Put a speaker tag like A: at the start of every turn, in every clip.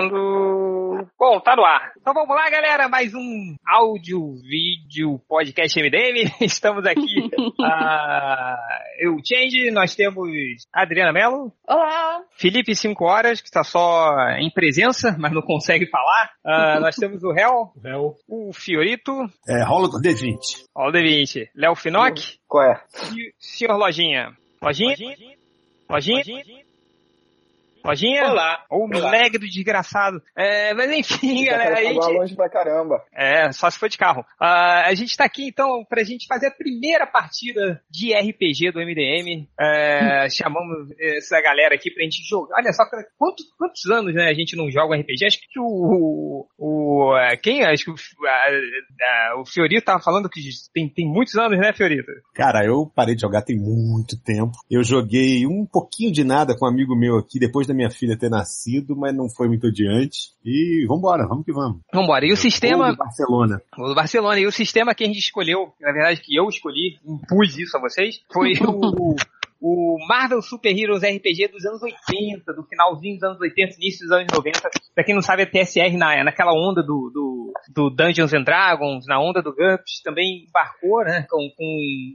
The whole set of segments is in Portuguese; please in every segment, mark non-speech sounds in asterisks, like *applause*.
A: Iniciando. Bom, tá no ar. Então vamos lá, galera. Mais um áudio, vídeo, podcast MDM. *laughs* Estamos aqui. ah, eu, Change, nós temos Adriana Mello,
B: Olá!
A: Felipe 5 Horas, que está só em presença, mas não consegue falar. Ah, nós temos o Hel,
C: Léo.
A: o Fiorito,
D: É, rola do D20.
A: ó, o D20, Léo Finock
E: Qual é?
A: e o senhor Lojinha. Lojinha? Lojinha? Lojinha?
C: Olá. tá
A: Ou o
E: Olá.
A: lag do desgraçado. É, mas enfim,
E: Esse
A: galera, a
E: cara tava
A: gente...
E: longe pra caramba.
A: É, só se for de carro. Ah, a gente tá aqui, então, pra gente fazer a primeira partida de RPG do MDM.
C: Hum.
A: É, chamamos essa galera aqui pra gente jogar. Olha só, cara, quantos, quantos anos, né, a gente não joga um RPG? Acho que o... o ah, quem? Acho que o, ah, ah, o Fiorito tava falando que tem, tem muitos anos, né, Fiorito?
D: Cara, eu parei de jogar tem muito tempo. Eu joguei um pouquinho de nada com um amigo meu aqui, depois da minha filha ter nascido, mas não foi muito adiante. E vambora, vamos que vamos.
A: Vambora. E o sistema...
D: Gol do Barcelona.
A: O Barcelona. E o sistema que a gente escolheu, na verdade que eu escolhi, impus isso a vocês, foi o, o Marvel Super Heroes RPG dos anos 80, do finalzinho dos anos 80, início dos anos 90. Pra quem não sabe, é TSR na, naquela onda do, do, do Dungeons and Dragons, na onda do GURPS, também embarcou né, com, com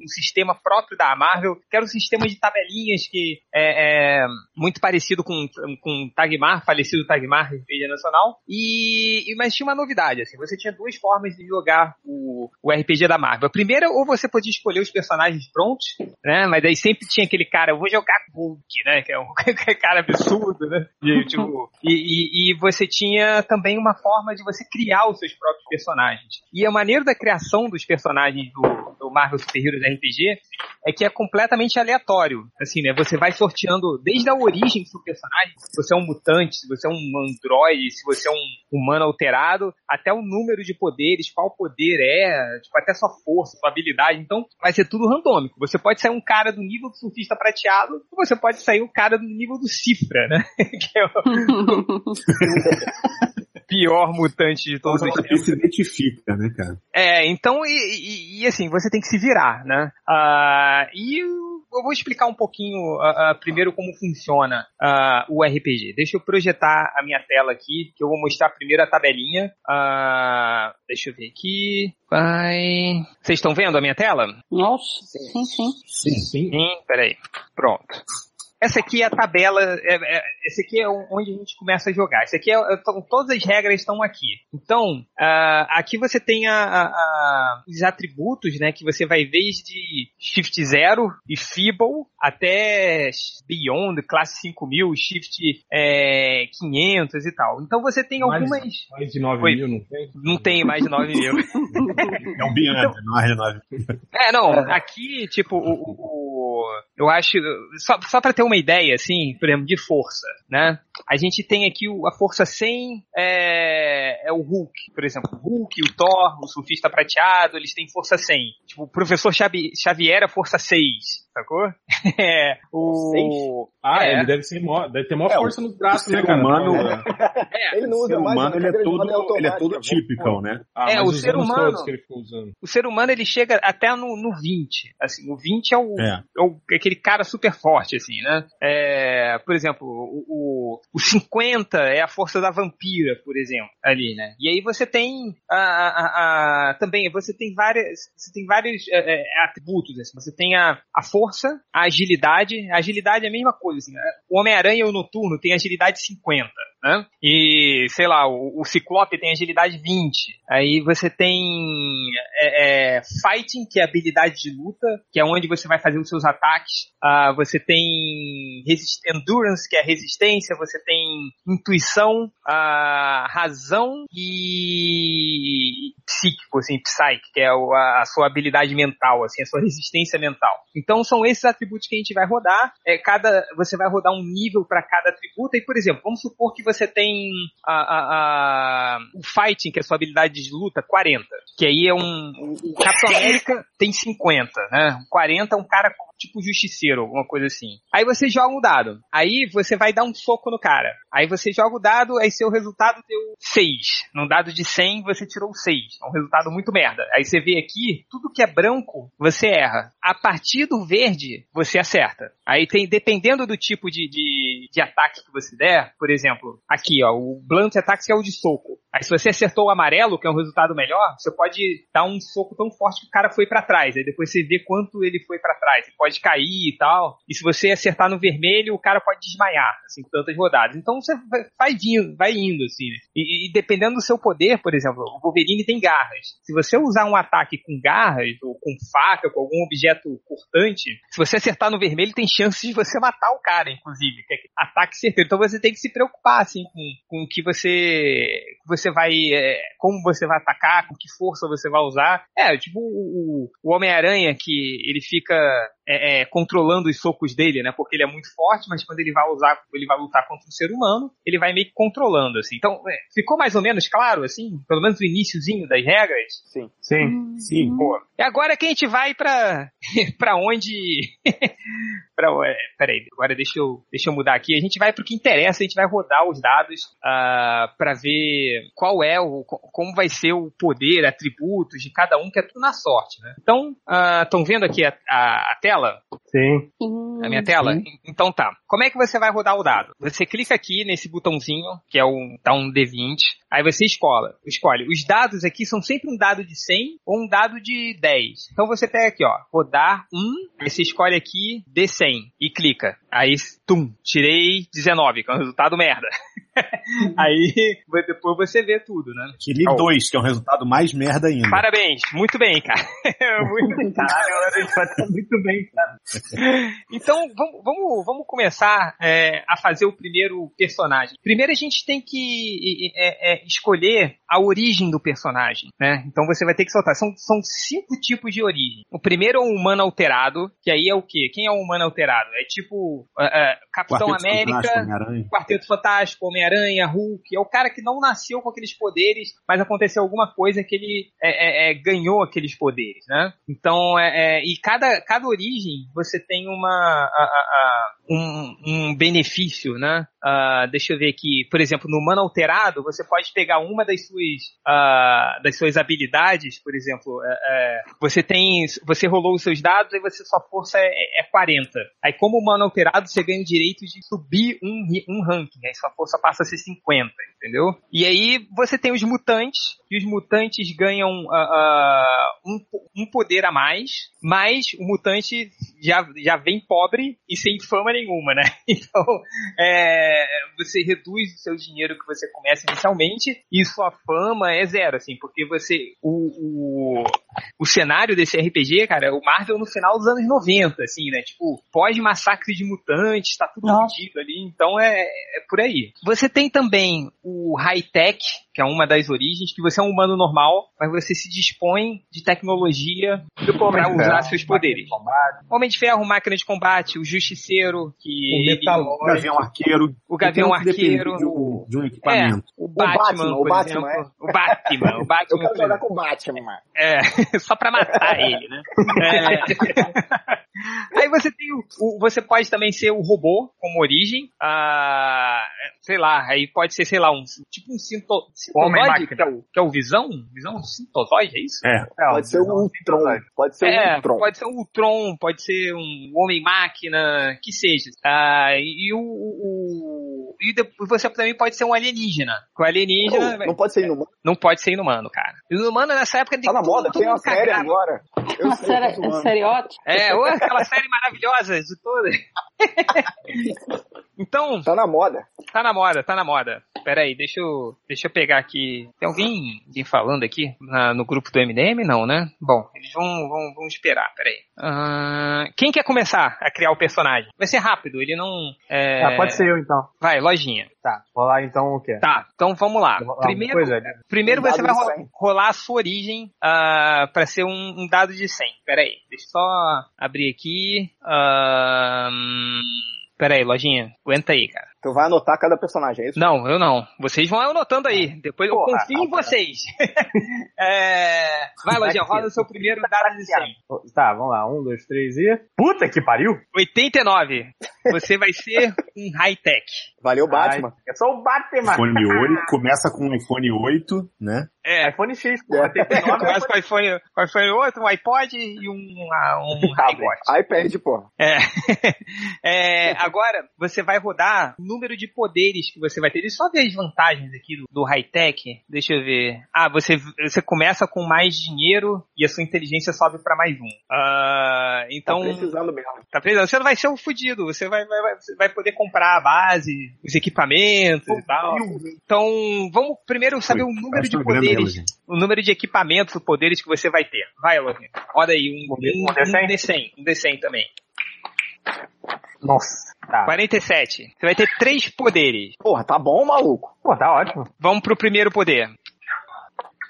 A: um sistema próprio da Marvel, que era um sistema de tabelinhas que é, é, muito parecido com, com Tagmar, falecido Tagmar, RPG Nacional. E, e- mas tinha uma novidade, assim, você tinha duas formas de jogar o, o RPG da Marvel. A primeira, ou você podia escolher os personagens prontos, né? Mas daí sempre tinha aquele cara, eu vou jogar com o Hulk, né? Que é um *laughs* cara absurdo, né? E, tipo, e, e- e você tinha também uma forma de você criar os seus próprios personagens. E a maneira da criação dos personagens do, do Marvel Super Heroes RPG é que é completamente aleatório. Assim, né? Você vai sorteando desde a origem do seu personagem, se você é um mutante, se você é um androide, se você é um humano alterado, até o número de poderes, qual poder é, tipo, até sua força, sua habilidade. Então, vai ser tudo randômico. Você pode sair um cara do nível do surfista prateado, ou você pode sair o cara do nível do cifra, né? *laughs* que é o *laughs* pior mutante de todos
D: Então,
A: os
D: você se identifica, né, cara?
A: é, então, e, e- e, assim, você tem que se virar, né? Ah, e eu eu vou explicar um pouquinho ah, ah, primeiro como funciona ah, o RPG. Deixa eu projetar a minha tela aqui, que eu vou mostrar primeiro a tabelinha. Ah, deixa eu ver aqui. Vai. Vocês estão vendo a minha tela?
B: Nossa, sim, sim.
C: Sim.
A: Sim, peraí. Pronto. Essa aqui é a tabela, é, é, esse aqui é o- onde a gente começa a jogar. Esse aqui é, é- tão- todas as regras estão aqui. Então, ah, aqui você tem a- a- a- os atributos, né, que você vai desde Shift Zero e Feeble até Beyond, classe 5000, Shift é, 500 e tal. Então você tem
C: Mais-
A: algumas...
C: Mais de 9
A: Foi.
C: mil, não tem?
A: Não tem mais de 9 mil.
D: É um Bianca,
A: Então,
D: não é renove.
A: É, não, aqui, tipo, o, o- o- eu acho, só, só pra ter uma ideia, assim, por exemplo, de força, né? A gente tem aqui o- a força 100, é, é o Hulk, por exemplo, o Hulk, o Thor, o surfista prateado, eles têm força 100. Tipo, o professor Xabi- Xavier é força 6, sacou? *laughs* É, o...
C: Ah,
A: É.
C: ele deve, ser mó, deve ter maior
D: É,
C: força nos braços, né,
D: ser
C: cara?
D: humano- *laughs*
A: É,
E: Ele não
D: O
E: usa
D: ser
E: mais,
D: humano,
E: a
D: ele é
E: cadeira de roda
D: todo, ele é todo
E: automática.
D: típico, né?
C: Ah,
A: É, o
C: mas os
A: ser
C: anos
A: humano-
C: todos que ele ficou usando.
A: o ser humano, ele chega até no, no 20, assim, o 20 é o...
D: É.
A: é o- é aquele cara super forte, assim, né? É, por exemplo, o, o, o 50 é a força da vampira, por exemplo, ali, né? E aí você tem a, a- a- a- também, você tem várias, você tem vários é, é, atributos, assim. Você tem a, a força, a agilidade, a agilidade é a mesma coisa, assim. né? O Homem-Aranha e o Noturno tem agilidade 50, né? E, sei lá, o, o Ciclope tem agilidade 20. Aí você tem é, é, fighting, que é habilidade de luta, que é onde você vai fazer os seus ataques. Ah, você tem resist- endurance, que é resistência. Você tem intuição, ah, razão e psíquico, assim, psyche, que é o- a, a sua habilidade mental, assim, a sua resistência mental. Então são esses atributos que a gente vai rodar. É, cada, você vai rodar um nível para cada atributo. E, por exemplo, vamos supor que você tem a, a- a- o fighting, que é a sua habilidade de luta, 40. Que aí é um. O Capitão América tem 50, né? 40 é um cara tipo justiceiro, alguma coisa assim. Aí você joga um dado. Aí você vai dar um soco no cara. Aí você joga o dado, aí seu resultado deu 6. Num dado de 100, você tirou 6. É um resultado muito merda. Aí você vê aqui, tudo que é branco, você erra. A partir do verde, você acerta. Aí tem, dependendo do tipo de, de, de ataque que você der, por exemplo, aqui, ó, o blunt ataque é o de soco. Aí se você acertou o amarelo, que é um resultado melhor, você pode dar um soco tão forte que o cara foi pra trás. Aí depois você vê quanto ele foi pra trás. Ele pode cair e tal. E se você acertar no vermelho, o cara pode desmaiar, assim, tantas rodadas. Então você vai- vai indo, vai indo assim. né? E, e dependendo do seu poder, por exemplo, o Wolverine tem garras. Se você usar um ataque com garras, ou com faca, com algum objeto cortante, se você acertar no vermelho, tem chance de você matar o cara, inclusive. que é Ataque certeiro. Então você tem que se preocupar, assim, com, com o que você, que você vai, é, como você vai atacar, com que força você vai usar. É, tipo o, o- o Homem-Aranha que ele fica é, é, controlando os socos dele, né? Porque ele é muito forte, mas quando ele vai usar, ele vai lutar contra um ser humano, ele vai meio que controlando, assim. Então, é, ficou mais ou menos claro, assim? Pelo menos o iniciozinho das regras?
B: Sim.
C: Sim.
D: Sim.
A: Boa. E agora que a gente vai pra, *laughs* pra onde... *laughs* pra, é, peraí, agora deixa eu, deixa eu mudar aqui. A gente vai pro que interessa, a gente vai rodar os dados ah, pra ver qual é, o, co- como vai ser o poder, atributos de cada um, que é tudo na sorte, né? Então, estão vendo aqui a- a- a tela?
C: Sim.
A: na minha tela? Então tá. Como é que você vai rodar o dado? Você clica aqui nesse botãozinho, que é um, tá um D20, aí você escolhe, escolhe. Os dados aqui são sempre um dado de 100 ou um dado de 10. Então você pega aqui, ó, rodar 1, aí você escolhe aqui D100 e clica. Aí, tum, tirei 19, que é um resultado merda. *laughs* aí depois você vê tudo, né?
D: Tirei
A: Oh.
D: dois, que é um resultado mais merda ainda.
A: Parabéns, muito bem, cara. *laughs* Muito, caralho, a gente vai estar muito bem, cara. Então, vamos, vamos, vamos começar é, a fazer o primeiro personagem. Primeiro a gente tem que e- e- é, é, escolher a origem do personagem, né? Então você vai ter que soltar. São, são cinco tipos de origem. O primeiro é um humano alterado, que aí é o quê? Quem é o humano alterado? É tipo é, é, Capitão
D: Quarteto Fantástico,
A: América,
D: Homem-Aranha.
A: Quarteto Fantástico, Homem-Aranha, Hulk, é o cara que não nasceu com aqueles poderes, mas aconteceu alguma coisa que ele é, é, é, ganhou aqueles poderes, né? Então, é, é, e cada, cada origem você tem uma a- a- a- um, um benefício, né? Ah, deixa eu ver aqui, por exemplo, no humano alterado você pode pegar uma das suas ah, das suas habilidades, por exemplo, é, é, você tem você rolou os seus dados e você sua força é, é 40. Aí como humano alterado você ganha o direito de subir um, ri- um ranking, aí sua força passa a ser 50, entendeu? E aí você tem os mutantes, e os mutantes ganham ah, ah, um, po- um poder a mais, mas o mutante já, já vem pobre e sem fama nenhuma, né? *laughs* Então é, você reduz o seu dinheiro que você começa inicialmente e sua fama é zero, assim, porque você. O, o, o cenário desse RPG, cara, é o Marvel no final dos anos 90, assim, né? Tipo, pós-massacre de mutantes, tá tudo
B: Nossa.
A: fudido ali, então é, é por aí. Você tem também o high-tech, que é uma das origens, que você é um humano normal, mas você se dispõe de tecnologia pra usar seus poderes. Homem de Ferro, Máquina de Combate, o Justiceiro, que...
C: O Metal-
D: O Gavião um Arqueiro.
A: O Gavião
D: Então, depende
A: Arqueiro.
D: De um, de um
A: É,
D: equipamento.
A: o
B: Batman,
A: Batman,
B: o
A: por
B: Batman, é.
A: exemplo. O Batman,
B: *laughs*
A: o Batman.
B: Eu quero
A: por
B: jogar com o Batman.
A: é, só pra
B: *laughs*
A: matar ele, né? É. Aí você tem o, o- Você pode também ser o robô como origem. Ah, sei lá, aí pode ser, sei lá, um tipo um cinto, cintozoide, que é, o, que é o visão? Visão cintozoide, é isso?
D: É.
B: Pode ser o Ultron. Pode ser o
A: É,
B: Ultron.
A: pode ser um Ultron, pode ser um Homem-Máquina, que seja. Ah, e o, o- o- E depois você também pode ser um alienígena. Que o alienígena.
B: Não, não pode ser inumano.
A: Não pode ser inumano, cara. Inumano nessa época
B: Tá na moda,
A: todo
B: tem uma
A: mundo
B: série
A: cagado.
B: agora. Eu um
E: Uma
B: sei,
E: série,
B: eu tô zoando.
E: série ótima.
A: É, ou aquela série maravilhosa de
B: *laughs*
A: todas. então,
B: Tá na moda.
A: tá na moda, tá na moda. Pera aí, deixa eu, deixa eu pegar aqui. Tem alguém, alguém falando aqui na- no grupo do MDM? Não, né? Bom, eles vão, vão, vão esperar, peraí. Ah, quem quer começar a criar o personagem? Vai ser rápido, ele não. é,
F: Ah, pode ser eu então.
A: Vai, lojinha.
F: Tá, vou lá então o quê?
A: Tá, então vamos lá.
F: Alguma
A: Primeiro,
F: coisa, né?
A: Primeiro
B: Um
A: você vai
B: dado de
A: ro-
B: 100.
A: rolar a sua origem ah, pra ser um, um dado de 100. Pera aí, deixa eu só abrir aqui. Ahn, Pera aí, lojinha, aguenta aí, cara.
B: Tu vai anotar cada personagem, é isso?
A: Não, eu não. Vocês vão anotando aí. Depois eu
B: Porra,
A: confio em vocês. *laughs* É, Vai, Lojinha, roda o seu primeiro dado de 100.
F: Tá, vamos lá. Um, dois, três e. Puta que pariu!
A: 89. Você vai ser um high-tech.
B: Valeu, Batman.
F: Ai, é só o Batman!
D: iPhone 8, começa com um iPhone 8, né?
A: É,
F: iPhone X, porra. Tem que ter nome,
A: começa com o iPhone, com o iPhone 8, um iPod e um, ah, um iPod.
B: iPad, Tá porra.
A: É. É, agora, você vai rodar o número de poderes que você vai ter. Deixa eu só ver as vantagens aqui do, do high-tech. Deixa eu ver. Ah, você, você começa com mais dinheiro e a sua inteligência sobe pra mais um. Ah,
B: Tá
A: então,
B: precisando mesmo.
A: tá precisando. Você não vai ser um fudido. Você vai, vai, vai, você vai poder comprar a base, os equipamentos e tal. Então, vamos primeiro saber o número de
D: Gasta uma grana nela,
A: Um poderes.
D: gente.
A: O número de equipamentos, os poderes que você vai ter. Vai, Logan. Olha aí, um, um, um D100. Um D100 também.
F: Nossa. Tá.
A: 47. Você vai ter três poderes.
B: Porra, tá bom, maluco.
F: Pô, tá ótimo.
A: Vamos pro primeiro poder.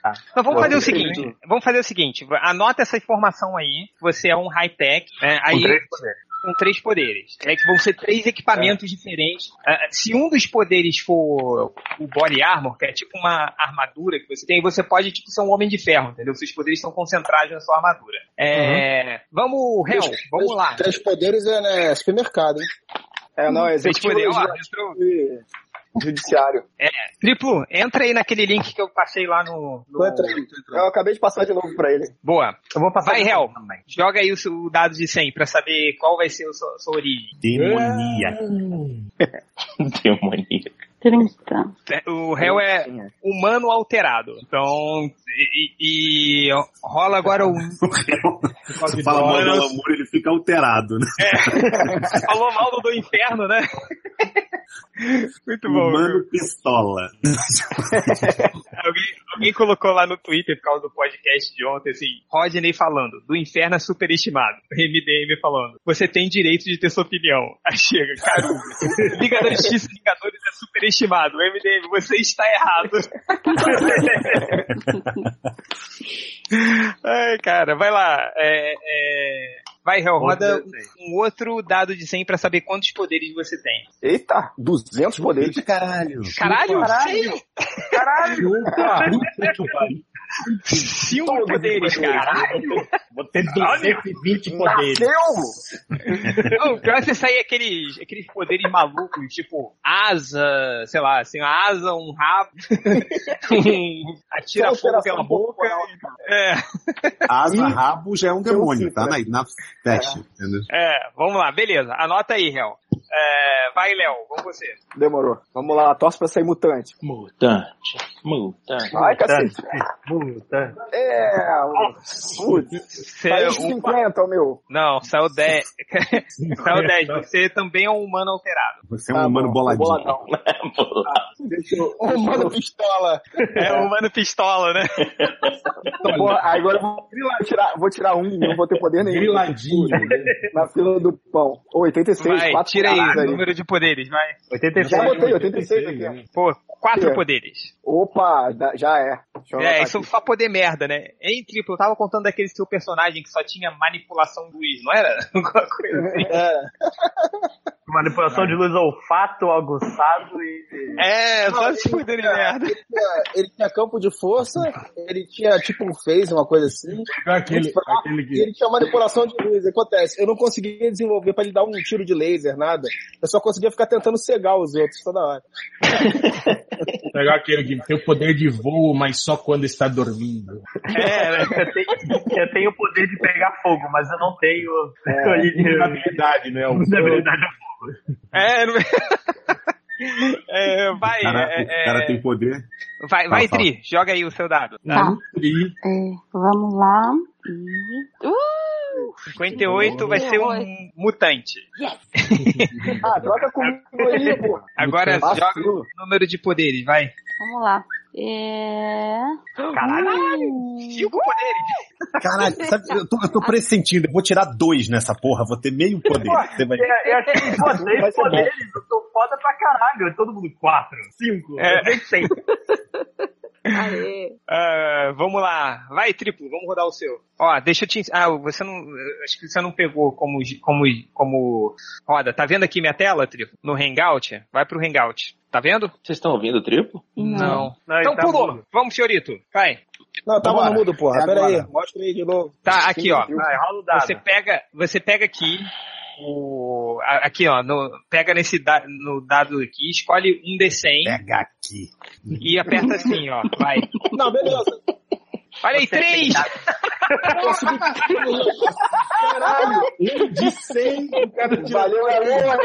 F: Tá.
A: Então vamos
F: Pô,
A: fazer o
F: eu sei
A: seguinte. Vamos fazer o seguinte. Anota essa informação aí. Você é um high-tech. né? Aí,
F: Um, três poderes.
A: com três poderes. É que vão ser três equipamentos
F: É.
A: diferentes. Ah, se um dos poderes for o body armor, que é tipo uma armadura que você tem, você pode tipo ser um homem de ferro, entendeu? Seus poderes estão concentrados na sua armadura.
F: Uhum.
A: É, Vamos, Hel, vamos lá.
E: Três poderes é né, supermercado, hein?
B: É, não, é
A: Três
B: executivo
A: poderes, ó,
B: legislativo
A: entrou.
B: e judiciário.
A: Triplo, entra aí naquele link que eu passei lá no. no-
E: Tô entrando, tô entrando.
B: Eu acabei de passar de novo pra ele.
A: Boa.
F: Eu vou passar.
A: Vai,
F: de-
A: Hel.
F: também.
A: Joga aí o seu dado de 100 pra saber qual vai ser a sua, sua origem.
C: É.
D: Demoníaco.
G: Demonia.
H: 30.
A: O Hel é humano alterado. Então. E, e- e rola agora o
D: Você fala mal do amor, ele fica alterado, né?
A: Falou mal do, do inferno, né? *laughs* Muito bom.
D: Humano pistola.
A: Alguém, alguém colocou lá no Twitter, por causa do podcast de ontem, assim, Rodney falando, do inferno é superestimado. *laughs* MDM falando, você tem direito de ter sua opinião. *laughs* Aí chega, cara, Liga da Justiça e Vingadores é superestimado. MDM, você está errado. *laughs* Ai, cara, vai lá. É, é, Vai, Hel, roda um outro dado de 100 pra saber quantos poderes você tem.
B: Eita, 200 poderes.
D: caralho.
A: Caralho, caralho, caralho.
C: Caralho!
A: *laughs* Cinco poderes, cara.
C: Vou ter 220 poderes.
A: Não, pior é você sair aqueles, aqueles poderes malucos, tipo asa, sei lá, assim, uma asa, um rabo, *laughs* um, atira
B: Só
A: fogo
B: alteração
A: pela boca.
B: corporal,
A: É,
D: Asa, rabo já é um demônio,
B: sinto,
D: tá? Na, na teste, entendeu?
A: é, vamos lá, beleza. Anota aí, Hel. É, vai, Léo, vamos você.
B: Demorou. Vamos lá, torce pra sair mutante.
G: Mutante. Mutante.
B: Ai, cacete.
F: Puta.
B: É, um- putz.
A: Você é
B: Saiu de
A: um-
B: 50, meu.
A: Não, saiu 10. *laughs* saiu 10. Você também é um humano alterado.
D: Você é um
B: Tá
D: humano
B: bom,
A: *laughs*
D: boladinho.
B: boladão. Deixa eu-
A: Um
E: Ô, mano, pistola.
A: É um humano pistola, né?
B: Então, porra, agora eu vou grilar, tirar, vou tirar um, não vou ter poder nenhum.
C: Griladinho. né?
B: *laughs* Na fila do pão. Ô, 86,
A: Vai,
B: quatro
A: tira aí
B: caras
A: o número de poderes, vai.
F: 86.
B: Já botei 86 aqui. ó.
A: Pô, quatro
B: É.
A: poderes.
B: Opa, dá- já é. Deixa eu
A: É,
B: anotar
A: isso
B: aqui.
A: só poder merda, né? Em triplo, eu tava contando daquele seu personagem que só tinha manipulação do Luiz, não era? *laughs* Alguma coisa assim.
F: Manipulação de luz olfato, aguçado e.
A: É, só se poder merda.
E: É, Ele tinha campo de força, ele tinha tipo um phase, uma coisa assim.
C: Aquele,
E: muito fraco,
C: aquele
E: E
C: que...
E: ele tinha manipulação de luz. Acontece, eu não conseguia desenvolver pra ele dar um tiro de laser, nada. Eu só conseguia ficar tentando cegar os outros toda hora.
C: Pegar aquele que tem o poder de voo, mas só quando está dormindo.
A: É, né?
F: Eu tenho, eu tenho o poder de pegar fogo, mas eu não tenho.
E: É.
B: É.
F: *laughs*
C: Habilidade, né? O-
F: habilidade.
A: É, *laughs* não... É, vai,
D: Cara,
A: é,
D: o cara
A: é,
D: tem poder.
A: vai, vai,
D: Fala,
A: Tri, joga aí o seu dado.
H: Tá.
C: E
H: É, vamos lá. E... Uh!
A: 58 vai ser um mutante.
B: Ah, troca comigo aí, porra.
A: Agora joga
B: Vacilo.
A: o número de poderes, vai.
H: Vamos lá. É...
A: Cinco poderes.
D: Caralho, sabe, eu tô, eu tô pressentindo, eu vou tirar dois nessa porra, vou ter meio poder. Você vai...
A: é-
F: Eu achei que pô,
B: Vai
F: seis
E: é
B: ser bom.
F: é poderes, eu tô foda pra caralho. Todo mundo quatro, cinco,
A: É.
F: eu nem sei.
I: Aê.
A: Ah, vamos lá. Vai, triplo, vamos rodar o seu. Ó, deixa eu te. ens- Ah, você não. Acho que você não pegou como. como, como roda. Tá vendo aqui minha tela, triplo? No Hangout? Vai pro Hangout. Tá vendo?
G: Vocês estão ouvindo o triplo?
F: Não, ele
A: Então
F: tá
A: pulou.
F: mudo.
A: Vamos, Fiorito. Vai.
E: Não, tava
D: Bora.
E: no mudo, porra.
D: É
E: Pera aí,
D: agora.
E: mostra aí de novo.
A: Tá, aqui, ó.
F: Vai, rola o dado.
A: Você pega, você pega aqui. O, a- aqui, ó. no- pega nesse da- no dado aqui, escolhe um
F: É.
A: D100
D: Pega aqui.
A: e aperta assim, ó. Vai.
E: Não, beleza.
A: Olha aí, três!
C: De 100, o cara tira
B: Valeu, é galera.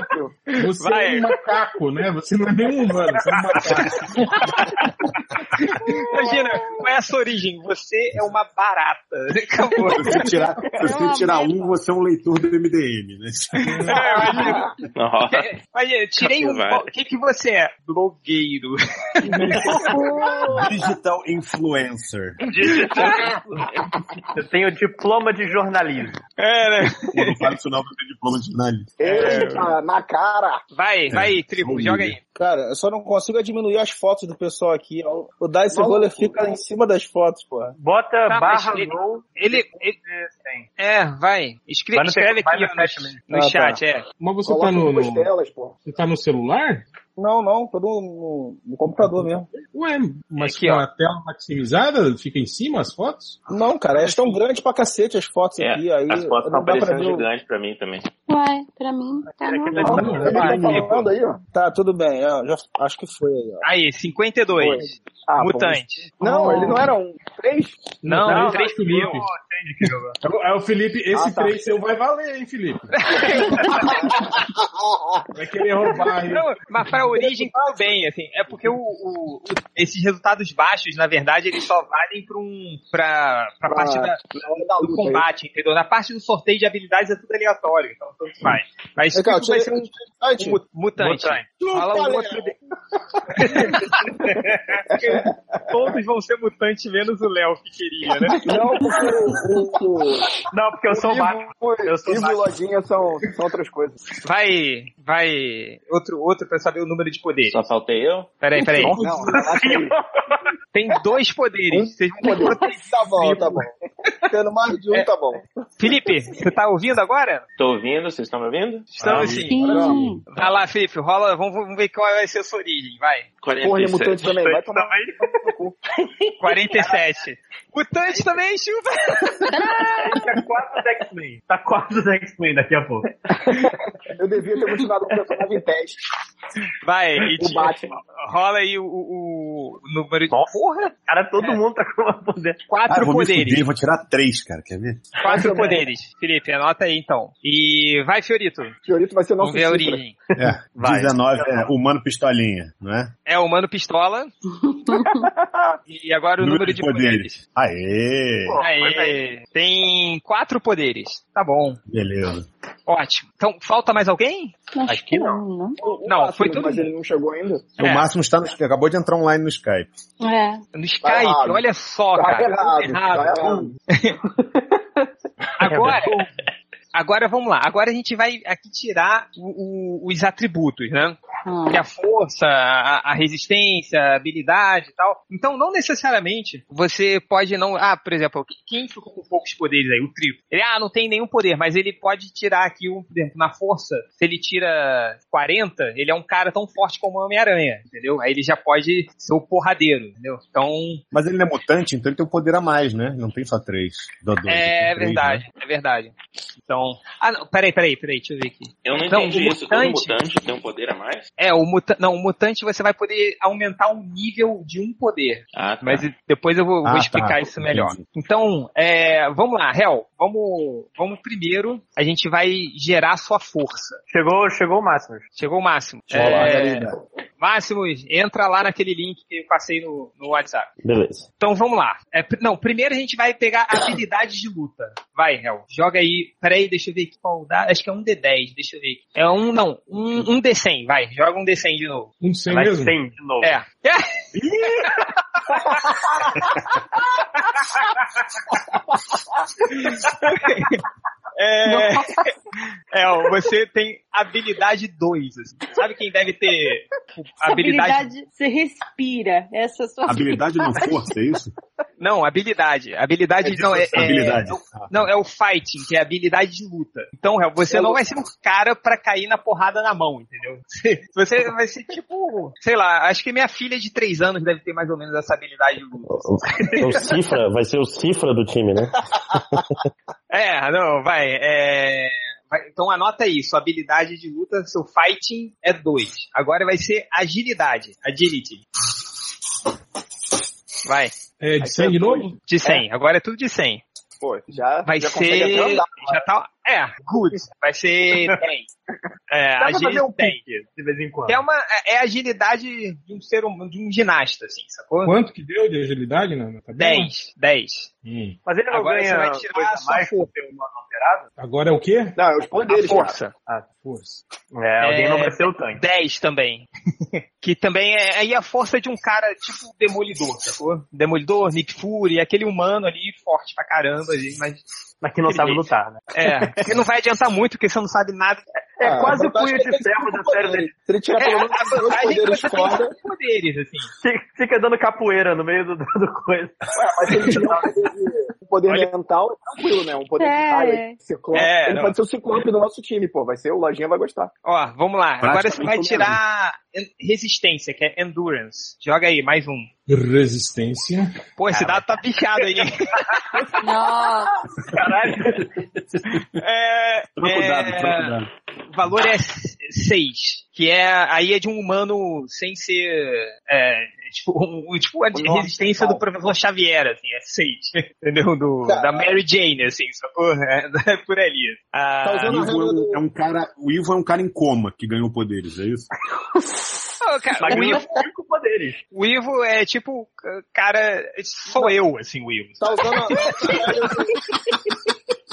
C: Você
A: Vai.
C: é um macaco, né? Você não é nem um humano, você é um macaco.
A: Imagina, qual é a sua origem? Você é uma barata. *laughs* Acabou.
D: Se você tirar, se você
I: uma
D: tirar
I: merda.
D: um, você é um leitor do MDM, né?
A: É, imagina,
G: Nossa.
A: É, Mas eu tirei um.
G: Capivara.
A: O que, que você é? Blogueiro.
D: *laughs* Digital influencer.
F: Eu tenho diploma de jornalismo.
A: É, né?
D: Quando fala o final do seu diploma de jornalista.
B: Eita, na cara.
A: Vai, vai, tribo,
D: blogueiro.
A: joga aí.
E: Cara, eu só não consigo diminuir as fotos do pessoal aqui. ó. O Dice Roller fica em cima das fotos, porra.
F: Bota
A: Tá, mas
F: barra
A: ele-
F: roll.
A: Ele. ele- é, vai. Escre-
F: Vai no
A: escreve
F: tec- vai
A: aqui
F: no
A: ó,
F: chat
A: no,
F: mesmo.
A: no
E: Ah, tá.
A: chat, é.
C: Mas você tá
B: Coloca
C: no,
B: duas
C: no-
B: telas, pô.
C: você tá no celular?
E: Não, não, tô no, no- no computador mesmo.
C: Ué, mas
A: Aqui,
C: com
A: ó.
C: a tela maximizada, fica em cima as fotos?
E: Não, cara, elas estão grandes pra cacete as fotos
G: É,
E: aqui. Aí
G: as fotos
E: não
G: estão
E: dá pra
G: parecendo
E: ver. o-
G: gigantes pra mim também.
H: Uai, pra mim tá normal.
C: Não,
B: Ele
C: não,
B: tá falando aí, ó.
E: Tá, tudo bem. ó, já, acho que foi aí, ó.
A: Aí, 52.
B: Ah,
A: Mutante.
B: pô, Não, ele não era um. Três?
A: Não, é
C: Não,
A: três
C: acho
A: mil.
C: que É o- é o Felipe, esse
B: Ah, tá.
C: 3 seu vai valer,
A: *laughs*
C: hein, Felipe? vai querer roubar, hein?
A: Não, mas pra origem tudo bem, assim. É porque o, o- o- esses resultados baixos, na verdade, eles só valem pra um. pra,
F: Ah,
A: pra parte da,
B: Na hora é da
A: do
B: luta aí.
A: combate, entendeu? Na parte do sorteio de habilidades é tudo aleatório, então tanto faz. Mas
E: É, cara,
A: isso vai ser um
E: Mutante?
A: Mu- Mutante.
F: Mutante.
A: Fala
E: Chupa,
A: um outro. de- É Todos vão ser mutantes, menos o Léo que queria, né?
B: Não, porque o, o,
F: Não, porque eu sou o Batman.
B: o
F: Eu sou
B: Ivo e
F: Batman.
B: Lojinha são, são outras coisas.
A: *laughs* Vai, vai. Outro, outro pra saber o número de poderes.
G: Só faltei eu?
A: Peraí, peraí.
B: Não, tá relaxa aí.
A: Tem dois poderes. Vocês vão ter que proteger.
E: Tá bom, tá bom. Tendo mais de um, tá bom.
A: Felipe, você tá ouvindo agora?
G: Tô ouvindo, vocês estão me ouvindo?
A: Estamos
C: Ah,
A: sim.
H: Sim.
A: Vai lá, Felipe, rola. Vamos, vamos ver qual vai ser a sua origem, vai.
B: Porra, ele é
G: 47.
B: mutante também. Vai tomar.
A: 47. Mutante também, chuva.
F: Tá quase o X-Men. Tá quase o X-Men daqui a pouco.
B: Eu devia ter continuado
E: um
B: com o personagem em teste.
A: Vai, e
B: O
A: te-
B: Batman.
A: rola aí o, o- o número de.
F: Nossa.
A: Porra!
F: Cara,
A: É.
F: todo mundo tá com uma poder.
A: Quatro
D: Ah, vou me
A: poderes.
D: fuder, vou tirar três, cara, quer ver?
A: Quatro poderes. Felipe, anota aí então. E vai, Fiorito.
B: Fiorito vai ser
A: Vamos
B: nosso
A: ver a
B: cifra.
A: origem.
D: É, 19 é humano pistolinha, não é?
A: É o Mano Pistola. e agora o número, de poderes.
D: Aê!
A: Aê, tem quatro poderes. Tá bom.
D: Beleza.
A: Ótimo. Então, falta mais alguém?
G: Aqui
H: Acho que
G: não.
H: não.
B: O- o
A: Não,
E: Tá
B: Batman,
A: foi todo
B: Mas
A: mundo.
B: ele não chegou ainda.
A: É.
D: O máximo está no Acabou de entrar online no Skype.
H: não. É.
A: No
B: Tá
A: Skype,
B: errado.
A: olha só,
B: Tá
A: cara.
B: errado,
A: Errado.
B: tá errado.
A: Agora, agora vamos lá. Agora a gente vai aqui tirar o- o- os atributos, né? que é
H: Ah,
A: a força, a, a resistência, a habilidade e tal. Então, não necessariamente você pode não. Ah, por exemplo, quem ficou com poucos poderes aí? O triplo. Ele, ah, não tem nenhum poder, mas ele pode tirar aqui, um, por exemplo, na força, se ele tira 40, ele é um cara tão forte como o Homem-Aranha, entendeu? Aí ele já pode ser o porradeiro, entendeu? Então,
D: Mas ele não é mutante, então ele tem um poder a mais, né? Não tem só três. Dá dois,
A: é
D: tem três, né?
A: verdade, é verdade. Então. Ah, não, peraí, peraí, peraí, deixa eu ver aqui.
G: Eu não
A: Não,
G: entendi
A: o
G: isso. Todo
A: mutante-
G: mutante tem um poder a mais?
A: É, o, muta não, o mutante você vai poder aumentar o nível de um poder.
G: Ah, tá.
A: Mas depois eu vou, vou
D: Ah, tá.
A: explicar isso melhor.
D: Entendi.
A: Então, é, vamos lá, Hel. Vamos, vamos primeiro, a gente vai gerar sua força.
F: Chegou, chegou o máximo.
A: Chegou o Máximo.
D: Deixa eu rolar,
A: É,
D: galera.
A: Máximo, entra lá naquele link que eu passei no, no WhatsApp.
G: Beleza.
A: Então vamos lá. É, pr- não, primeiro a gente vai pegar habilidades de luta. Vai, Hel. Joga aí. Peraí, deixa eu ver aqui qual dá. Acho que é um D10, deixa eu ver. aqui. É um, não, um, um D100, vai. Joga um D100 de novo.
C: Não sei
F: Vai
C: mesmo.
F: 100 de novo.
A: É. É, é ó, você tem habilidade 2. Assim. Sabe quem deve ter tipo,
I: Essa
A: habilidade...
I: habilidade, você respira. Essa é a
D: *laughs*
I: sua
D: Habilidade não força, é isso?
A: Não, habilidade. Habilidade não é, é-
D: Habilidade.
A: é o-
J: Ah,
A: Não, é o fighting, que é habilidade de luta. Então, Hel, você não vai ser um cara pra cair na porrada na mão, entendeu? Você- Você vai ser tipo, sei lá, acho que minha filha de 3 anos deve ter mais ou menos essa habilidade de luta.
J: É o cifra, vai ser o cifra do time, né?
A: É, não, vai. é, vai- então anota aí, sua habilidade de luta, seu fighting é 2. Agora vai ser agilidade, agility. Vai,
C: É de 100 de novo?
A: de 100. Agora é tudo de 100.
B: Pô, já,
A: Vai
B: já consegue
A: ser.
B: até andar.
A: já tá. É, good. Vai ser 10. É,
F: Dá pra fazer
A: agilidade
F: um pique de vez em quando.
A: É, uma, é a agilidade de um ser humano, de um ginasta, assim, sacou?
C: Quanto que deu de agilidade na na tabela?
A: 10, 10.
C: Hum.
F: Mas ele não
A: Agora você
F: ganha
A: vai tirar
F: coisa
A: a
F: a
A: sua
F: mais por
A: força.
F: ter um humano alterado?
C: Agora é o quê?
B: Não, é os poderes, cara.
A: Força.
F: Ah,
C: Força.
F: É, alguém
A: É,
F: não vai ser o tanque.
A: 10 também.
F: *laughs*
A: que também é aí a força de um cara tipo demolidor, sacou? Demolidor, Nick Fury, aquele humano ali forte pra caramba, ali, mas
F: Mas que não sabe lutar, né? *laughs*
A: é, que não vai adiantar muito porque você não sabe nada.
F: É
E: Ah,
F: quase
E: a
F: o punho
E: vantagem é que
F: de
E: ele tem
F: ferro da
E: cinco
F: série
E: poderes.
F: dele.
E: Se ele tirar
A: É,
E: pelo menos
A: a
E: os dois
A: vantagem é que
E: poderes
A: você tem
E: fora,
A: cinco poderes, assim.
F: Fica- Fica dando capoeira no meio do, do, do coisa.
E: mas se ele tiver um poder, de- um poder
A: Olha-
E: mental, é tranquilo, né? Um poder
I: É.
E: de raio, ciclope.
A: É,
E: ele
A: não.
E: pode ser o ciclope do nosso time, pô. Vai ser, o Lojinha vai gostar.
A: Ó, vamos lá. Agora você vai
D: Praticamente
A: tirar en- resistência, que é endurance. Joga aí, mais um.
C: Resistência.
A: Pô, esse dado tá bichado aí.
I: *laughs*
H: Nossa,
A: Caralho. É,
D: Troca o dado,
A: é,
D: troca o dado.
A: valor é 6, que é aí é de um humano sem ser é, tipo, um, um- tipo a de-
B: Nossa,
A: resistência
B: não.
A: do professor Xavier, assim, é 6, *laughs* entendeu? Do, da Mary Jane, assim, sacou? É, *laughs* é por ali. Ah,
E: Tá usando-
D: O Ivo é um, é um cara, o Ivo é um cara em coma que ganhou poderes, é isso?
A: ah, cara,
F: Mas
A: o,
F: ganha
A: Ivo,
F: cinco poderes.
A: o Ivo é tipo, c- cara, sou eu, assim, o Ivo.
E: Tá usando a...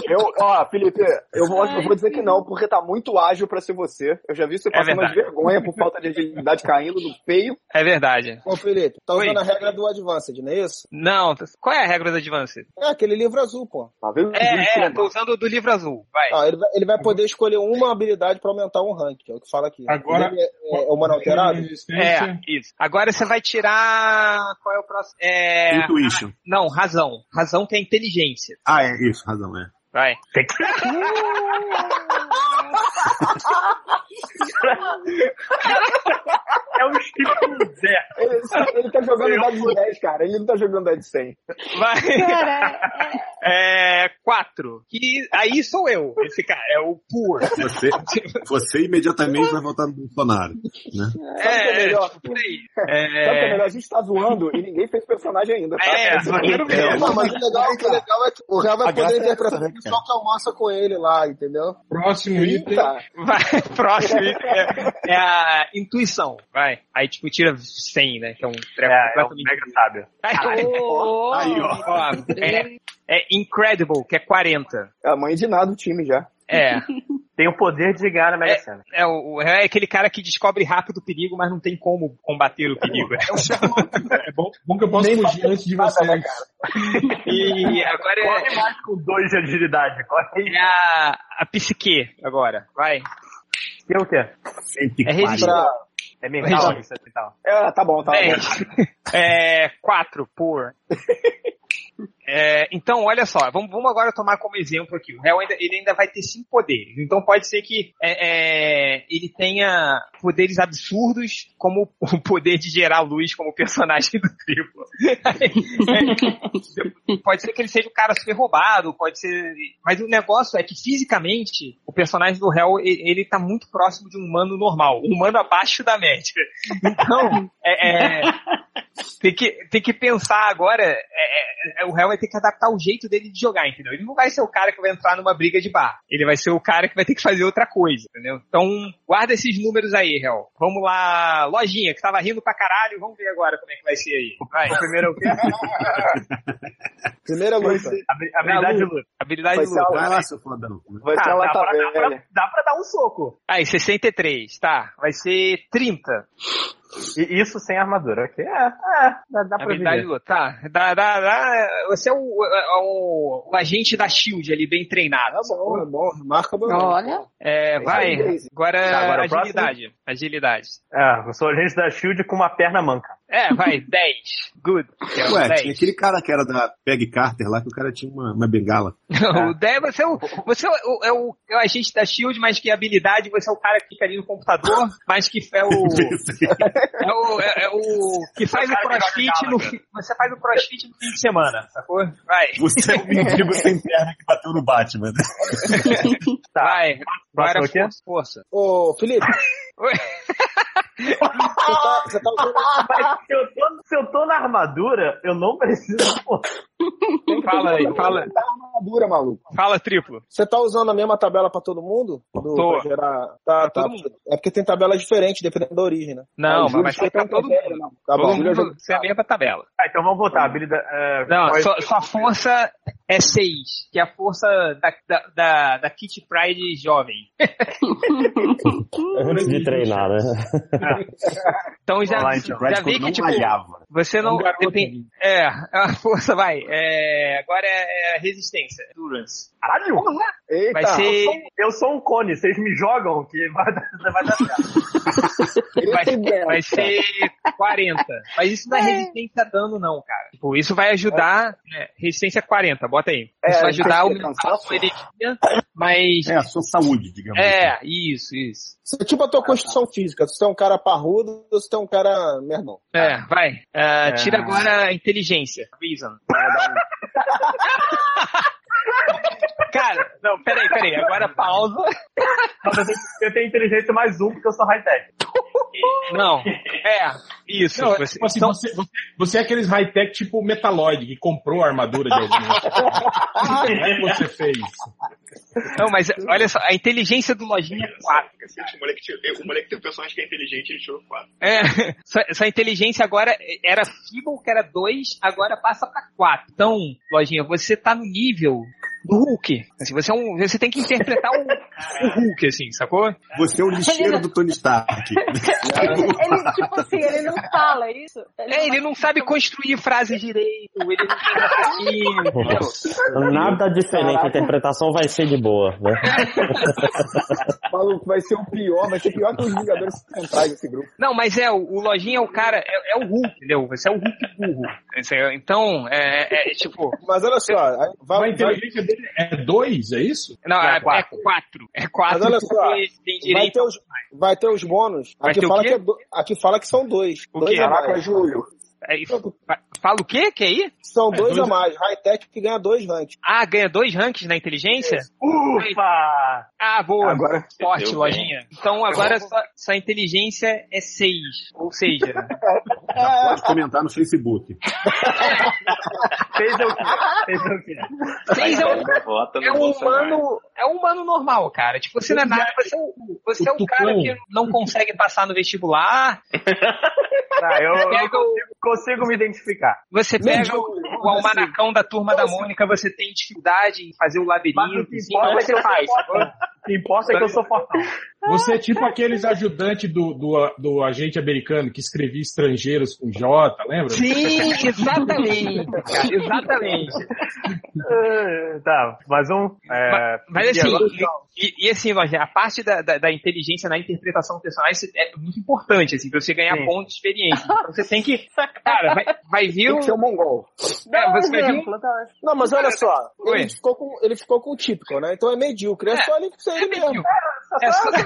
E: Eu, ó, Felipe, eu vou, eu vou dizer que não, porque tá muito ágil pra ser você. Eu já vi você passando
A: verdade.
E: as vergonha por falta de agilidade caindo do peio.
A: É verdade.
E: Ô, Felipe, tá
A: Oi.
E: usando a regra do Advanced, não é isso?
A: Não, t- qual é a regra da Advanced?
E: É aquele livro azul, pô.
B: Tá vendo?
A: É, é, tô usando o do livro azul, vai.
E: Ah, ele, vai, ele vai poder escolher uma habilidade pra aumentar um rank, é o que fala aqui.
C: Agora-
E: Ele é, é, é o humano alterado?
A: É,
C: Resistência.
A: isso. Agora você vai tirar. Qual é o próximo? É.
D: Intuition.
A: Não, razão. Razão que é inteligência.
D: Ah, é isso, razão, é.
A: Vai.
F: Tem que ser. É um tipo zero.
E: Ele, ele tá jogando dado de 10, cara. Ele não tá jogando dado de 100. *laughs*
A: Vai.
I: Cara,
A: É. Quatro. Que aí sou eu, esse cara. É o pur.
D: Você, você imediatamente vai votar no Bolsonaro. Né?
E: Sabe o que é
A: É,
E: melhor?
A: tipo, por aí.
E: Sabe o que é
A: É.
E: melhor? A gente tá zoando e ninguém fez personagem ainda. Tá?
A: É, zoeiro mesmo.
E: Não, mas o legal, o legal é que o Real vai
J: A graça
E: poder
J: é essa,
E: interpretar
J: né,
E: o pessoal que almoça com ele lá, entendeu?
C: Próximo item.
E: É. Eita!
A: Vai, *laughs* próximo. É, é a intuição. Vai. Aí, tipo, tira 100, né? Que é um treco
F: É, é um
A: completamente.
F: mega sábio.
A: Aí,
I: ô,
D: Aí, ó.
A: ó, é, é incredible, que é 40.
E: É a mãe de nada do time já.
A: É.
F: Tem o poder de ganhar na Mega Sena.
A: É, o, o- é aquele cara que descobre rápido o perigo, mas não tem como combater o perigo. né?
E: um
C: É bom, bom que eu posso fugir antes de
E: tá, né?
C: vocês.
A: *laughs* E
E: *laughs*
A: agora
F: Corre
A: é,
F: mais com dois de *laughs* agilidade. Corre.
A: é a, a psique agora, vai.
F: E o quê?
A: É resistência.
E: Pra...
F: É mental isso e tal.
E: É, tá bom, tá bom.
A: Dez. É, quatro por. É, então, olha só, vamos, vamos agora tomar como exemplo aqui. O réu ainda, ele ainda vai ter cinco poderes. Então pode ser que é, é, ele tenha poderes absurdos, como o poder de gerar luz como personagem do triplo. pode ser que ele seja um cara super roubado, pode ser. Mas o negócio é que fisicamente o personagem do réu ele, ele tá muito próximo de um humano normal, um humano abaixo da média. Então, *laughs* é, é, tem, que, tem que pensar agora. é, é, é, o réu vai ter que adaptar o jeito dele de jogar, entendeu? Ele não vai ser o cara que vai entrar numa briga de bar. Ele vai ser o cara que vai ter que fazer outra coisa, entendeu? Então, guarda esses números aí, réu. Vamos lá, lojinha, que tava rindo pra caralho, vamos ver agora como é que vai ser aí. Vai.
F: Primeiro é o quê?
E: Primeira luta.
F: É A habilidade de luta.
A: *laughs* Habilidade
E: Vai
A: de
E: ser
A: luta.
D: Vai lá, seu fodão.
E: Vai ser tá
F: Ah,
E: uma
F: dá,
E: lata
F: pra,
E: velha.
F: dá, pra, dá pra dar um soco.
A: Aí, 63, tá. Vai ser 30.
F: E isso sem armadura, ok. É, é dá, dá pra
A: Habilidade
F: viver.
A: de luta. Tá. Dá, dá, dá. Você é o, é o- o agente da Shield ali, bem treinado.
E: Tá bom, é bom. Marca meu nome.
H: Olha.
A: É, vai. Agora,
F: Tá, agora o próximo?
A: agilidade. Agilidade.
F: É, eu sou agente da Shield com uma perna manca.
A: É, vai, *laughs* 10. Good. Que é o
D: Ué,
A: 10.
D: tinha aquele cara que era da Peg Carter lá, que o cara tinha uma, uma bengala.
A: Não, *laughs* o Dé, você, é o, você é, o, é o- é o agente da Shield, mas que habilidade você é o cara que fica ali no
F: *laughs*
A: computador, mas que é o. É o. É, é o que faz o
F: cara que joga
A: crossfit
F: gala,
A: no
F: cara. Tá.
A: fi- Você faz o crossfit no fim de semana, sacou? Vai.
D: Você é o mendigo sem perna que bateu no Batman.
A: Vai. Agora
F: Tá. Próximo o quê?
A: força, força.
E: Ô, Felipe.
A: *laughs* Oi.
E: Você tá, você tá usando
F: Mas se eu, tô, se eu tô na armadura, eu não preciso. *laughs* Pô,
A: Fala aí, fala,
E: Tá armadura, maluco.
A: fala triplo.
E: Você tá usando a mesma tabela pra todo mundo? Do,
A: Tô.
E: pra gerar- Tá, tá.
A: todo mundo.
E: É porque tem tabela diferente, dependendo da origem, né?
A: Não,
E: Aí,
A: mas
E: Júlio,
A: vai
E: você
A: ficar
E: tá
A: todo
E: entendendo,
A: mundo.
E: não. Tá bom,
A: Todo
E: Júlio,
A: mundo tem a mesma tabela.
F: Ah, então vamos botar. Habilidade. é,
A: Não,
F: qual é-
A: sua, sua força é 6, que é a força da, da, da, da Kit Pride jovem.
J: Antes de treinar, né?
A: Então já,
F: Vai lá, então.
A: já vi que, tipo, Você não. depende, é, *laughs* a força vai. É, agora é, é resistência. Endurance.
F: Caralho!
E: Eita,
A: Vai ser.
F: Eu sou um cone, vocês me jogam que vai dar, vai dar certo.
A: Vai,
E: eita ideia.
A: vai ser *laughs* 40. Mas isso não é resistência a dano, não, cara. Tipo, isso vai ajudar. né, resistência 40, bota aí. Isso
B: É,
A: vai ajudar a
B: resistência
A: aumentar a sua energia, mas.
D: É, a sua saúde, digamos assim.
A: É, isso, isso.
E: Você é tipo a tua
A: Ah, tá.
E: constituição física. Se você é um cara parrudo ou se você é um cara merdão.
A: É, vai. Ah, Tira agora a inteligência. Reason. *laughs* Cara, não, peraí, peraí. Agora pausa.
F: Mas eu tenho- Eu tenho inteligência mais um porque eu sou high-tech.
A: Não. É, isso.
C: Não, é,
A: Você-
C: tipo assim,
F: então
C: você, você, você é aqueles high-tech tipo Metaloid, que comprou a armadura de
F: *laughs*
C: alguém. Não é que você fez.
A: Não, mas olha só, a inteligência do Lojinha é 4.
G: O moleque, tinha- o moleque tem um personagem que é inteligente, ele tirou 4.
A: É, *laughs* sua, sua inteligência agora era feeble, que era 2, agora passa pra 4. Então, Lojinha, você tá no nível do Hulk. Assim, você, é um, você tem que interpretar o, o Hulk, assim, sacou?
D: Você é o lixeiro do Tony Stark.
H: Ele, tipo assim, ele não fala é isso.
A: É, ele não sabe construir frases direito, ele não tem *laughs* raciocínio, entendeu?
J: Nada diferente, a interpretação vai ser de boa, né?
E: Maluco, vai ser o pior, vai ser pior que os Vingadores Centrais desse grupo.
A: Não, mas é, o, o Lojinha é o cara, é, é o Hulk, entendeu? Você é o Hulk burro. Esse é- Então, é- é tipo,
E: Mas olha só, aí vai,
C: A
E: vai,
C: inteligência dele é dois, é isso?
A: Não, é, é
F: quatro.
A: quatro. É quatro.
E: Mas olha só,
A: porque tem
E: vai
A: direito.
E: ter os, vai ter os bônus.
A: Vai ter
E: Aqui
A: o
E: fala,
A: quê?
E: que é do- aqui fala que são dois.
A: O
E: dois
A: quê?
E: a mais.
B: Caraca, é Júlio.
A: é, isso. Fa- Fala o quê? Que aí?
E: São dois
C: dois
E: a mais. High-tech que ganha dois ranks.
A: Ah, ganha dois ranks na inteligência?
F: Ufa!
A: Ah, boa.
B: Agora-
A: Forte,
G: Entendeu,
A: lojinha. Então agora sua, sua inteligência é seis. Ou seja,
D: Pode comentar no Facebook.
F: Fez eu que. Fez eu que.
A: seis é um.
G: Vota no
A: É um,
G: Bolsonaro.
A: humano, é um humano normal, cara. Tipo, você não é nada, você é o, você é o cara que não consegue passar no vestibular,
F: Tá, eu, eu
A: pega o-
F: consigo me identificar.
A: você pega o,
B: assim,
A: o almanacão da turma da Mônica, você tem dificuldade em fazer o
F: Mas o
A: labirinto,
F: que
A: assim, mas
F: importa é que
A: você
F: eu
A: faz.
F: sou fortão. O que importa é que eu sou fortão.
A: *laughs*
C: Você
D: Ah,
C: é
D: tá.
C: tipo aqueles ajudantes do, do, do agente americano que escrevia estrangeiros com J, lembra?
A: Sim, exatamente. cara, exatamente.
F: Ah, Tá, mais um. É,
A: Mas
F: e
A: assim,
F: agora-
A: e, e assim, Roger, a parte da, da, da inteligência na interpretação do personagem é muito importante, assim, pra você ganhar
F: Sim.
A: pontos de experiência. Então você tem
F: *laughs*
A: que. Cara, vai, vai vir um.
B: Tem que ser um mongol.
A: É,
H: Dá um
A: você vai vir um.
H: exemplo, dá um exemplo.
E: Não, mas olha só.
A: Oi.
E: Ele ficou, com, ele ficou com o típico, né? Então é medíocre. É,
A: É,
E: só ele ser ele mesmo.
A: É só,
F: Tá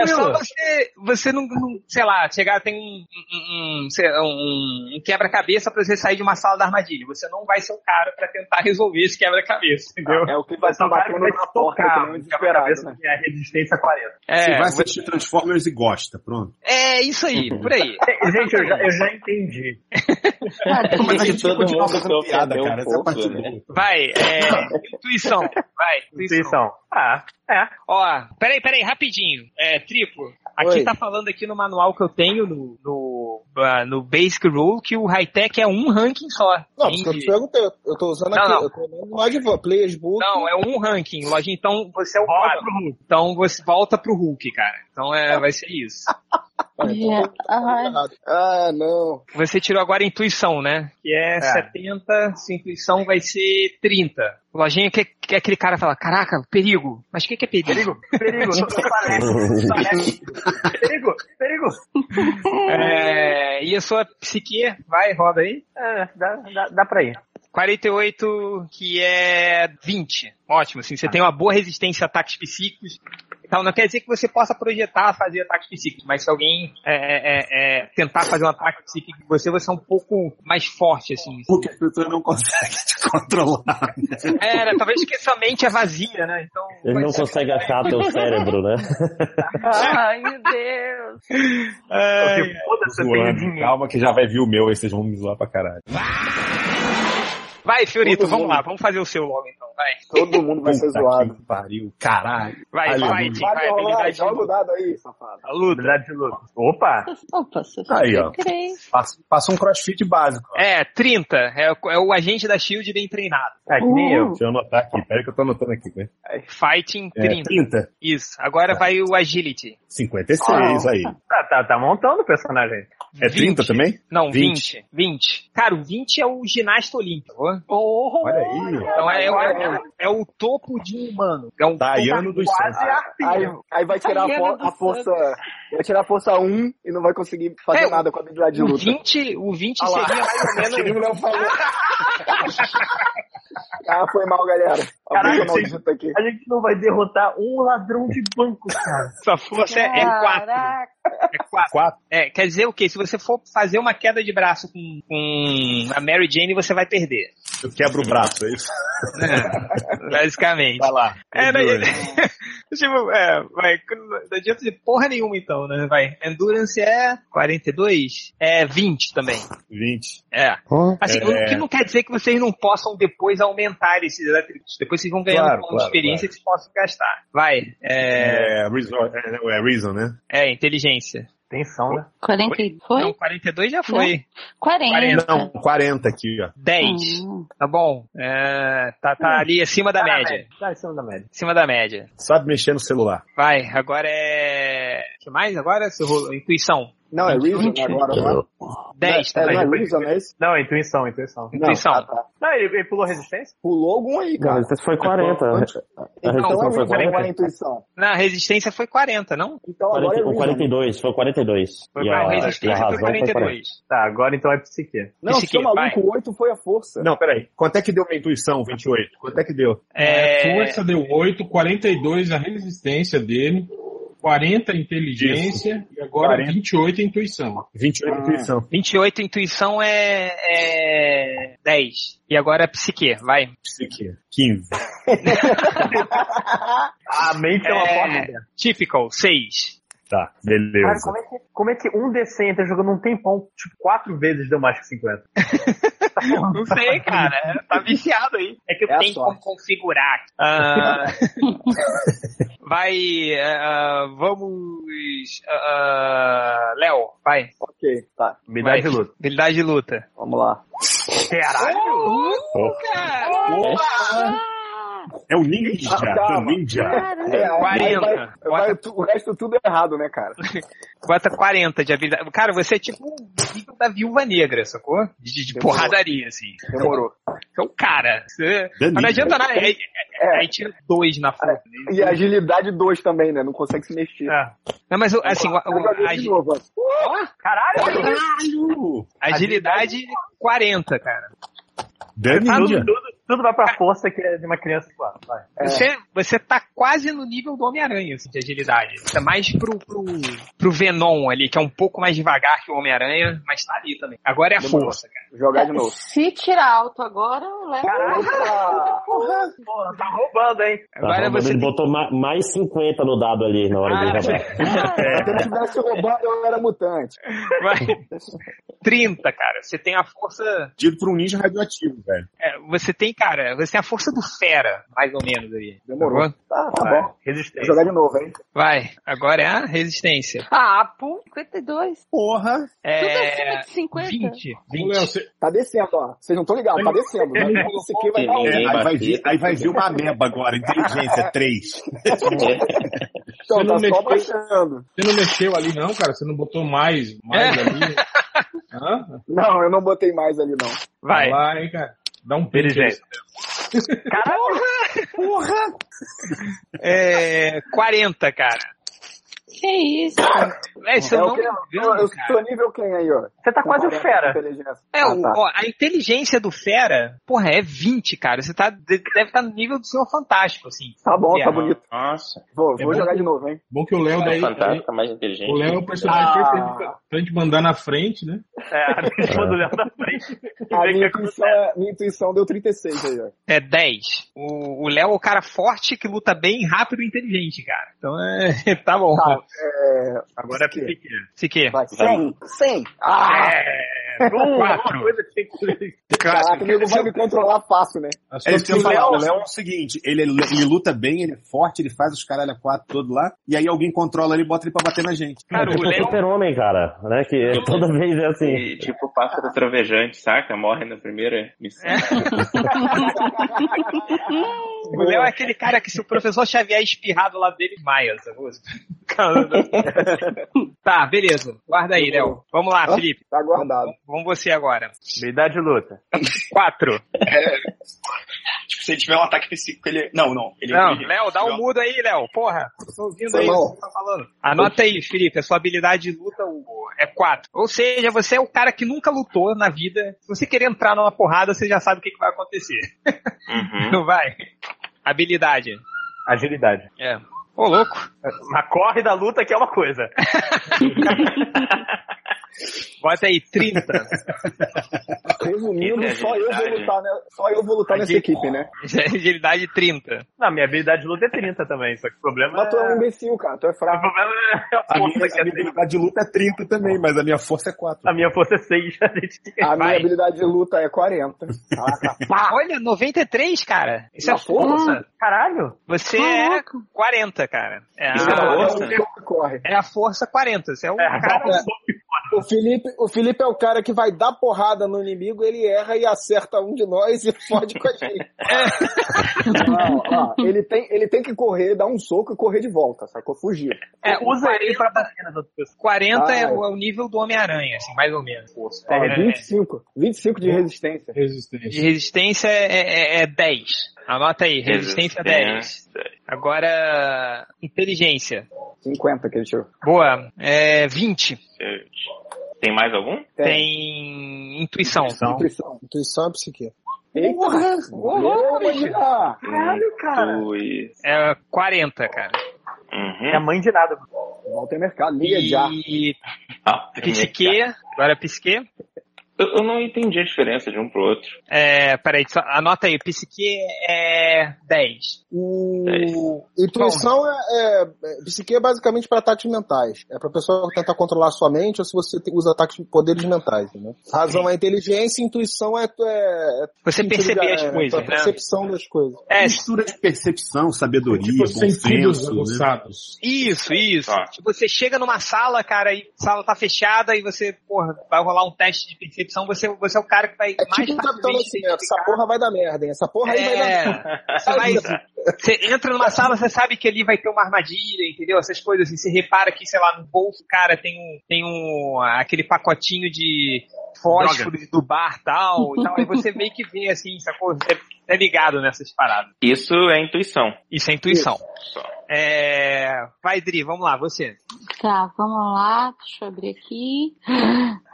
A: é só
F: tranquilo.
A: você, você não, não- sei lá, chegar, tem um, um, um- sei lá, um- um quebra-cabeça pra você sair de uma sala da armadilha. Você não vai ser o cara pra tentar resolver esse quebra-cabeça, entendeu?
B: É o que vai estar
F: Só vai
B: batendo na porta,
F: tocar,
B: que nem um desesperado, né?
F: É resistência 40.
A: É,
D: Você vai assistir Transformers e gosta, pronto.
A: é isso aí, por aí.
F: *laughs* Gente, eu já, eu já entendi.
D: Mas a gente
G: todo
D: continua
G: mundo
D: fazendo
G: sofre
D: piada,
G: um
D: cara. Essa é a
G: pouco,
D: parte
G: né?
D: boa.
A: Vai, é, intuição, vai, intuição.
F: Intuição. Ah, é.
A: Ó, peraí, peraí, rapidinho. É, triplo. Aqui
E: Oi.
A: tá falando aqui no manual que eu tenho, no, no, ah, no Basic Rule, que o high-tech é um ranking só.
E: Não,
A: Entende?
E: porque eu te perguntei. Eu tô usando
A: Não,
E: aqui.
A: não.
E: Eu tô usando no Advan. Players Book.
A: Não, é um ranking, loja. Então você é o
F: Volta
A: quatro. Então você volta pro Hulk, cara. Então é, vai ser isso.
E: Ah, então
I: É,
E: tô- tá
I: aham.
E: errado. Ah, não.
A: Você tirou agora a intuição, né? Que é, 70, sua intuição vai ser 30. O Lojinha que, que aquele cara fala, caraca, perigo. Mas o que, que é perigo?
F: Perigo, perigo, não não parece.
D: é
F: não parece. Perigo, perigo.
A: É, e a sua psique, vai, roda aí.
F: É, dá, dá, dá pra ir.
A: 48, que é 20. Ótimo, assim, você tem uma boa resistência a ataques psíquicos. Então, não quer dizer que você possa projetar fazer ataques psíquicos, mas se alguém é, é, é, tentar fazer um ataque psíquico em você, você é um pouco mais forte, assim.
D: Porque a pessoa não consegue te controlar.
A: É, né, talvez que sua mente é vazia, né? Então,
J: Ele não
A: pode ser.
J: consegue achar teu cérebro, né?
I: Ai, meu Deus.
A: É,
F: Porque foda-se, eu tenho
D: Zoando.
F: dinheiro.
D: Calma que já vai vir o meu, aí vocês vão me zoar pra caralho.
A: Vai, Fiorito,
B: Todo
A: vamos
B: mundo.
A: lá, vamos fazer o seu logo então, vai.
B: Todo mundo vai ser
D: Puta
B: zoado.
D: que Pariu, caralho.
A: Vai,
D: Aleluia.
A: vai, Tim, vai,
B: Vai rolar,
A: habilidade
B: joga o dado aí, safado.
A: a luta.
F: Habilidade de luta. Opa!
I: Opa, você
D: Aí, ó.
I: três.
D: Passa, passa um crossfit básico. ó.
A: É, 30, é, o- é o agente da SHIELD bem treinado.
F: É que
A: Uh.
F: nem
I: Uh.
F: eu.
D: Deixa eu anotar aqui, peraí que eu tô anotando aqui. Né?
A: Fighting,
D: É,
A: 30.
D: 30,
A: Isso, agora vai o Agility.
D: 56 aí.
F: Tá, tá, tá montando o personagem.
D: É 30 também?
A: Não,
D: 20.
A: 20. 20. Cara, o 20 é o ginasta olímpico. ó.
D: Olha aí.
A: Então é, é, é o topo de um humano. É um
D: Daiano dos Santos.
A: Tá
B: Aí, aí vai tirar a, for- a força. Vai tirar a força 1 e não vai conseguir fazer
A: É,
B: nada com a habilidade de
A: o
B: luta.
A: 20, o 20
B: Ah lá.
A: seria
B: *laughs*
A: mais ou menos.
B: Ele não falou. *laughs* Ah, foi mal, galera. A
F: Caralho,
B: boca
F: sim.
B: maldita aqui.
F: A gente não vai derrotar um ladrão de banco, cara.
A: Sua força é, é 4.
I: Caraca.
A: É 4.
D: Quatro.
A: É, quer dizer o quê? Se você for fazer uma queda de braço com, com a Mary Jane, você vai perder.
D: Eu quebro o braço, é isso?
A: Basicamente.
D: *laughs* Vai lá.
A: É, não,
D: Endurance.
A: *laughs* tipo, é, vai, não adianta dizer porra nenhuma então, né? Vai. Endurance é 42? É 20 também.
D: 20.
A: É. Assim,
D: É.
A: o que não quer dizer que vocês não possam depois aumentar esses atributos. Depois vocês vão ganhando
D: Claro,
A: pontos
D: claro,
A: de experiência que vocês possam gastar. Vai. É,
D: É, reason, é, é reason, né?
A: é, inteligência.
F: Atenção, né?
I: 40 e-
A: Não,
I: foi?
A: 42 já foi.
I: 40.
D: Não, 40 aqui, ó.
A: 10.
I: Hum.
A: Tá bom. É, tá, tá ali acima da
F: Tá na
A: média.
F: Tá em cima da média.
A: Acima da média.
D: Sabe mexer no celular.
A: Vai, agora é. O que mais agora? Seu rolo- Intuição.
B: Não, é Reason agora, não é?
A: 10
B: É,
A: também.
B: não é Reason, é isso?
F: Não, intuição, intuição.
B: Não,
A: Intuição.
B: ah, tá.
F: Não, ele, ele pulou resistência?
B: Pulou algum aí,
J: Não,
B: cara.
J: esse foi 40. A
B: Então
J: rejeição
B: é
J: foi
B: Reason, não é
J: 40?
B: intuição.
A: tá. Na resistência foi 40, não?
B: Então agora é
J: 40 o
B: Reason.
J: 42, foi 42.
A: Foi
J: E
A: não,
J: a, e a
A: resistência
J: razão
A: foi
J: foi 40.
A: 42.
F: Tá, agora então é psique.
B: Não,
A: Esse
B: seu
A: aqui,
B: maluco, o 8 foi a força.
D: Não, peraí. Quanto é que deu minha intuição, 28? Quanto é que deu?
A: É,
C: A força deu 8, 42 a resistência dele, 40 a inteligência e agora 28 a intuição.
D: 28 intuição.
A: 28, intuição é, é 10. E agora é psique, vai.
D: Isso aqui. 15.
F: A mente é uma
A: É.
F: forma.
A: Typical, 6.
D: Tá,
F: Cara,
D: beleza.
F: como é, que, como é que um D100 entra jogando um tempão, tipo, quatro vezes deu mais que 50?
A: Não sei, cara. Tá viciado aí. É que
B: É a
A: tem como
B: sorte.
A: configurar. Ah, *laughs* vai. ah, vamos. ah, Léo, vai.
B: Ok, tá.
A: Vai.
F: Habilidade de luta.
A: Habilidade de luta.
B: Vamos lá.
F: Caralho!
D: É o ninja,
B: Ah,
D: é o
B: calma.
D: ninja.
B: É, aí
A: 40.
B: Vai, vai tu- o resto tudo errado, né, cara?
A: Bota 40 de habilidade. Cara, você é tipo um nível da viúva negra, sacou? De, de- de
B: Demorou.
A: porradaria, assim.
B: Demorou.
A: Você é um cara. Você...
D: Delícia.
A: Mas não adianta nada. Aí, aí tira dois na foto. né?
B: E agilidade 2 também, né? Não consegue se mexer.
F: É.
A: Não, mas o- assim, o-
B: Eu
A: o-
B: joguei
A: a,
B: de novo. ó.
F: Caralho!
A: agilidade 40, cara.
D: The
A: Ah,
F: Tudo,
D: ninja.
F: tudo, tudo vai pra força que é de uma criança de quatro. Vai.
A: Você, você tá quase no nível do Homem-Aranha, assim, de agilidade. Você é mais pro, pro, pro Venom ali, que é um pouco mais devagar que o Homem-Aranha, mas tá ali também. Agora é a
B: Demorou.
A: força, cara.
B: Jogar de novo.
I: Se tirar alto agora, eu levo.
B: Opa!
F: Porra, tá roubando, hein?
J: Tá
A: Agora
J: roubando,
A: você
J: Ele botou ma- mais 50 no dado ali na hora de
A: Ah,
J: jogar.
B: Se eu tivesse roubado, eu era mutante.
A: vai, 30, cara. Você tem a força.
D: Dito por um ninja radioativo, velho.
A: é, você tem, cara, você tem a força do fera, mais ou menos aí.
B: Demorou. Tá,
F: Ah,
B: tá bom. Vou
F: Resistência.
B: jogar de novo, hein?
A: Vai, agora é a resistência.
I: Ah, pô, 52.
B: Porra.
I: Tudo
A: É.
I: acima de 50.
A: 20,
C: Ô,
A: 20.
C: Léo, você-
B: Tá descendo, ó. Vocês não estão ligados, tá descendo. Vai ver esse aqui vai dar um.
J: Ninguém
D: aí, vai
J: bateu.
D: vir, aí vai vir uma ameba agora, inteligência
A: *laughs*
D: 3.
B: Então, tá
C: Você não
B: só
C: mexeu.
B: baixando.
C: você não mexeu ali, não, cara? Você não botou mais, mais
A: É.
C: ali?
D: *laughs*
C: Hã?
B: Não, eu não botei mais ali, não.
A: Vai.
C: lá, hein, cara. Dá um pente.
F: Inteligência.
A: É. 40, cara.
I: Que isso?
A: É, se eu
B: É o
A: não
B: que-
A: me
B: Eu,
A: engano,
B: eu
A: cara.
B: tô nível quem aí, ó?
F: Você tá quase o fera.
B: Inteligência.
A: É,
B: Ah,
A: o-
B: tá.
A: ó, a inteligência do Fera, porra, é 20, cara. Você tá, de- deve estar no nível do Senhor Fantástico, assim.
B: Tá bom,
A: É.
B: tá bonito.
J: Nossa.
B: Vou,
C: É
B: vou
C: bom
B: jogar
C: que-
B: de novo, hein?
C: Bom que o Léo daí.
J: É Fantástico, mais inteligente.
C: O Léo é o personagem
B: Ah.
C: perfeito pra- pra gente mandar na frente, né?
F: É, a pessoa do Léo na frente. E
B: A
F: vê o que
B: minha
F: acontece.
B: intuição, é- minha intuição deu 36 aí, ó.
A: É 10. O o Léo é o cara forte que luta bem, rápido e inteligente, cara. Então é. *laughs* Tá bom.
B: Tá. É,
F: Agora é
B: Isso aqui.
F: pequeno.
A: Se que.
B: vai, 100, 100. Ah,
A: É.
F: um, Uma
A: Quatro.
F: coisa que tem que
B: caraca, o nego vai me controlar fácil, né?
C: A sua
D: É isso que eu
C: filha-
D: ia falar. O Léo é o seguinte, ele, ele luta bem, ele é forte, ele faz os caralho a quatro todo lá, e aí alguém controla ele e bota ele pra bater na gente.
A: Cara, o
J: Tipo
A: Léo.
J: super-homem, cara. Né? Que toda vez é assim.
G: E, tipo, pássaro trovejante, saca? Morre na primeira missão.
A: O Léo é aquele cara que se o professor Xavier espirrar do lado dele, maia, sacou? Cara, *laughs* tá, beleza. Guarda aí, Léo. Vamos lá,
B: Hã?
A: Felipe.
B: Tá guardado.
A: Vamos você agora.
F: Habilidade de luta.
A: Quatro.
G: É, Tipo, se ele tiver um ataque psíquico, ele. Não, não. Ele
A: Não,
G: ele-
A: Léo, dá um mudo aí, Léo. Porra. Tô ouvindo aí
B: Foi mal.
A: o que você tá falando. Anota aí, Felipe. A sua habilidade de luta Hugo, é quatro. Ou seja, você é o cara que nunca lutou na vida. Se você querer entrar numa porrada, você já sabe o que, que vai acontecer.
G: Uhum.
A: *laughs* Não vai. Habilidade.
F: Agilidade.
A: É. Ô, louco.
F: Mas corre da luta que é uma coisa.
A: Bota aí, 30.
G: *laughs*
B: Resumindo, só eu vou
G: Agilidade.
B: lutar, né? Só eu vou lutar nessa equipe, né?
A: Agilidade 30.
F: Não, minha habilidade de luta é 30 também, só que o problema
B: Mas tu é um
F: é...
B: imbecil, cara. Tu é
F: O
B: fraco.
F: problema é a
D: A minha,
F: força que
D: a
F: é
D: minha
F: 30.
D: habilidade de luta é 30 também, mas a minha força é 4.
F: A minha força é *laughs* 6, a gente
A: *laughs*
B: A minha
F: vai.
B: habilidade de luta é 40. Caraca.
A: Pá, olha, 93, cara. Isso é
B: Na força?
A: força.
F: Caralho!
A: Você é 40, cara. É
G: Isso é
A: a,
G: força?
B: Caraca, o cara corre.
A: é a força 40. Você é um
F: É,
A: cara.
F: dá um
E: O Felipe, o Felipe é o cara que vai dar porrada no inimigo, ele erra e acerta um de nós e fode com
A: *laughs*
E: a gente.
B: Não, É. ó, ele, tem, ele tem que correr, dar um soco e correr de volta, sacou? Fugir.
A: É, o
F: Usa ele
A: 40,
F: pra bater nas outras pessoas.
A: 40 é,
B: Ah,
A: o, é o nível do Homem-Aranha, assim, mais ou menos.
B: Ó,
A: É,
B: 25. 25 de resistência.
A: De
C: Resistência.
A: resistência é, é- é 10. Anota aí, resistência, 10. Agora, inteligência.
B: 50 que ele tirou.
A: Boa. É 20.
G: Tem mais algum?
A: Tem intuição.
B: Nutrição.
E: Intuição é psique.
B: Eita! Ô, menina!
F: Caralho, cara!
G: Dois.
A: É 40, cara.
F: É a
G: Uhum.
F: mãe de nada.
B: Walter Mercado, liga já.
A: E
G: Ah,
A: psique. Agora é psique.
G: eu, eu não entendi a diferença de um pro outro.
A: É, peraí, só- anota aí, psique é 10.
J: É
E: O... Intuição é, é, é- Psique é basicamente para ataques mentais. É pra pessoa tentar controlar a sua mente ou se você te- usa ataques poderes mentais. Né? Razão é inteligência, intuição é. é, é
A: Você
E: sentido
A: perceber
E: de-
A: as
E: é,
A: coisas,
E: tua
A: né?
E: percepção das coisas.
A: É,
D: Mistura de percepção, sabedoria,
C: Tipo,
D: bom
C: sentidos
D: senso. Né?
C: aguçados.
A: isso, isso.
G: Tá.
A: Tipo, Você chega numa sala, cara, e a sala tá fechada e você, porra, vai rolar um teste de percepção, você, você é o cara que vai
E: É
A: mais
E: tipo um capitão
A: facilmente
E: nascimento. Essa
A: identificar.
E: porra vai dar merda, hein? Essa porra aí vai dar merda.
A: É, você, vai- você entra numa sala, você sabe que ali vai ter uma armadilha, entendeu? Essas coisas assim, você repara que, sei lá, no bolso, cara, tem um, tem um, aquele pacotinho de fósforos do bar tal, e tal, aí você meio que vê assim, sacou? Você é ligado nessas paradas.
G: Isso é intuição.
A: Isso é intuição.
G: Só.
A: É... Vai, Dri, vamos lá, você.
I: Tá, vamos lá. Deixa eu abrir aqui.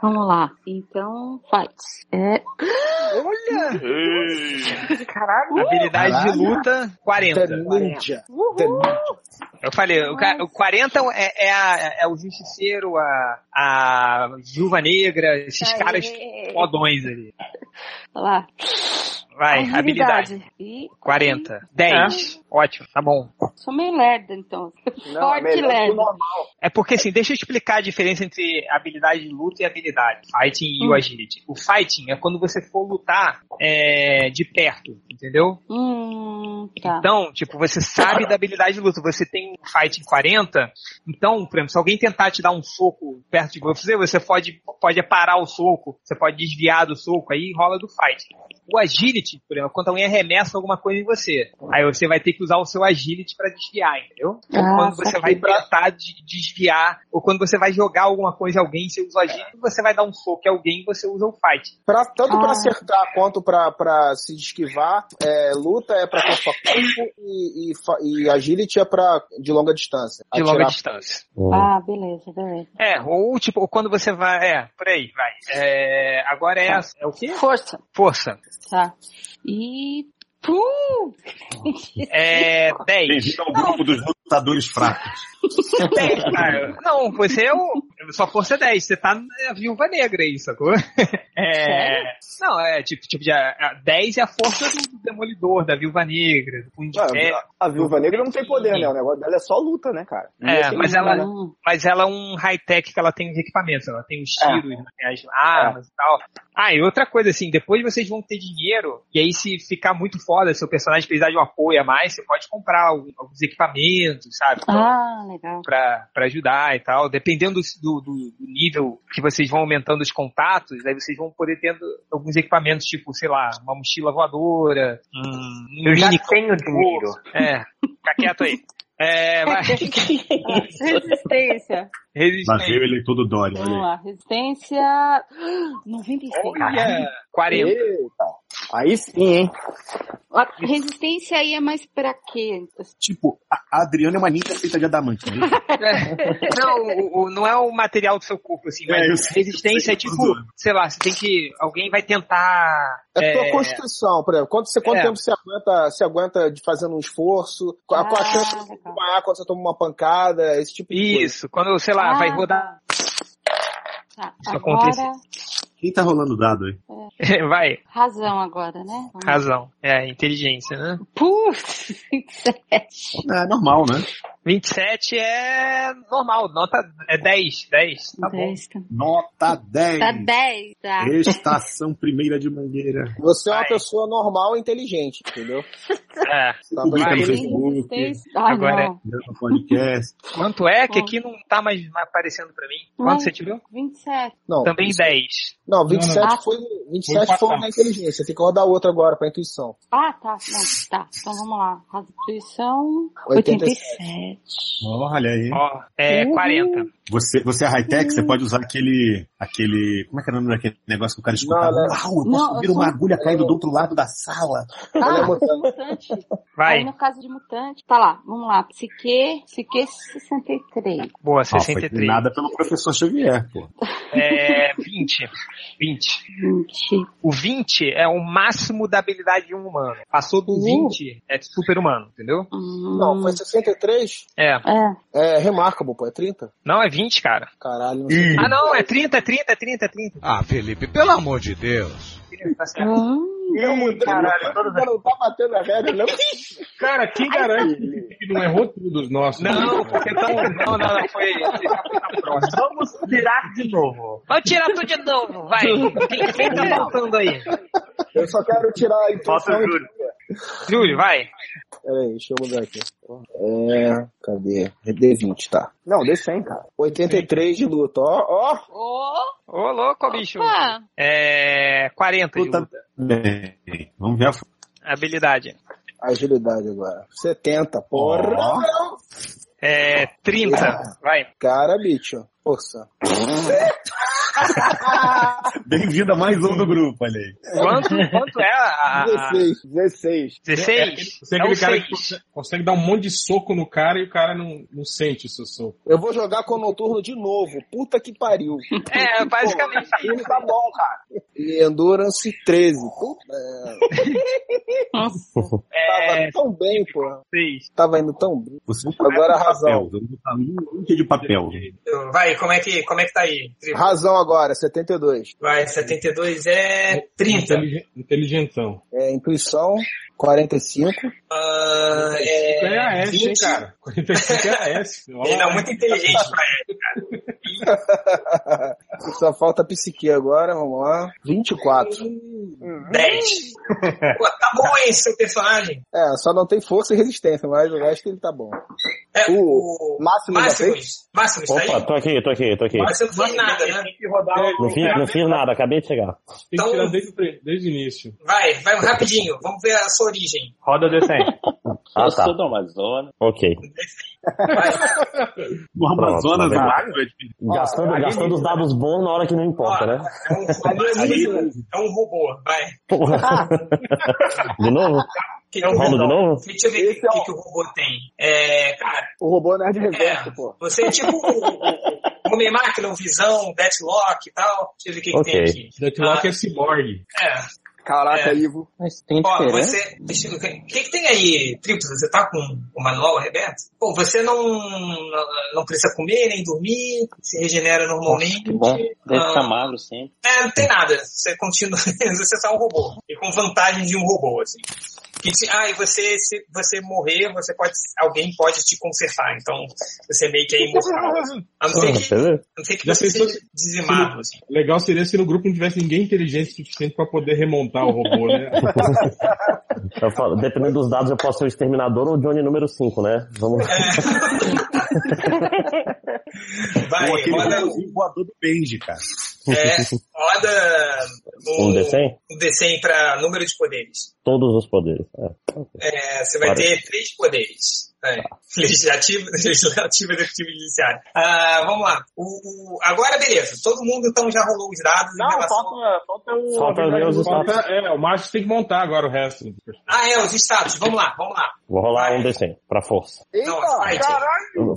I: Vamos lá. Então, faz. É.
A: Olha!
G: Ei.
A: Habilidade de luta, 40.
E: The Ninja. The
I: Uhul.
E: Ninja.
A: Eu falei, o, ca- o 40 é, é, a- é o justiceiro, a,
E: É,
A: a viúva negra, esses
I: Aê.
A: caras fodões ali.
I: Olha lá.
A: Vai, É, habilidade.
I: E
A: 40. 10. Ótimo, tá bom.
I: sou meio lerda, então.
E: é
I: Forte
B: é melhor que o
I: lerda.
B: normal.
A: É porque assim, deixa eu explicar a diferença entre habilidade de luta e habilidade. Fighting e o agility. O fighting é quando você for lutar é, de perto, entendeu?
I: Hum, tá.
A: Então, tipo, você sabe da habilidade de luta. Você tem um fighting 40, então, por exemplo, se alguém tentar te dar um soco perto de você, você pode, pode parar o soco, você pode desviar do soco, aí rola do fighting. O agility, por exemplo, é quando alguém arremessa alguma coisa em você, aí você vai ter que usar o seu agility pra desviar, entendeu? Ou
I: Ah,
A: Então, quando você vai tentar de- desviar, ou quando você vai jogar alguma coisa em alguém, você usa o agility, você vai dar um soco em alguém, você usa o fight.
E: Pra- tanto
I: Ah.
E: pra acertar quanto pra, pra se esquivar, é, luta é pra corpo a corpo e, e, fa- e agility é pra de longa distância.
A: De
E: Atirar.
A: longa distância.
I: Ah, beleza, beleza.
A: É, ou tipo, ou quando você vai. É, por aí, vai. É, agora é, a- é o quê?
I: Força.
A: Força.
I: Tá. E. Pum!
A: É. 10.
D: Bem-vindo ao grupo dos lutadores fracos.
A: 10, cara. Não, você é o. Sua força é 10. Você tá na viúva negra aí, sacou? É. Não, é tipo, tipo de, a- a 10 é a força do, do demolidor, da viúva negra, do punho de ferro.
B: Ah, a viúva negra não tem poder, né? O negócio dela é só luta, né, cara? E
A: É,
B: assim,
A: mas ela,
I: Hum.
A: mas ela é um high-tech que ela tem os equipamentos, ela tem os tiros, né, as armas e tal. Ah, e outra coisa, assim, depois vocês vão ter dinheiro, e aí se ficar muito foda, seu personagem precisar de um apoio a mais, você pode comprar algum- alguns equipamentos, sabe?
I: Ah, legal.
A: Pra, pra ajudar e tal. Dependendo do, do- do nível que vocês vão aumentando os contatos, aí vocês vão poder tendo alguns equipamentos, tipo, sei lá, uma mochila voadora, um
F: Eu já
A: mini-
F: tenho dinheiro.
A: É, fica quieto aí. É, vai,
I: Ah, *laughs* Resistência.
D: Lá
A: resistência.
D: veio ele todo Dória.
I: Vamos
D: Olha aí.
I: lá. Resistência. 96.
A: Olha, 40.
B: Eita. Aí sim, hein?
I: A resistência aí é mais pra quê?
D: Tipo, a Adriana é uma ninja feita de adamante. Né?
A: É. Não, o- o- não é o material do seu corpo, assim, mas
D: É, eu sei,
A: resistência
D: eu sei
A: é tipo,
D: tudo.
A: sei lá, você tem que. Alguém vai tentar.
E: É tua
A: é,
E: constituição, por exemplo. Quanto, você, quanto
A: É.
E: tempo você aguenta, você aguenta de fazendo um esforço? Qual, qual a
I: Ah,
E: chance de você
I: legal.
E: apanhar quando você toma uma pancada? Esse tipo de coisa.
A: Isso, quando, sei lá, vai rodar.
I: Ah,
A: *laughs*
I: Tá.
A: Isso acontece.
I: Agora,
D: Quem tá rolando o dado aí?
A: Vai,
I: razão agora, né? Vamos lá.
A: razão. É, inteligência, né?
I: Putz, *laughs*
A: Tá
I: 27.
D: É normal, né?
A: 27 é normal, nota é 10, 10, tá bom.
I: 10, tá.
D: Nota 10.
I: Tá 10, tá.
D: Estação Primeira de Mangueira.
E: Você é uma
A: Vai.
E: pessoa normal e inteligente, entendeu?
A: É.
E: Tá
D: Publica no
E: bem?
A: Vai.
D: Facebook,
I: Resistência. Ai,
A: Agora
I: Ah, não.
D: grava podcast.
A: Quanto é que aqui não tá mais aparecendo pra mim? Quanto
I: Não.
A: você tirou?
I: 27.
E: Não,
A: Também 10.
E: não 27
I: Não, não.
E: foi, 27 foi
C: passar.
E: na inteligência. Tem que rodar outro agora pra intuição.
I: Ah, tá. Não, tá. Então vamos lá. Restituição.
E: 87.
I: 87.
D: Olha aí.
A: Ó, é 40.
D: Você, você é high-tech, você pode usar aquele, aquele. Como é que é o nome daquele negócio que o cara escuta?
E: Não, não.
D: Uau, eu posso
I: Não, eu
D: subir
I: sou
D: uma
I: um-
D: agulha caindo do outro lado da sala.
E: Ela é
I: Ah,
E: mutante.
I: sou Ah, mutante. Aí
A: Vai,
I: no caso de mutante. Tá lá, vamos lá. Psique, psique 63.
A: boa,
D: Ó, foi
A: 63.
D: treinada pelo professor Xavier, pô.
A: É 20. 20.
I: 20.
A: O 20 é o máximo da habilidade de um humano. Passou do
I: Uh.
A: 20, é super humano, entendeu?
I: Hum,
E: Não, foi 63?
A: É.
I: É.
E: É remarkable, pô. É 30?
A: Não, é 20, cara.
E: Caralho, não sei.
A: Ah, não, é 30, é 30, é 30, é 30.
K: Ah, Felipe, pelo amor de Deus.
A: Tá certo.
I: Hum,
B: Caralho,
E: Ainda não tá batendo a regra, não.
C: Cara, quem garante que não errou tudo os nossos? né?
A: Não, porque tão... não, não, não, foi.
F: Vamos tirar de novo.
A: Vamos tirar tudo de novo, vai. Quem, quem tá faltando aí?
E: Eu só quero tirar a
F: Falta
E: intuição.
F: o Júlio.
A: Júlio, vai.
E: Peraí, deixa eu mudar aqui. É, cadê? D20, tá.
B: Não, deu 100, cara.
E: 83 de luta, ó, ó.
I: Ô,
A: Ô, louco, bicho.
I: opa.
A: É. 40 de
D: Puta-
A: luta.
D: Bem, vamos ver a foto.
A: Habilidade.
E: Agilidade agora. 70, porra.
A: É. 30. Vai.
E: Cara, bicho. Força.
D: Bem-vindo a mais um do grupo, olha
I: *laughs*
D: aí.
A: Quanto, quanto é a. a- a-
E: 16.
B: 16.
A: 16?
C: Você é
A: É o
C: aquele cara que
A: 6.
C: consegue, consegue dar um monte de soco no cara e o cara não, não sente o seu soco.
E: Eu vou jogar com o noturno de novo. Puta que pariu.
A: É, basicamente.
B: tá
E: Ele tá bom, cara. E Endurance 13. Puta, é,
I: Nossa.
E: Tava tão bem, pô. Tava indo tão bem. Agora a razão.
D: Link de papel.
A: Vai, como é que, como é que tá aí? Tribo?
E: Razão agora, 72.
A: Vai, 72 é 30.
C: Inteligen- Inteligentão.
E: É, intuição, 45.
A: Ah,
C: É a
A: é
C: S, hein,
A: 20.
C: cara? 45 é a *laughs* S. Olha
A: Ele é
C: lá.
A: muito inteligente pra
E: Só falta psique agora, vamos lá. 24.
A: 10. Pô, tá bom hein, seu personagem?
E: É, só não tem força e resistência, mas o resto ele tá bom.
A: É,
E: o, Máximo já fez?
A: Máximos. Máximos, tá
J: Opa,
A: aí?
J: tô aqui, tô aqui, tô aqui.
A: Mas você não fez nada, né?
J: Não fiz, não fiz nada, acabei de chegar.
C: Tem que tirar desde, o pre- desde o início.
A: Vai, vai rapidinho. Vamos ver a sua origem.
J: Roda descendo. Ah, tá.
L: do Amazonas.
J: Ok.
D: No
J: Pronto,
D: Amazonas, na
J: tá vendo?
D: água, é difícil.
J: Gastando, gastando os dados bons na hora que não importa, né?
B: *laughs*
A: Ali é muito- *laughs* É um robô, vai.
J: Porra.
A: *laughs*
J: De novo?
A: Que que o
J: Rolo de
A: robô-
J: novo?
A: Deixa eu ver o que, que o robô tem. É, cara,
E: O robô nerd reverso, pô.
A: você é tipo o- o Homem-Máquina, o Visão, Deathlock e tal. Deixa eu ver o que, que tem aqui.
C: Deathlock é cyborg.
A: É,
B: Caraca,
A: É.
B: Ivo.
L: Mas tem
A: Ó,
L: diferença?
A: você. Deixa eu ver. O que, que tem aí, Tripos? Você tá com o manual aberto? Pô, você não, não precisa comer nem dormir, se regenera normalmente.
L: Que bom. Deve
A: Ah,
L: ficar magro sempre.
A: é, não tem nada. Você continua. *laughs* você é só um robô. E com vantagem de um robô, assim. Que te- ah, e você, se você morrer, você pode. Alguém pode te consertar. Então, você meio que é imortal. assim. A não ser que, a
J: Entendeu?
A: não ser que
C: Já
A: você
C: pensou
A: seja dizimado, assim.
C: Legal seria se no grupo não tivesse ninguém inteligente o suficiente pra poder remontar o robô, né?
J: Eu falo, dependendo dos dados, eu posso ser o exterminador ou o Johnny número 5, né? Vamos.
A: É, Vai,
D: Ou aquele
A: roda,
D: robôzinho voador do Benji, cara.
A: é,
C: *laughs*
A: roda o-
J: Um D100?
A: um D100 para número de poderes.
J: Todos os poderes. É.
A: É, você vai
J: Claro.
A: ter três poderes. É. *laughs* Legislativo, *laughs* legislativo, executivo e judiciário. Ah, vamos lá. O, o- agora, beleza. Todo mundo então já rolou os dados em relação.
F: falta, um, falta o.
J: Falta ver os
C: Falta,
J: status.
C: é, o Márcio tem que montar agora o resto.
A: Ah, é, os status. Vamos lá, vamos lá.
J: Vou rolar um D100 pra força.
B: Eita,
A: Não, vai, gente.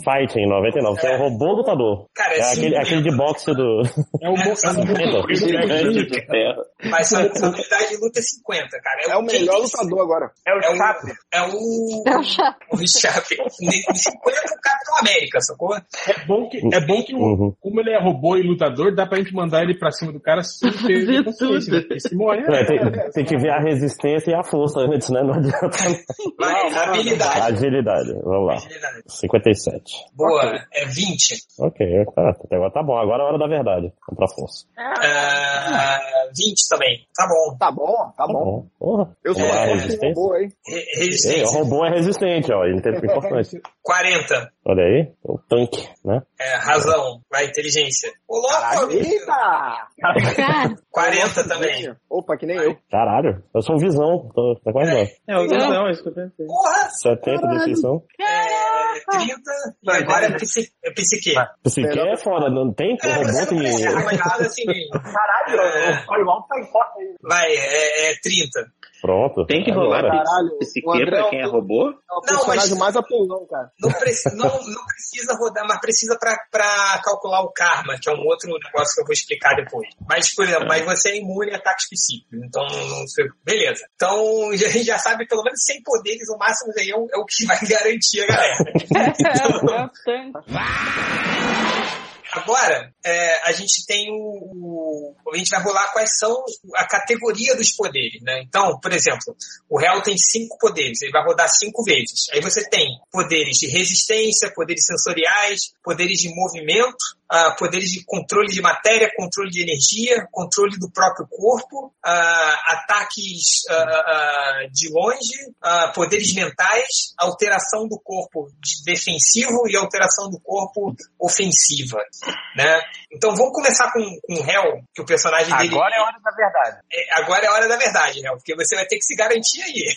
J: Fighting 99. Você é um robô lutador.
A: Cara, é,
J: É aquele,
A: cinquenta.
J: aquele de boxe do.
C: É o, mo- é o
L: Gigante de
J: É. *laughs*
L: ferro.
A: Mas sua sua habilidade de luta é 50, cara.
B: É o melhor
A: 85.
B: lutador agora.
F: É o
A: É o-
F: Chape.
A: É o.
I: É o chá.
A: O Chape. Em 50 o Capitão América, sacou?
C: É bom que, é bom que o-
J: Uhum.
C: como ele é robô e lutador, dá pra gente mandar ele pra cima do cara sem ter consciência. né? Porque se morrer,
J: É, tem, tem que ver a resistência e a força antes, né?
A: *laughs*
J: Não adianta.
A: Vai, habilidade.
J: Agilidade. Vamos lá.
A: Agilidade.
J: 57.
A: Boa, é 20.
J: Ok, tá, até agora tá bom. Agora é a hora da verdade. Vamos pra força.
A: Ah, 20 também. Tá bom.
B: Tá bom, tá
J: Tá
B: bom.
J: bom. Porra.
B: Eu sou
J: Vamos lá,
B: forte com
J: resistência.
B: robô, hein?
A: Re-
J: Ei, o
A: Resistência.
J: robô é resistente, ó. Ele
B: *laughs*
J: tem importante.
A: 40.
J: Olha aí. O tanque, né?
A: É, razão. Vai, inteligência. Ô, louco!
B: Eita!
A: 40 também.
B: Opa, que nem eu.
J: Caralho. Eu sou um visão. Tô, tá quase lá.
L: É, o
I: Não.
L: é isso que eu pensei.
A: Porra!
J: 70 de decisão.
A: É, 30. E agora é psi- é psique.
J: Você
B: Melhor-
J: quer é foda, não tem
A: É, você
J: robô
A: não precisa
J: que.
A: arranjar assim mesmo.
F: Caralho,
A: É.
F: o Firewall tá em foto aí.
A: Vai, é, é 30.
J: Pronto.
L: Tem que rolar
J: agora.
E: Caralho, o
L: psique
E: André é
L: pra
E: um-
L: quem é robô?
E: é o
A: Não,
E: personagem
A: mas-
E: mais apelão, cara.
A: Não, preci- não- não precisa rodar, mas precisa pra, pra calcular o karma, que é um outro negócio que eu vou explicar depois. Mas, por exemplo, mas você é imune a ataques psíquicos, então não sei. Beleza. Então *laughs* a gente já sabe pelo menos 100 poderes, o máximo aí é o, é o que vai *laughs* garantir a galera.
I: É o tanque.
A: Agora, é, a gente tem o, o- A gente vai rolar quais são a categoria dos poderes, né? Então, por exemplo, o réu tem cinco poderes, ele vai rodar cinco vezes. Aí você tem poderes de resistência, poderes sensoriais, poderes de movimento, ah, poderes de controle de matéria, controle de energia, controle do próprio corpo, ah, ataques ah, ah, de longe, ah, poderes mentais, alteração do corpo de- defensivo e alteração do corpo ofensiva, né? Então vamos começar com, com o réu, que o personagem dele...
F: Agora é hora da verdade.
A: É, agora é a hora da verdade, réu, porque você vai ter que se garantir aí.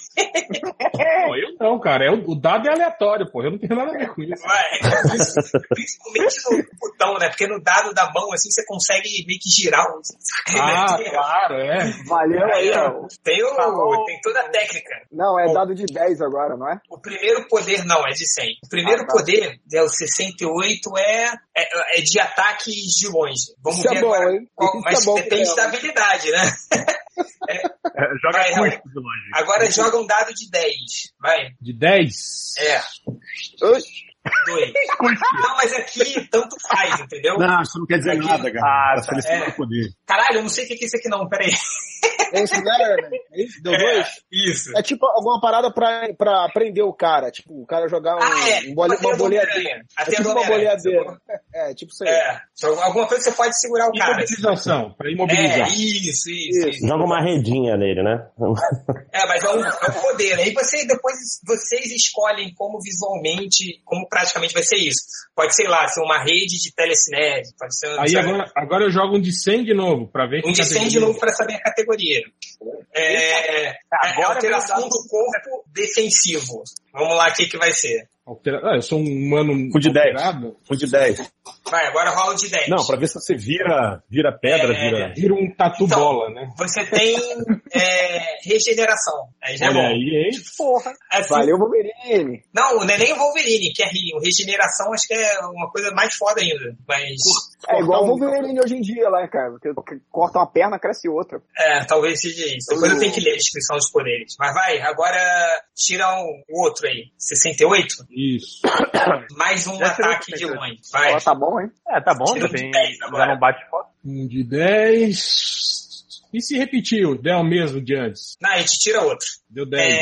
C: pô, eu não, cara. É, o o dado é aleatório, pô. Eu não tenho nada a ver com isso.
A: Vai. *laughs* Principalmente no botão, né, né? Porque no dado da mão, assim, você consegue meio que girar um.
C: Ah, claro, é.
B: Valeu aí, ó. Tá
A: Tem, o-
B: Falou.
A: tem toda a técnica.
B: Não, é dado de 10 agora, não é?
A: O primeiro poder não é de 100. O primeiro
B: Ah, tá.
A: poder, é o 68, é, é, é de ataque de longe. Vamos
B: Isso é
A: ver
B: bom,
A: agora.
B: hein?
A: qual-
B: Isso
A: mas
B: é bom
A: depende
B: pra
A: da
B: ela.
A: habilidade, né?
F: joga
A: Vai, Raul.
F: custo do longe.
B: *laughs*
A: Agora joga um dado de 10. Vai.
C: De 10?
A: É. Dois. Não, mas aqui tanto faz, entendeu?
D: Não, isso não quer dizer nada, cara.
A: Ah,
D: tá
A: tá.
D: selecionando
A: É.
D: o poder.
A: Caralho, eu não sei o que que é isso aqui não, peraí.
E: É isso, né, Erlen? É isso? Deu
A: É,
E: dois?
A: *laughs* Isso.
E: É tipo alguma parada pra, pra prender o cara. Tipo, o cara jogar um,
A: Ah, é.
E: um bole-
A: Bater
E: uma
A: do
E: boleadeira.
A: Homem-Aranha.
E: É
A: Bater do
E: tipo uma
A: Homem-Aranha,
E: boleadeira. É, tipo isso aí.
A: É. Então, Alguma coisa que você pode segurar o cara.
C: Imobilização, pra
A: É,
C: imobilizar.
A: isso, isso, isso.
J: Joga uma redinha nele, né?
A: É, mas é um, é um poder. Aí você, depois vocês escolhem como visualmente, como praticamente vai ser isso. Pode, sei lá, ser uma rede de telecinese, pode ser um
C: Aí
A: sabe?
C: agora, agora eu jogo um de 100 de novo, pra ver
A: é. um de 100 de novo para saber a categoria. É, é, é alteração do corpo defensivo. Vamos lá, o que, que vai ser?
C: Altera... Ah, eu sou um humano
D: Um de 10.
C: alterado.
D: Um de 10.
A: Vai, agora rola o de 10.
D: Não, pra ver se você vira, vira pedra,
A: É,
D: vira.
C: Vira um tatu
A: Então.
C: bola, né?
A: Você tem é, regeneração. Aí já é
D: Olha
A: bom.
C: aí, hein?
A: Porra. Assim,
B: Valeu, Wolverine.
A: Não, não é nem o Wolverine, que é Rio. Regeneração acho que é uma coisa mais foda ainda. Mas.
B: É igual o Wolverine hoje em dia lá, cara. Porque corta uma perna, cresce outra.
A: É, talvez seja isso. Depois eu tenho que ler a descrição dos poderes. Mas vai, agora tira um, o outro aí. 68?
C: Isso.
A: Mais um
F: Já tirei
A: ataque de
F: 68.
A: longe. Vai.
B: Ó, tá bom, hein?
F: É, tá bom,
A: Tira
F: já,
A: um
F: tem,
A: de 10
F: já
A: agora.
F: não bate foto.
C: Um de 10. E se repetiu? Der o mesmo de antes?
A: Não, a gente tira outro.
C: Deu 10.
A: É,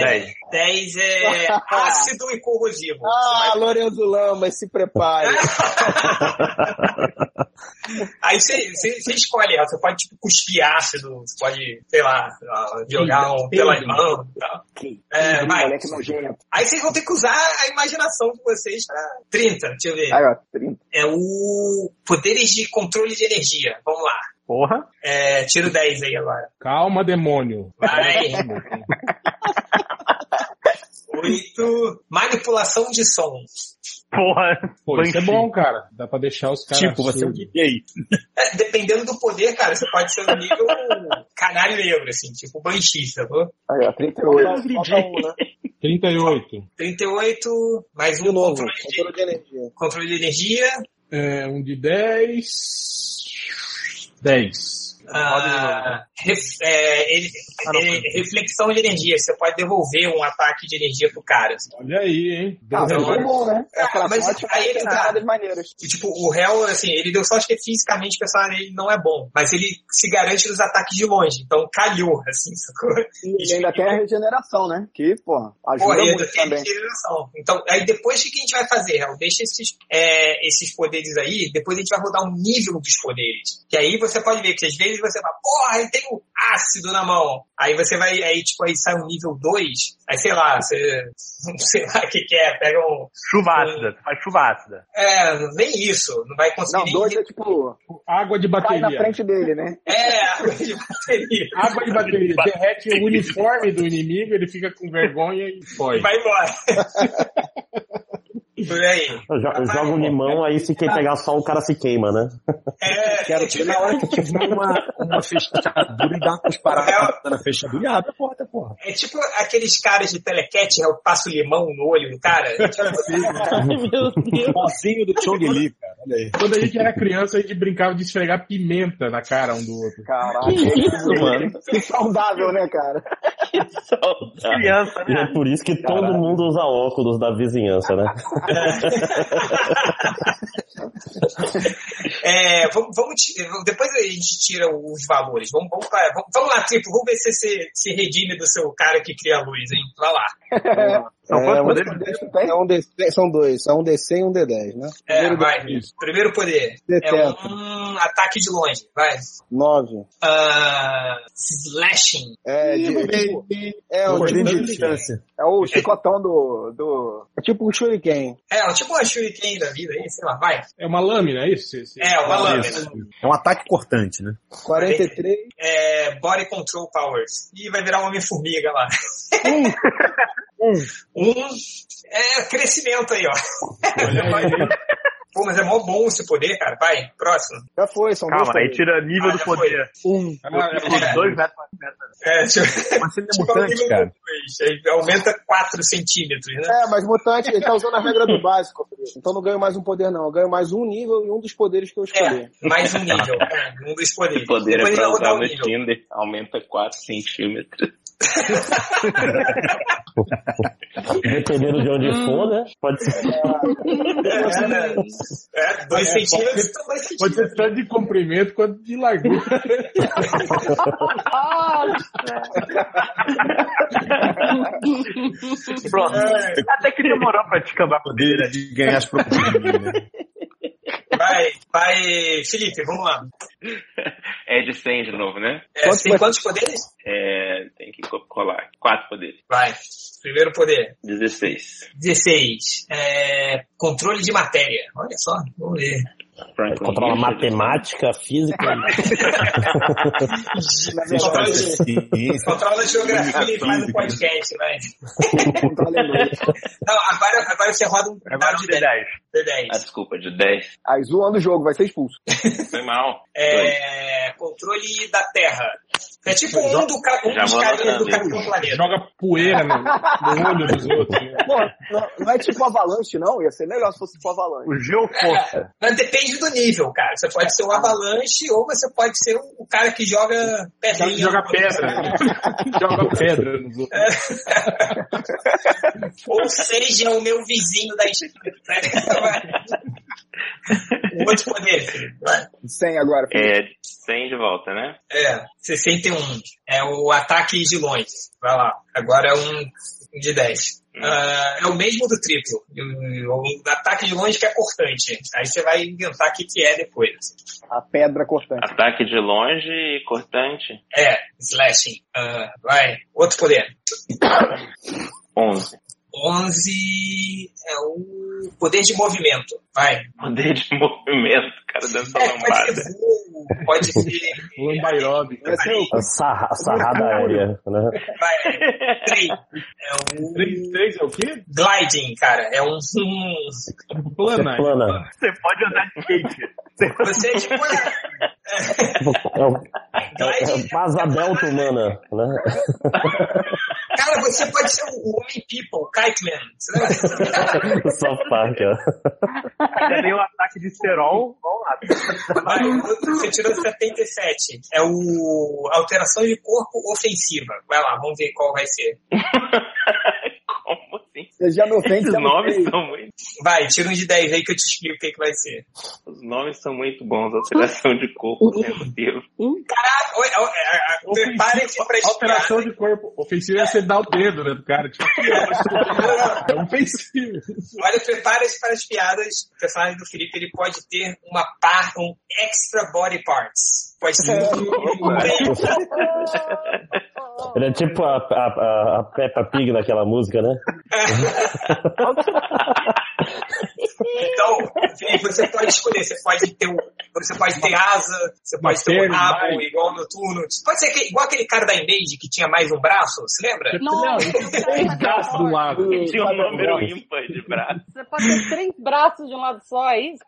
C: 10.
A: 10 é ácido e corrosivo.
E: Ah, Lorenzo Lama, se prepare.
A: Ah.
E: *laughs*
A: Aí você você- você escolhe, ó, você pode tipo, cuspir ácido, você pode, sei lá, ó, jogar um
C: Peido.
A: pela mão e tal.
B: Que
A: É,
B: que
A: vai.
B: moleque nojento.
A: Aí vocês vão ter que usar a imaginação de vocês pra 30, deixa eu ver.
B: Aí, ó, 30.
A: É o poderes de controle de energia. Vamos lá.
F: Porra.
A: É, tiro 10 aí agora.
C: Calma, demônio.
A: Vai. Oito. Manipulação de som.
F: Porra.
C: Pô, isso é
F: Banshee.
C: bom, cara. Dá pra deixar os caras. assim.
D: Tipo, você é um
C: surdos.
D: DJ.
A: É, dependendo do poder, cara, você pode ser um nível canário negro, assim, tipo Banshee, sacou?
B: Aí, ó, 38.
C: 38.
A: 38, mais um
E: De novo,
A: controle, de,
E: controle de energia.
A: controle de energia.
C: É, um de 10. 10.
A: Ah, ref- é, ele-
F: Ah, não,
A: ele- reflexão de energia. Você pode devolver um ataque de energia pro cara. assim.
C: Olha aí, hein?
B: Ah,
C: Deu
B: mas
A: agora-
B: foi
C: relógio.
B: bom, né?
A: Então, É,
B: Aquela
A: mas
B: ótima
A: aí ele tá-
B: das maneiras.
A: E, tipo, o réu, assim, ele deu sorte que fisicamente pensar ele não é bom, mas ele se garante dos ataques de longe. Então calhou, assim, sacou?
B: E ele ainda tem a regeneração, né? Que, porra, ajuda
A: Porra,
B: muito
A: tem
B: também.
A: regeneração. Então, aí depois o que que a gente vai fazer, Raul? Deixa esses, é, esses poderes aí, depois a gente vai rodar um nível dos poderes. Que aí você pode ver que às vezes você fala, porra, ele tem o ácido na mão. Aí você vai, aí tipo, aí sai um nível 2, aí sei lá, você, *laughs* sei lá o que que é, pega um,
F: Chuva ácida. Faz chuva ácida.
A: é, nem isso, não vai conseguir
B: Não,
A: nem...
B: dois é tipo,
C: Água de
B: cai na
C: bateria.
B: frente dele, né?
A: *laughs* É, *laughs* água de bateria.
C: Água de bateria. Derrete o uniforme do inimigo, ele fica com vergonha e
A: E vai
C: foge.
B: *laughs*
A: embora. Por aí.
J: *laughs* Eu jo- eu jogo um limão, aí se quem pegar sol, o cara se queima, né?
A: É,
D: Quero ver na hora que
E: Tipo,
D: tiver uma, uma fechadura e dar uma cusparada tá na fechadura e abre a porta, porra.
A: é tipo aqueles caras de telequete, eu passo limão no olho do cara.
M: Meu Deus.
E: É.
D: Pozinho do Chong Li, cara. Olha aí.
C: Quando a gente era criança, a gente brincava de esfregar pimenta na cara um do outro.
B: Caraca.
M: Isso, mano.
B: Que saudável, né, cara?
M: Saudável.
F: Criança,
J: E
F: né?
J: é por isso que todo mundo usa óculos da vizinhança,
F: *laughs*
J: né?
A: É, vamos, vamos ti- depois a gente tira os valores. Vamos, vamos, pra- vamos- vamos lá, Triplo, vamos ver se você se redime do seu cara que cria a luz, hein? Vai lá.
F: São
E: É,
F: quantos
E: um
F: poderes?
E: D10 tu tem? É um D- são dois. É um DC e um D10, né?
A: É, vai. Primeiro poder. É
E: Detento.
A: um ataque de longe. Vai.
E: Nove.
A: Ah, slashing.
E: É, de- é tipo, é, um,
D: Poder
E: tipo,
D: de distância.
B: É o chicotão do. do...
E: é tipo um shuriken.
A: É, tipo uma shuriken da vida aí, sei lá, vai.
C: É uma lâmina, é isso? Esse-
A: É, uma
D: Isso.
A: lâmina.
D: É um ataque cortante, né?
E: 43.
A: É, body control powers. E vai virar um
N: *laughs*
A: homem-formiga lá. um. É crescimento aí, ó.
C: Olha aí.
A: *laughs* Pô, mas é mó bom esse poder, cara. Vai, próximo.
B: Já foi, são
N: Calma,
A: dois
N: aí
A: poderes.
N: tira nível
A: Ah,
N: do
A: já Ah,
N: poder.
B: Um.
F: Tipo,
N: Os dois metros mais
A: É, tipo,
N: Mas se ele é
A: tipo,
N: mutante,
A: nível
N: cara.
A: dois, aí aumenta 4 centímetros, né?
E: É, mas mutante, ele tá usando a regra do básico. filho. Então não ganho mais um poder, não. Eu ganho mais um nível e um dos poderes que eu escolhi.
A: Mais um nível, cara. Um dos poderes.
F: O poder
A: Depois
F: é
A: ele
F: pra
A: vai rodar
F: usar
A: o
F: no
A: nível.
F: Tinder. Aumenta 4 centímetros.
J: Dependendo de onde for, né? Pode ser.
A: É, né? É, dois
C: É,
A: centímetros,
C: pode-
A: então dois centímetros.
C: Pode ser tanto de comprimento quanto
D: *laughs*
C: de largura.
N: Pronto. Até que demorou pra te cambar poder.
D: De ganhar as proporções. né?
A: *laughs* Vai, vai, Felipe, vamos
F: *laughs*
A: lá.
F: É de 100 de novo, né?
A: É, tem quantos poderes?
F: É, tem que co- colar. 4 poderes.
A: Vai. Primeiro poder.
F: 16.
A: 16. É, controle de matéria. Olha só, vamos ver.
F: Franklin
J: Controla
F: Richard.
J: matemática, física.
A: Controla de- Controla a geografia e faz um podcast, vai.
B: né?
A: Não, agora, agora você roda um dado de 10. De 10.
F: Ah, desculpa, de 10.
B: Aí zoando o jogo, vai ser expulso.
F: Foi mal.
A: É, controle da Terra. É tipo um, do, ca- um
F: Já
A: dos
F: vou
A: carinhas
F: anotando
A: do
F: isso.
A: Capitão Planeta.
C: Joga poeira no, no olho dos outros.
B: Pô, não, não é tipo avalanche, não? Ia ser melhor se fosse tipo avalanche.
C: O Geoforça.
A: Mas depende do nível, cara. Você pode ser o avalanche ou você pode ser um, o cara que joga pedrinha.
C: Ele joga
F: *laughs*
C: pedra. né? joga pedra nos
D: É.
C: outros.
A: Ou seja, o meu vizinho da esquina. Outro poder, filho. Vai.
B: 100 agora.
F: É, 100 de volta, né?
A: É, 61. É o ataque de longe. Vai lá. Agora é um de 10. Ah, é o mesmo do triplo. O, o ataque de longe que é cortante. Aí você vai inventar o que, que é depois.
B: A pedra cortante.
F: *laughs* Ataque de longe e cortante.
A: É, slashing. Ah, vai. Outro poder.
F: 11.
A: 11 é o poder de movimento. Vai. É,
F: Poder de movimento, cara, dando essa lambada.
A: Pode ser. Ah,
C: Lambairobe.
B: é
J: A sarra- a sarrada aérea, né?
A: Vai, três. É um...
C: três, três é o quê?
A: Gliding, cara. É um.
D: é
A: um-
C: Plana.
J: Plana.
N: Você pode andar de skate.
A: Você é tipo.
J: É o, é o Pazabelto, humana, né? *laughs*
A: Cara, você pode ser o Homem People, Kite Man. Você lembra?
J: Soft Park, ó.
N: Já tem um ataque de Serol. Vamos lá.
A: Vai, você tirou 77. É o. Alteração de corpo ofensiva. Vai lá, vamos ver qual vai ser.
B: Você já me ofende.
F: Esses
B: já me
F: nomes
B: ofende.
F: são muito.
A: Vai, tira um de 10 aí que eu te explico o que, que vai ser.
F: Os nomes são muito bons. Alteração de corpo, meu Deus.
A: Caraca, oi, oi, a- a- preparem-se pra espiar.
C: Alteração de corpo. Ofensiva é você dar o dedo, né, do cara? Tipo, é ofensivo.
A: Olha, prepara-se para as piadas. O personagem do Felipe ele pode ter uma par, um extra body parts. Pode ser
C: *laughs*
A: um- um membro.
J: Ele é tipo a, a, a- a Peppa Pig daquela música, né?
A: Então, Felipe, você pode escolher. Você pode ter, um- você pode ter asa, você pode ter um
C: perna,
A: rabo
C: vai.
A: igual no turno. Você pode ser aquele- igual aquele cara da Image que tinha mais um braço, você lembra?
I: Nossa,
C: Três braços do lado.
F: Tinha um número ímpar de braço.
I: você pode ter três braços de um lado só, é isso?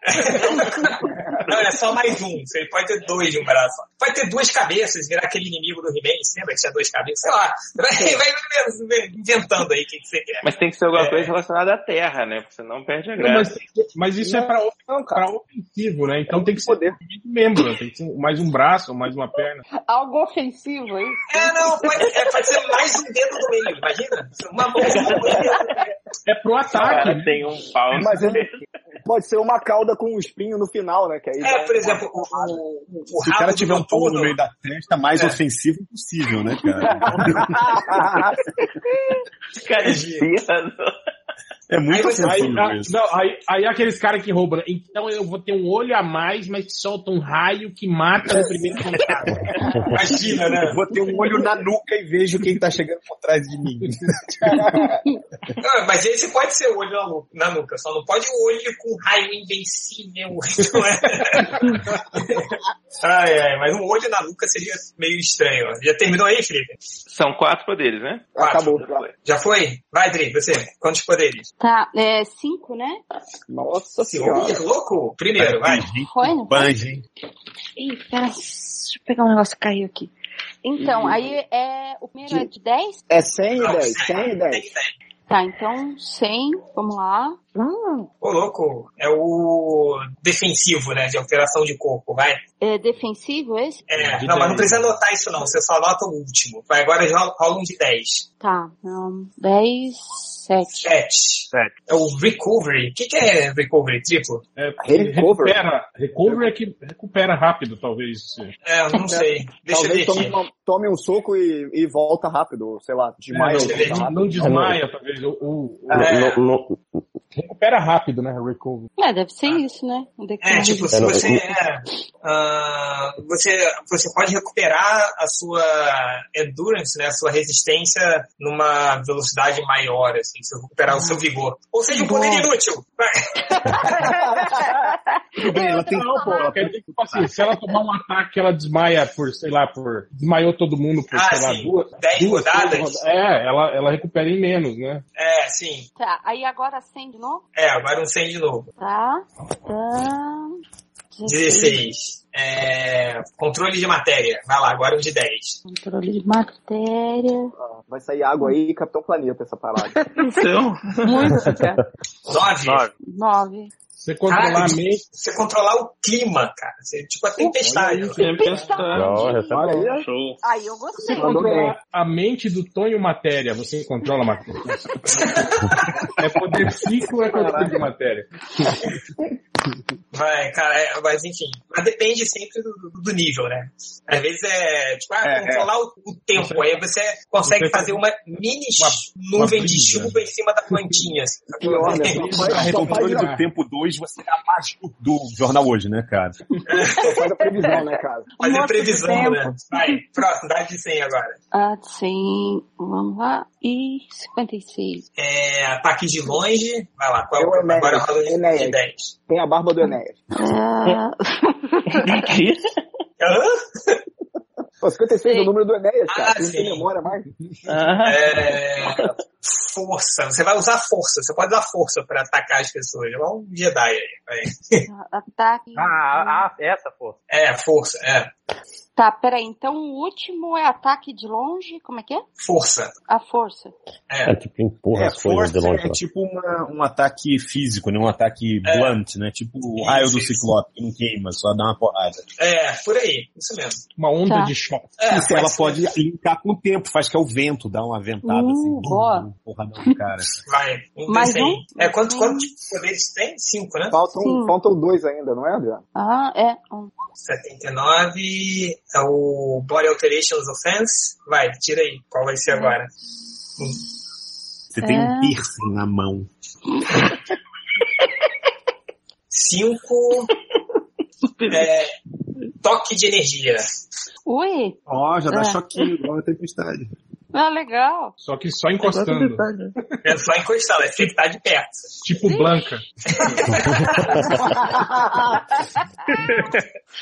A: Não, é só mais um. Você pode ter dois de um braço. Pode ter duas cabeças, virar aquele inimigo do He-Man. Você lembra que tinha duas cabeças? Sei lá. Vai, vai inventando aí o que, que você quer.
F: Mas tem que ser alguma coisa relacionada à terra, né? Porque senão perde a
C: Não, mas,
F: graça.
C: mas isso é pra, of- pra ofensivo, né? Então tem que ser movimento de membro, né? tem que ser mais um braço, mais uma perna.
I: Algo ofensivo, é isso?
A: É, não, pode, é, pode ser mais um dedo do meio, imagina? Uma mão, um uma mão.
C: É pro ataque.
F: Cara,
C: né?
F: tem um pau.
B: Mas ele pode ser uma cauda com um espinho no final, né? Que aí
A: É, por exemplo, o, o, o
D: Se o cara
A: rabo
D: tiver
A: do
D: um pulo no
A: noturno.
D: meio da testa, mais
A: É.
D: ofensivo possível, né, cara? *laughs*
F: Cara, espirra,
D: É muito
A: você-
C: Aí,
D: ofensivo
C: a-
D: isso.
C: não, aí, aí aqueles caras que roubam. né? Então eu vou ter um olho a mais, mas que solta um raio que mata no primeiro contato.
A: Imagina, né?
D: Vou ter um olho na nuca e vejo quem tá chegando por trás de mim.
A: Não, mas esse pode ser o olho na nu- na nuca, só não pode o olho com raio invencível. *laughs* não é? ai, ai, mas um olho na nuca seria meio estranho. Já terminou aí, Felipe?
F: São quatro poderes, né?
B: Ah, acabou.
A: Já foi? Vai, Dri, você. Quantos poderes?
I: Tá, é cinco, né?
B: Nossa
A: senhora. Ih, louco! Primeiro, vai.
I: Foi? não foi?
D: Banjo.
I: Ih, pera, deixa eu pegar um negócio que caiu aqui. Então, aí é. O primeiro é de 10?
B: É 100 e 10, 100 e 10.
I: Tá, então 100, vamos lá. Hum,
A: Ô, louco, é o defensivo, né? De alteração de corpo, vai.
I: é defensivo esse?
A: É, não, mas não precisa anotar isso não, você só anota o último. Vai, agora rola rola um de 10.
I: Tá, um, 10, 7.
A: 7. É o recovery. O que, que é recovery triplo?
C: É,
B: Recover.
C: Recupera. Recovery é que recupera rápido, talvez.
A: É, eu não sei. Deixa eu ver
B: Talvez tome,
A: aqui.
B: uma- tome um soco e, e volta rápido, sei lá,
C: não,
B: demais.
C: não, não desmaia, talvez. O, o-
A: Ah.
F: É.
A: É.
C: o- Recupera rápido, né? Recovery.
I: É, deve ser isso, né? Um
A: É,
I: decorrer. *laughs*
A: tipo, se
C: É, não,
A: você,
C: eu-
A: é, ah, você, você pode recuperar a sua endurance, né, a sua resistência numa velocidade maior, assim, se você recuperar o seu vigor. Ou seja, um poder inútil.
D: ela tem-
C: Não, pô, ela quer dizer que, tipo assim, se ela tomar um ataque, ela desmaia por, sei lá, por. Desmaiou todo mundo por,
A: Ah,
C: sei lá,
A: sim.
C: duas.
A: Dez
C: duas,
A: rodadas.
C: três roda- É, ela, ela recupera em menos, né?
A: É, sim.
I: Tá, aí agora 100 de novo?
A: É, agora um 100 de novo.
I: Tá. tá.
A: 16. É, controle de matéria. Vai lá, agora um de 10.
I: Controle de matéria.
B: Vai sair água aí e Capitão Planeta essa parada.
A: Então.
I: Muito, cara.
A: 9.
I: 9.
C: Você controlar
A: Caraca,
C: a mente.
A: Você controlar o clima, cara. Você, tipo a tempestade.
I: Show. Aí eu
C: Você
I: gostei.
C: controlar a mente do Tonho Matéria. Você controla a
A: *laughs*
C: matéria. é poder psico é controle de matéria.
A: Vai, cara, é, mas enfim. Mas depende sempre do, do- do nível, né? Às vezes é, tipo, ah,
C: É,
A: controlar O, o tempo. aí você consegue
C: você-
A: fazer uma mini
C: uma
A: nuvem de
C: brisa.
A: chuva em cima da plantinha. assim. *laughs*
B: Pior, né?
D: Cara, controle do tempo 2, você é a mágica do jornal hoje, né, cara?
B: Só faz a previsão, né, cara?
A: Fazer
I: Mostra
A: previsão,
I: o
A: né? Vai, próximo, dá de 100 agora.
I: Ah, sim. Vamos lá. E 56.
A: É, ataque de longe. Vai lá, qual,
B: É o Enéas,
A: agora rola de, de
B: Enéas.
A: 10.
B: Tem a barba do Enéas.
I: Ah,
A: Hã?
B: Pô, 56 é o número do Enéas, cara.
A: Ah,
B: Você não tem
A: sim.
B: memória mais.
A: É, força. Você vai usar força. Você pode usar força pra atacar as pessoas. É um Jedi aí. vai.
I: ataque.
F: Ah, ah, essa, pô.
A: É, força. É,
I: Tá, peraí. Então o último é ataque de longe. Como é que é?
A: força.
I: A força.
A: É,
J: tipo, empurra as coisas de longe.
D: é
J: né?
D: tipo uma- um ataque físico, né? Um
A: É.
D: ataque blunt, né? Tipo o raio do ciclope, que não queima, só dá uma porrada.
A: É, por aí. Isso mesmo.
C: Uma onda
I: Tá.
C: de choque.
A: É,
D: Isso, ela pode linkar com o tempo, faz que é o vento, dá uma ventada assim,
I: Uh, boa.
D: porradão no cara.
A: Vai. Um
I: Mais
A: D100.
I: um?
A: É, quanto, quanto poderes tem? Cinco, né?
B: Faltam,
I: Sim.
B: faltam dois ainda, não é, Adriano?
I: Ah, é. Um.
A: 79 é o Body Alterations Offense. Vai, tira aí. Qual vai ser agora?
D: Você tem
I: É.
D: um piercing na mão.
B: *laughs*
A: Cinco. é, toque de energia.
I: Ui.
D: Ó, já dá
I: É.
D: choquinho, igual a tempestade.
I: Ah, legal.
C: Só que só encostando.
A: É só encostar, né? tem que estar de perto.
C: Tipo Blanca.
I: Ah,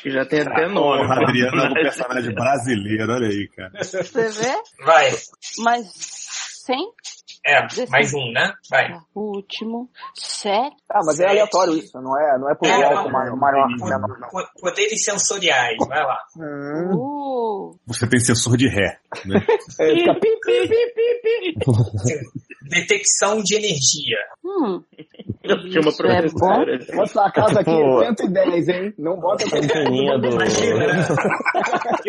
O: Já tem
B: Ah,
O: até nome.
D: Porra, Adriano é um personagem brasileiro, olha aí, cara.
I: *laughs* Você vê?
A: Vai.
I: Mais 100.
A: É, mais um, né? Vai.
I: Tá, O último. 7.
B: Ah, mas é
A: Sete.
B: aleatório isso, não é, não é por
A: É,
B: alto,
A: não,
B: maior, maior,
D: não.
B: menor, não.
A: Po- Poderes sensoriais. Vai lá.
I: Uh.
D: Você tem sensor de ré, né?
B: É, fica pi, pi, pi.
A: Detecção de energia.
I: Hum.
O: Eu tinha uma
I: Isso é
O: professora. assim.
B: Nossa, a casa aqui
J: Pô.
B: é 110, hein? Não bota
J: A anteninha do...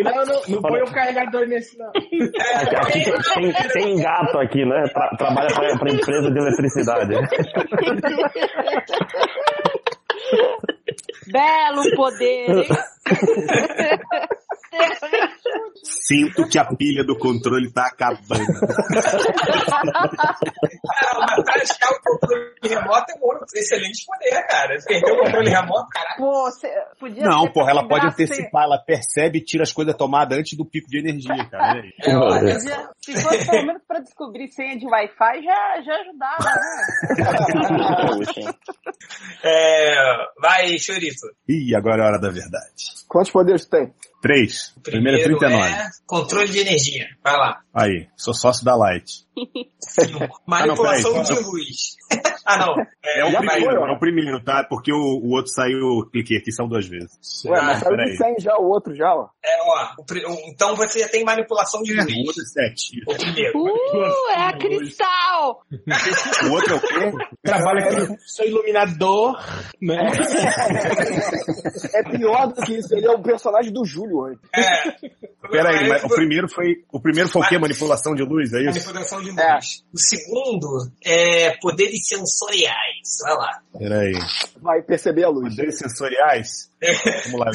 C: Não, não, não põe o carregador nesse não.
J: Aqui tem, tem, tem gato aqui, né? Tra- trabalha pra, pra empresa de eletricidade.
I: Belo poder, hein?
D: Sinto que a pilha do controle tá
I: *laughs*
D: acabando.
A: Ah, mas pra achar o controle remoto é um excelente poder, cara. Perdeu o controle remoto, caralho.
P: Pô, você podia
D: Não,
P: ser
D: porra, ela pode
P: graça-
D: antecipar, ela percebe e tira as coisas da tomada antes do pico de energia, cara. olha aí.
A: É, ó,
J: Olha.
A: essa-
P: Se fosse pelo menos pra descobrir senha de Wi-Fi, já, já ajudava, né?
A: é, vai, Chorito.
D: Ih, agora é a hora da verdade.
B: Quantos poderes tem?
D: Três. O primeiro,
A: Primeiro
D: é 39.
A: é controle de energia. Vai lá.
D: Aí, sou sócio da Light.
A: Manipulação
D: peraí,
A: um tipo de
D: peraí.
A: luz. ah, não.
D: É o
A: já
D: primeiro,
A: vai.
D: é o primeiro, tá? Porque o, o outro saiu, cliquei aqui, são duas vezes.
B: Ué, mas saiu de 100 já, o outro já, ó.
A: É, ó. o pri- o- Então você já tem manipulação de luz.
D: O outro é sete.
A: O primeiro.
I: Uh, é a Cristal!
D: O outro é o quê?
C: Trabalha com... Sou iluminador, né?
B: É pior do que isso, ele é o personagem do Júlio antes.
D: Peraí, mas o primeiro foi. O primeiro foi o quê? Manipulação de luz, é isso?
A: Manipulação de luz. O segundo é poderes sensoriais. Vai lá.
D: Peraí.
B: Vai perceber a luz.
D: Poderes sensoriais? Vamos lá.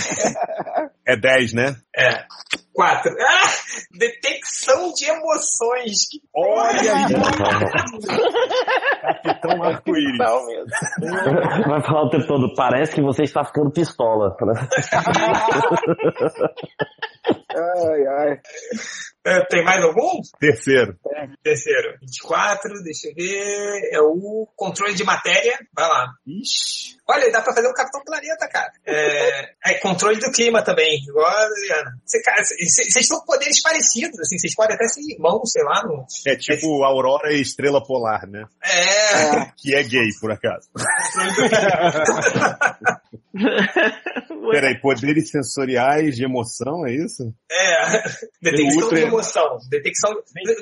D: É 10, né?
A: É. Quatro. Ah, detecção de emoções. Que
D: Olha aí.
A: Capitão
D: Então, Arco-Íris.
J: Vai falar o tempo todo, parece que você está ficando pistola. né?
A: *laughs*
B: Ai, ai.
A: eh, tem mais algum?
D: Terceiro.
A: Terceiro. 24, deixa eu ver. É o controle de matéria. Vai lá.
D: Ixi.
A: Olha, dá pra fazer um Capitão Planeta, cara. É, é controle do clima também. Igual a Adriana. Você, cara, c- c- Vocês estão com poderes parecidos, assim. Vocês podem até ser irmãos, sei lá. não-
D: É tipo Aurora e Estrela Polar, né?
A: É.
D: Que é gay, por *laughs* acaso. Peraí, poderes sensoriais de emoção, é isso?
A: É. Detecção
D: Ultra-
A: de emoção. Detecção...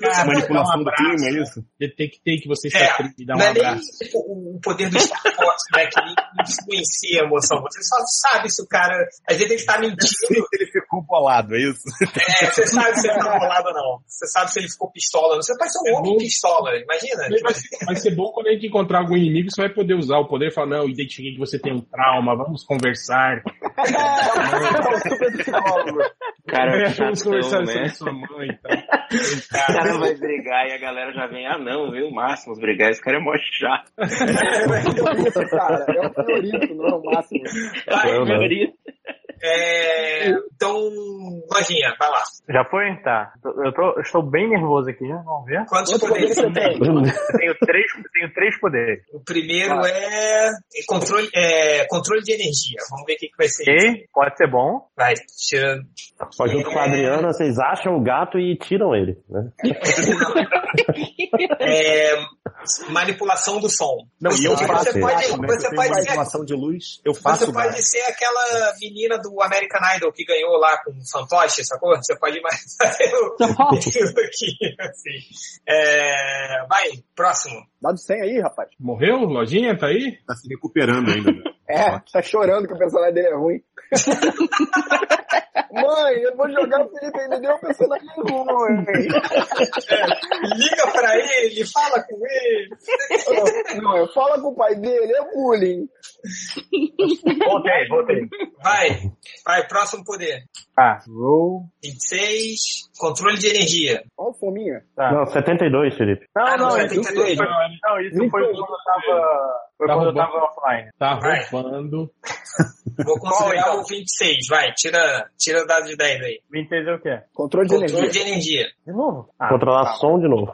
D: cá, manipulação do clima, Ah, é isso?
C: Detectei que você
A: É,
C: está querendo me dar um
A: não é nem
C: abraço.
A: o, o poder do Star Fox, né, que influencia a emoção. Você só sabe se o cara. Às vezes ele tá
D: *laughs*
A: mentindo.
D: Ele ficou bolado, é isso?
A: É, você sabe se ele tá bolado ou não. Você sabe se ele ficou pistola. ou não. Você pode ser um homem pistola, imagina.
C: Vai, vai ser bom quando a gente encontrar algum inimigo, você vai poder usar o poder e falar, não, identifiquei que você tem um trauma, vamos conversar.
B: É
C: *laughs*
Q: Cara, é
C: vamos
Q: chatão,
C: conversar
Q: né?
C: sobre sua mãe. e tal.
Q: O cara vai brigar e a galera já vem, ah não, viu o máximo brigar, esse cara é mó chato.
B: Cara, é o Fiorito, não é o máximo.
A: Vai,
J: né?
Q: Não, não.
A: Fiorito. É, então, lojinha, vai lá.
F: Já foi? Tá. Eu, tô, eu estou bem nervoso aqui, já vamos ver?
A: Quantos poderes você tem?
F: Eu tenho três, eu tenho três poderes.
A: O primeiro é controle, é controle de energia. Vamos ver o que, que vai ser.
F: Ok? Pode ser bom.
A: Vai, tirando.
J: Só junto com a Adriana, vocês acham o gato e tiram ele. Né?
A: É, manipulação do som.
D: Não, e eu
A: Você
D: faço
A: pode-
D: gato, né?
A: você
D: eu
A: pode ser-
D: tenho manipulação de luz, eu faço
A: Você pode
D: gato.
A: ser aquela menina do American Idol que ganhou lá com o fantoche, sacou? Você pode mais *laughs* fazer o- isso aqui, assim. É, vai, próximo.
B: Dado 100 aí, rapaz.
C: Morreu? Lojinha, tá aí?
D: Tá se recuperando ainda. né?
B: É, tá chorando que o personagem dele
A: *laughs*
B: é ruim. Mãe, eu vou jogar o Felipe ainda deu um personagem
I: é
B: ruim.
A: Liga pra ele, fala com ele.
B: Não, eu falo com o pai dele, é bullying.
F: Voltei, voltei.
A: Vai, vai, próximo poder.
F: Ah, roll.
A: 26, controle de energia.
B: Ó, o fominha.
F: tá.
J: Não, 72, Felipe.
F: Não, não,
A: Ah,
F: isso foi, não, isso foi quando eu tava, foi
C: Tá
F: quando eu
C: roubando.
F: tava offline.
C: Tá roubando. *laughs*
A: Vou então. considerar é o 26, vai, tira, tira o dado de 10 aí.
F: 26 é o quê?
B: Controle
A: de Controle energia. de energia.
F: De novo? Ah,
J: Controlar
F: tá.
J: som de novo.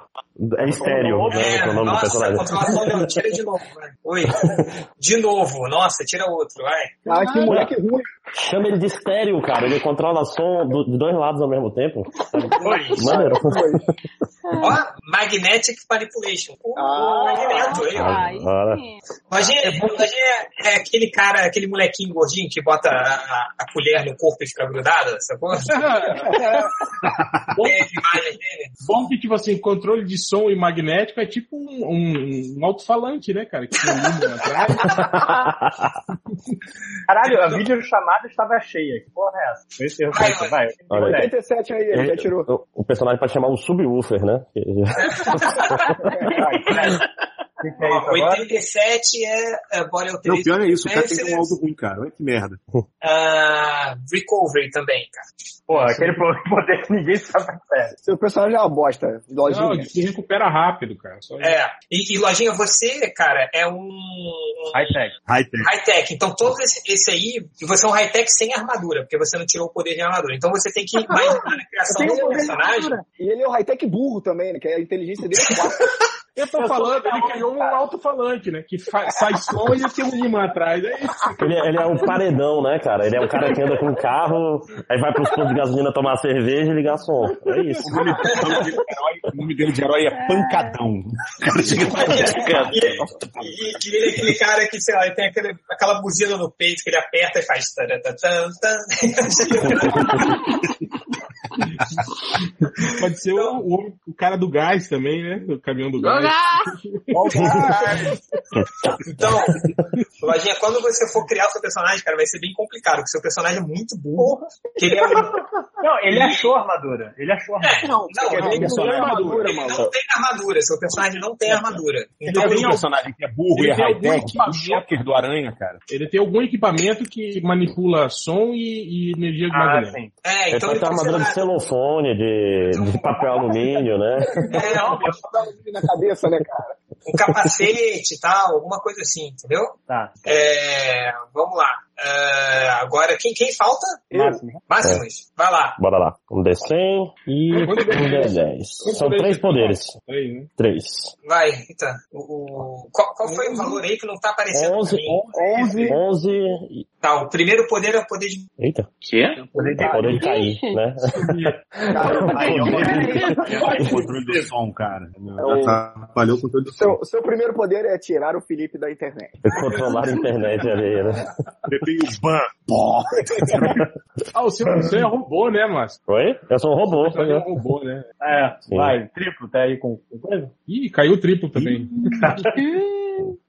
J: É estéreo, né?
A: É,
J: o nome do
A: nossa,
J: personagem.
A: controlação não, tira de novo, vai. Oi. De novo, nossa, tira outro, vai.
B: Ah, que moleque ruim.
J: Chama ele de estéreo, cara. Ele controla som do- de dois lados ao mesmo tempo.
A: Dois.
J: Maneiro.
A: *laughs* Ó, Magnetic Manipulation. Uh, magneto, aí, ó.
J: Bora.
A: Lojinha, Lojinha é aquele cara, aquele molequinho gordinho que bota a, a- a colher no corpo e fica grudada, sacou? Tem essa É, *laughs* imagem dele.
C: Bom que, tipo assim, controle de som e magnético é tipo um, um- um alto-falante, né, cara? Que tem um número atrás.
F: Caralho, a videochamada estava cheia. Que porra é essa? Esse é o certo, vai.
J: Olha aí.
B: 87 aí, ele já tirou.
J: O- O personagem pode chamar o subwoofer, né? Que-
A: Ó, 87 é, é body
D: Não, o
A: alteration.
D: pior é isso, o cara tem um
A: Excellence.
D: alto ruim, cara. Olha que
B: *laughs*
D: merda.
A: Ah, recovery também, cara.
F: Pô, aquele poder que ninguém sabe o que é.
B: Seu personagem é uma bosta,
C: Não,
B: lojinha.
C: ele se recupera rápido, cara. Só isso.
A: É, e, e lojinha, você, cara, é um um
F: High-tech.
D: High-tech.
A: high-tech. Então todo esse, esse aí, você é um high-tech sem armadura, porque você não tirou o poder de armadura. Então você tem que imaginar a
B: Eu
A: criação do
B: tenho um poder de
A: personagem. *laughs*
B: armadura. E ele é o high-tech burro também, né? Que a inteligência dele é 4.
C: Eu tô falando, ele criou um alto-falante, né? Que fa- sai som e tem um imã atrás. É isso.
J: Ele, ele é um paredão, né, cara? Ele é um cara que anda com um carro, aí vai pros postos de gasolina tomar cerveja e ligar som. É isso.
D: O nome, dele de herói, o nome dele de herói é Pancadão. O cara chega e fala,
A: E que ele é aquele cara que, sei lá, ele tem aquele, aquela buzina no peito que ele aperta e faz. taratatã, tan.
C: Pode ser o, o homem- o cara do gás também, né? O caminhão do
A: Jogar!
C: gás.
A: Então, Lojinha, quando você for criar o seu personagem, cara, vai ser bem complicado, porque o seu personagem é muito burro. que ele é um- É.
F: Não, ele achou a armadura. Ele achou a armadura.
A: Não, não,
F: Ele
B: É
A: não,
F: tem
A: não, é
F: armadura,
A: armadura,
F: maluco.
A: não tem armadura, seu personagem não tem armadura. Então,
C: Ele tem algum- ele tem algum equipamento-
D: do Aranha, cara.
C: Ele tem algum equipamento que manipula som e, e energia de
J: Ah,
C: magnética.
J: sim.
A: é, então
J: ele pode
A: tá
J: ter uma armadura de celofone, de, de papel alumínio, né?
A: É, não,
B: na cabeça, né, cara?
A: um capacete e tal, alguma coisa assim, entendeu?
F: Tá.
A: É, vamos lá. É, agora, quem, quem falta?
F: Máximo.
A: Máximos, vai lá.
J: Bora lá. Um D100 e um
A: Quantos poderes?
J: D10.
A: Quantos
J: São
C: é
J: três
A: poderes?
J: poderes.
C: Aí, né?
J: Três.
A: Vai, Rita. O, o- qual, qual foi o valor aí que não tá aparecendo? pra
J: Onze.
A: mim?
J: Onze.
A: É.
J: Onze.
A: Tá, o primeiro poder é o poder de.
J: Eita.
A: Quê?
J: É poder de cair, né? *laughs*
A: *laughs*
D: É o controle do som, cara.
B: É o-
D: Atrapalhou o controle do som.
B: Seu, seu primeiro poder é tirar o Felipe da internet.
J: Controlar a internet ali, né?
D: Tem o ban. Pó.
C: Ah, o seu você é robô, né, Márcio?
J: Oi? Eu sou um robô.
C: Você é um robô, né?
F: É,
J: Sim.
F: vai, triplo, tá aí com com coisa?
C: Ih, caiu triplo também.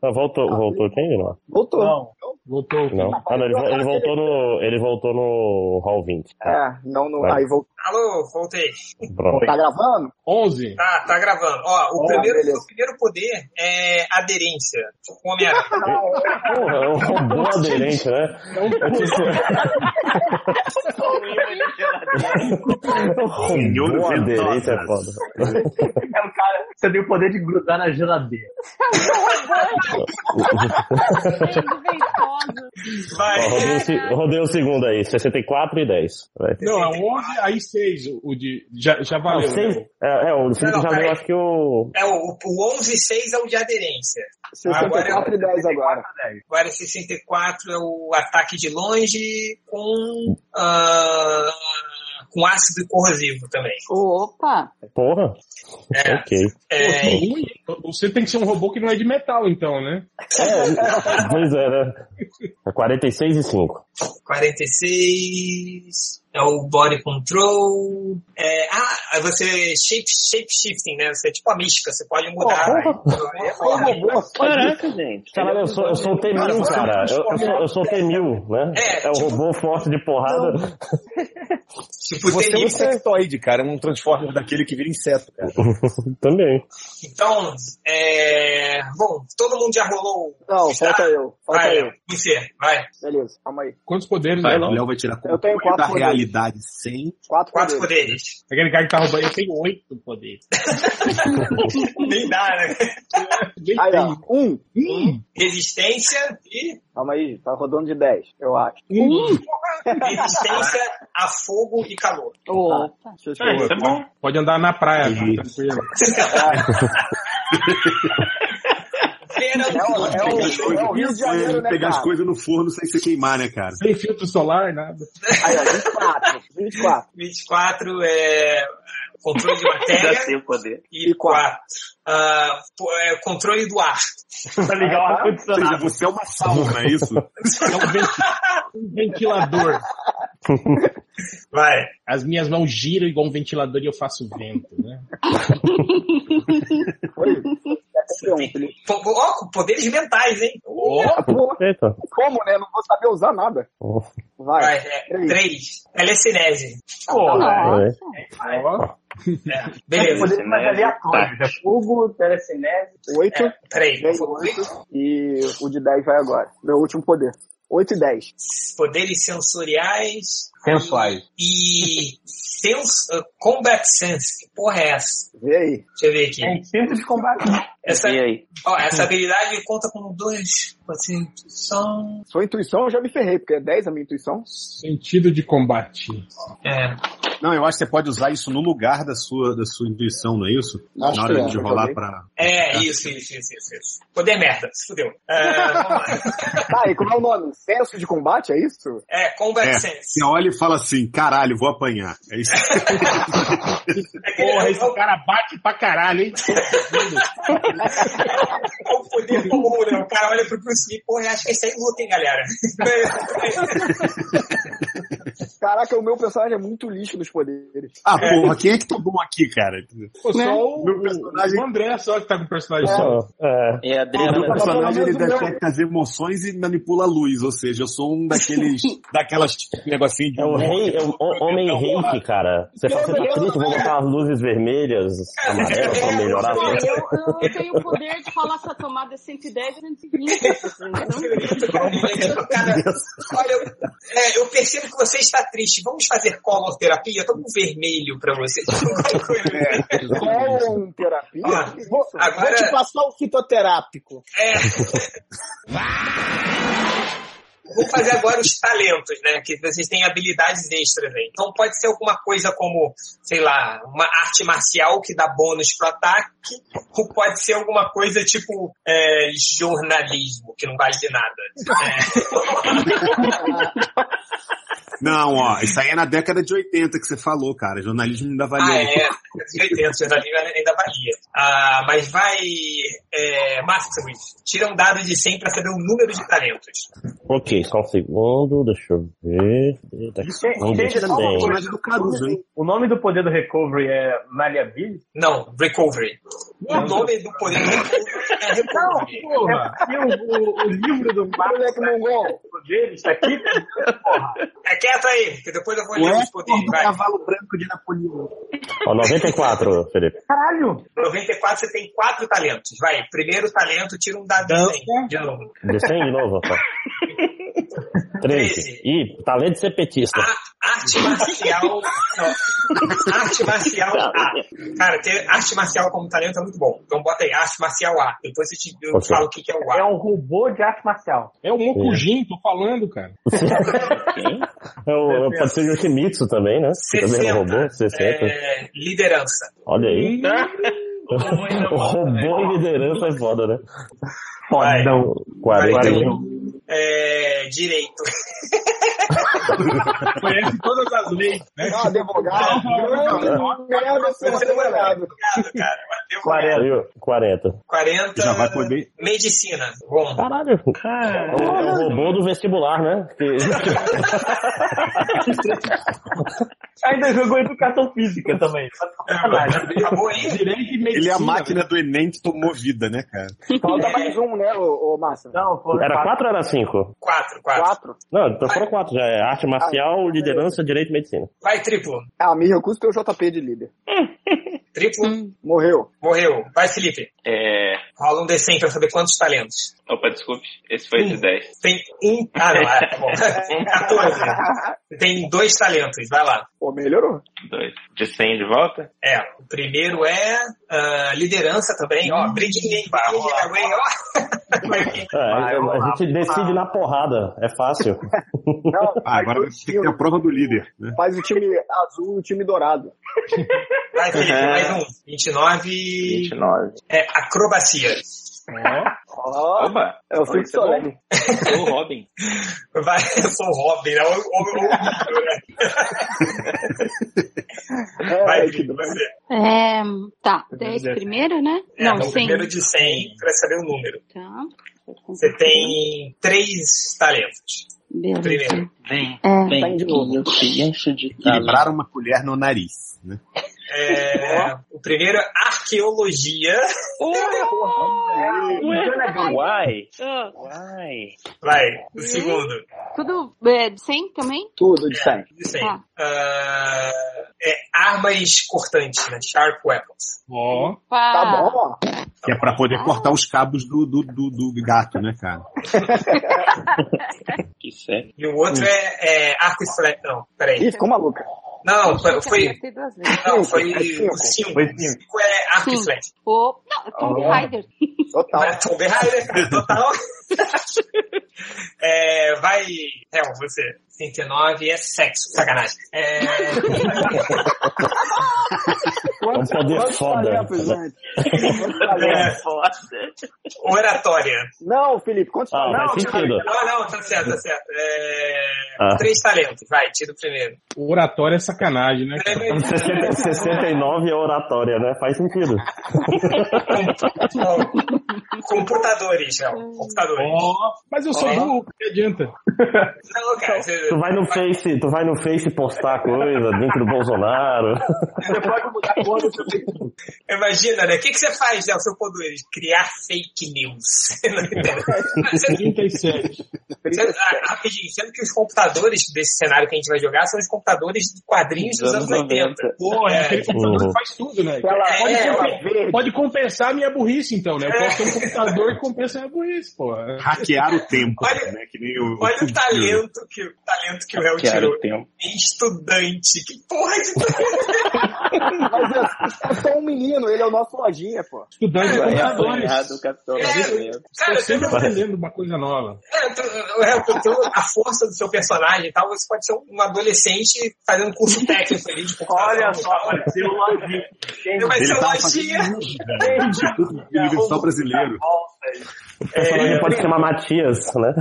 J: Ah, voltou, voltou quem? Não.
B: Voltou.
F: Não.
C: Voltou.
J: Não. Ah, não, ele, vo- ele voltou no. Ele voltou no Hall 20.
B: É, não, não.
J: Vai.
B: Aí vou.
A: Alô, voltei.
J: Pronto.
B: Tá gravando?
C: 11.
A: Tá, tá gravando. Ó, o,
B: Ó,
A: primeiro,
B: beleza.
A: o primeiro poder é aderência. O Homem-Aranha.
J: Porra, é um robô aderente, né? É *laughs* um robô aderente, é foda.
F: É o cara, você tem o poder de grudar na geladeira.
J: Ó, rodei, o, se- rodei o segundo aí, 64 e 10. Vai.
C: Não, é 11, aí 6. O de, já, já
J: Ah, o
C: valeu.
J: seis-
C: né?
J: é, é, o Felipe
A: Não,
J: já
A: peraí.
J: leu, acho que o.
A: É, o, o 11 e 6 é o de aderência.
B: 64 e 10 agora.
A: Agora 64 é o ataque de longe com, ah, com ácido corrosivo também.
I: Opa!
J: Porra! Ok.
A: É,
C: Pô, ruim, hein? Você tem que ser um robô que não é de metal, então, né?
J: Pois é, né? É 46 e 5.
A: 46 é o body control. É, ah, aí você shape, shape shifting, né? Você é tipo a mística, você pode mudar. né?
B: é
J: Caraca,
R: gente.
J: Caralho, eu sou, eu sou o T-1000, cara. Eu, eu sou, eu sou o T-1000, né? É, o robô forte de porrada.
A: Tipo,
D: você é um
A: tem-
D: insectoide, cara. É um transformer daquele que vira inseto, cara.
J: *laughs* Também.
A: Então, é, bom, todo mundo já rolou.
B: Não, falta eu. Falta
A: Vai,
B: eu.
A: Você, vai.
B: Beleza, calma aí.
C: Quantos poderes
D: Vai,
C: é?
D: o Léo vai tirar
B: Eu tenho
D: controle
B: quatro
D: Tá da
B: poderes.
D: realidade sem.
B: Quatro,
A: Quatro
B: poderes.
A: poderes.
C: Aquele cara que tá roubando, eu tenho 8 poderes.
A: Nem dá, né?
B: Aí, ó. Um.
A: Resistência e
B: Calma aí, tá rodando de 10, eu acho.
C: um.
A: resistência a fogo e calor.
I: Opa!
B: Deixa eu te
C: É, isso é bom. Pode andar na praia, cara, tranquilo.
B: É o, é o Rio de Janeiro, né,
D: pegar
B: cara?
D: as coisas no forno sem se queimar, né, cara?
C: Sem filtro solar, nada.
B: Aí, ó, 24. 24.
A: 24 é controle de
R: *laughs* Já
A: matéria
R: sei o poder.
A: e 4. Ah, pô, é controle do ar.
J: Tá
F: Pra ligar o
J: Ah,
D: Ou seja,
F: ar-condicionado.
D: você é uma sauna, é
B: *laughs*
D: isso?
C: Um ventilador.
A: Vai.
C: As minhas mãos giram igual um ventilador e eu faço vento, né?
A: Po- po- Ó, com poderes mentais, hein?
B: Ah, porra,
J: Eita.
B: como, né? Não vou saber usar nada.
A: Vai,
B: Vai.
A: é,
B: Ah, Três.
A: 3. Telecinese.
F: Porra.
A: é.
J: Peraí.
C: Ó,
A: Beleza.
F: Poder mais aleatório. É fogo, telecinese.
B: 8
A: Peraí.
B: Ganhei e o de 10 vai agora. Meu último poder. 8 e 10.
A: Poderes sensoriais.
S: Sensuais.
A: E. Sens, ah, combat sense. Que porra é essa?
B: Vê aí.
A: Deixa eu ver aqui.
F: É instinto de combate.
A: Essa,
R: E aí?
A: ó, essa habilidade conta com dois. Assim, são.
B: Sua intuição eu já me ferrei, porque é 10 a minha intuição.
C: sentido de combate.
A: É.
D: Não, eu acho que você pode usar isso no lugar da sua, da sua intuição, não é isso?
A: Acho
D: Na hora
A: que é,
D: de rolar
A: também.
D: tá. pra.
C: Tá.
A: É, isso, isso, isso, isso, isso. Poder merda, se fudeu. É, vamos lá.
B: Tá, e como é o nome? Senso de combate, é isso?
A: É, Combat
D: É,
A: Sense.
D: você olha e fala assim, caralho, vou apanhar. É isso.
C: Porra, esse cara bate pra caralho, hein?
A: É o poder comum, né? O cara olha pro Bruce Lee, porra, eu acho que esse aí luta, hein, galera?
B: Caraca, o meu personagem é muito lixo nos poderes.
D: Ah, porra, quem *laughs* é que tá bom aqui, cara?
C: Pô,
B: Né?
C: só o,
B: Meu
C: o-
B: personagem-
C: o André só que tá com o personagem
D: É.
C: só.
J: É, é
E: Ah,
D: O meu personagem ele
C: Meu-
D: detecta as emoções e manipula a luz, ou seja, eu sou um daqueles. daquelas negocinho de.
J: É o rei, é o o- homem reiki, cara. Você fala, você tá triste, vou É, botar as luzes vermelhas, amarelas pra melhorar.
I: Pô, eu, eu tenho o poder de falar se a tomada é 110 ou 120. assim,
A: Olha, eu, é, eu percebo que você está triste. Vamos fazer color terapia? Toma um vermelho pra
C: *laughs*
A: você.
C: É.
D: é
B: Colon É um terapia?
D: Ah,
E: Vou,
A: agora-
E: vou te passar o fitoterápico.
A: Vou fazer agora os talentos, né? Que vocês têm habilidades extras aí. Então pode ser alguma coisa como, sei lá, uma arte marcial que dá bônus pro ataque, ou pode ser alguma coisa tipo é, jornalismo, que não vale de nada. É.
D: Não, ó, isso aí é na década de 80 que você falou, cara. Jornalismo ainda valeu.
A: Ah, é. 80, jornalismo ainda valia. Ah, mas vai. É, Mastery, tira um dado de 100 pra saber o número de talentos.
J: Ok, só um segundo, deixa eu ver. Eita, vamos ver
F: Gente,
J: também.
F: O nome do poder do recovery é maleability?
A: Não, recovery. O nome do poder do é recovery.
F: Porra, e o, o, o livro do Moleque
B: um Mongol.
F: O dele está aqui.
A: É quieto aí, que depois eu vou ler os poderes. Vai.
D: cavalo branco de Napoleão.
J: Ó, 94, Felipe.
A: Caralho! 94 você tem quatro talentos. Vai, primeiro talento, tira um dado de 100. De novo.
J: Descende de novo, rapaz. *laughs* 13. Ih, talento de ser petista.
A: Arte
J: *laughs*
A: marcial. não. Arte marcial A. Cara, ter arte marcial como talento é muito bom. Então bota aí, arte marcial A. Depois eu te eu te
J: Ok.
A: falo o que, que é o A.
F: É um robô de arte marcial.
C: É o Mokujin, tô falando, cara.
J: É o- pode ser o Yoshimitsu também, né? Que também é um robô, 60.
A: É, liderança.
J: Olha aí. *laughs* o
A: né?
J: robô em liderança é foda, né?
F: Fodão.
J: 41.
A: É, direito.
C: Conhece todas as leis, né?
B: Não,
D: *laughs*
B: Ah, advogado. Grande merda, seu advogado.
J: 40. 40.
A: 40.
J: Já vai poder.
A: Medicina. Bom.
J: Caralho. É o, é o robô do vestibular, né? Que-
F: Ainda jogou educação física também.
J: Ah,
D: Ele é a máquina do Enem que tomou vida, né, cara?
B: Falta mais um, né, ô, ô Massa?
F: Não,
J: Era 4 ou era 5?
A: Quatro, quatro.
J: Não, então foram 4 já. É arte marcial, liderança, direito e medicina.
A: Vai, triplo.
B: Ah, me recuso ter o JP de líder.
A: Triplo.
B: Morreu.
A: Morreu. Vai, Felipe.
T: É.
A: Rola um D100 pra saber quantos talentos.
T: Opa, desculpe. Esse foi de 10.
A: Tem um. Ah, não, ah, tá bom. 14. Você Tem dois talentos, vai lá.
B: Pô, melhorou.
T: Dois. De 100 de volta?
A: É, o primeiro é ah, liderança também, ó. Briguinha, hein? Briguinha, hein? ó. *laughs*
J: É, a- a,
A: rolar,
J: gente decide na porrada. É fácil.
D: Ah, agora tem que ter a prova do líder, né?
B: Faz o time azul e o time dourado.
A: Vai, Felipe,
B: É.
A: mais um. 29.
T: 29.
A: É, acrobacia.
T: Opa!
B: É o Felipe Solene.
T: Sou o Robin.
A: Vai, eu sou o Robin, né? O-
B: É,
A: o- o- Vai, Felipe, você.
I: É, tá, 10 primeiro, né?
A: É,
I: Não,
A: no
I: 100.
A: primeiro de 100, pra saber o número.
I: Tá.
A: Você tem três talentos.
I: Beleza.
A: Primeiro.
T: Vem,
I: É.
T: vem.
I: Tá de novo.
T: Eu te encho
D: Tá
T: de
D: Equilibrar uma colher no nariz, né?
A: É, o primeiro é arqueologia.
T: Uai!
I: Ah,
T: Uai!
A: Vai, o segundo.
I: Tudo é, de 100 também?
B: Tudo de 100.
A: De 100.
I: Tá.
A: Ah, é armas cortantes, né? Sharp weapons.
I: Tá
B: bom, ó.
D: Que é pra
A: Ah.
D: poder cortar os cabos do, do, do, do gato, né, cara?
T: Que sério.
A: E o outro é, é arco e flecha. Não, peraí.
B: Ih, ficou maluca.
A: Não, foi. foi
I: Acertei duas vezes.
A: não, foi
B: Cinco.
A: o 5.
B: Foi
A: O 5 é arco e
I: Cinco.
A: flecha.
I: Pô, não, Tomb
A: Ah.
I: Raider.
B: Total.
A: Vai Tomb Raider, cara, total. É, vai. É, você. 39 é sexo, sacanagem. É...
J: É um poder foda.
A: É, *laughs* Oratória.
B: Não, Felipe, quantos
J: Ah,
A: não,
J: faz
A: tipo,
J: sentido.
A: não, não, tá certo, tá certo. É,
J: Ah.
A: Três talentos, vai, tira o primeiro.
C: Oratória é sacanagem, né? cara?
J: 60 69 é oratória, né? Faz sentido.
A: Computadores, não.
T: É
A: Computadores.
C: Mas eu sou
A: Ó.
C: burro, que
T: *laughs*
C: adianta?
A: Não, cara, você-
J: Tu vai no Face, tu vai no Face postar coisa dentro do Bolsonaro.
A: Você pode mudar a cor do seu Facebook. Imagina, né? O que, que você faz, né? O seu poder criar fake news. *laughs* Não entendo. Você-
C: 37.
A: Sendo- ah, rapidinho, sendo que os computadores desse cenário que a gente vai jogar são os computadores de quadrinhos dos anos 80.
C: Porra, é, aquele computador
J: Uhum.
C: que faz tudo,
F: Tá.
C: né?
B: Tela-
C: pode,
A: é,
C: compen- pode compensar a minha burrice, então, né? Eu posso ter um computador que compensa a minha burrice, porra.
D: Hackear o tempo,
A: Olha-
D: né? Que nem o.
A: Olha o talento que, o talento que o réu
U: Hackear
A: tirou. É
U: o tempo.
A: Estudante. Que porra de.
B: Mas é, é só um menino, ele é o nosso lojinha, pô.
C: Estudante de
U: Vai
C: computadores.
U: apanhar do
A: É.
U: Capitão Nascimento.
A: Cara,
C: Estou sempre
A: você-
C: aprendendo uma coisa nova.
A: É, tu- é, tu- tu- a força do seu personagem e tal, você pode ser um adolescente fazendo curso técnico ali tipo, de computação.
V: Olha só,
A: Olha,
V: vai ser
F: um
V: o lojinha.
A: vai ser
D: Ele tava
A: lojinha.
D: fazendo isso, *laughs* velho. Tipo, Universal brasileiro.
J: O personagem
A: É.
J: pode se chamar Matias, né?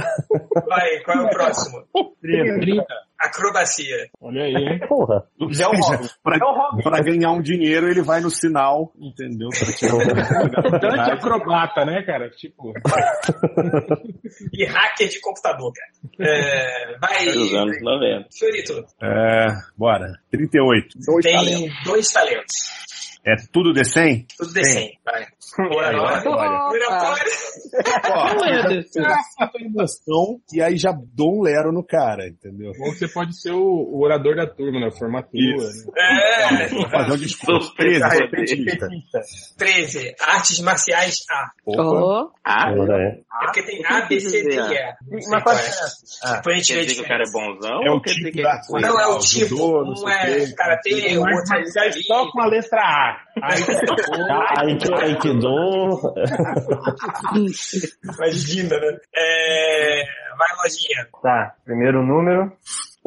A: Vai, qual é o próximo?
C: 30.
A: Acrobacia.
C: Olha aí, hein?
J: Porra.
D: Já *laughs*
J: É
D: pra, pra ganhar um dinheiro, ele vai no sinal, entendeu? Pra
J: *laughs*
D: tirar
C: Estudante
D: o
C: acrobata, né, cara? Tipo,
A: E hacker de computador, cara. É,
D: Tá
U: Dos
A: vai.
U: anos 90.
A: Fiorito,
D: É, bora. 38.
B: Dois
A: tem
B: talentos.
A: dois talentos.
D: É tudo de 100?
A: Tudo decente. Vai.
C: é
A: Oratório.
C: tá
D: Informação, e aí já dou um lero no cara, entendeu?
C: ou você pode ser o, o orador da turma, né? Formatura.
D: Isso.
C: Né?
A: É,
D: Vou fazer um discurso. 13, sou petista.
A: 13. Artes marciais A.
I: Ó,
U: Ah,
J: Olha aí.
A: É porque tem A, B, C, D e
D: Ah,
A: E.
F: Mas qual é a diferença?
A: Depois a gente
U: quer
A: vê
U: dizer que o cara é bonzão?
D: É
U: ou
D: o
U: quer dizer
D: tipo
U: que
D: da
U: é...
A: Não, é o
D: Legal,
A: tipo.
D: judô, não
A: um
D: sei o
A: é
D: quê.
A: karatê, o outro é
C: Marciais só com a letra A. Aí,
J: Aiki- Aikido.
A: Imagina, né? É... Vai, lojinha.
F: Tá, primeiro número,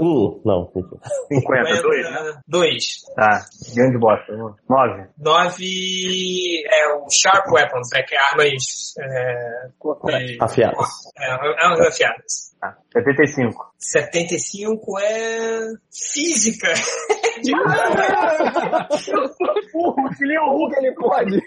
J: Uh, não.
F: 50.
A: né? Dois.
F: Tá, grande bosta. viu? Nove.
A: Nove é o Sharp Weapons, né? Que é armas. É... é,
J: Afiado.
A: é, armas afiadas.
F: Tá, 75.
A: 75 é. Física! *laughs*
B: Como que ele pode?
I: *laughs*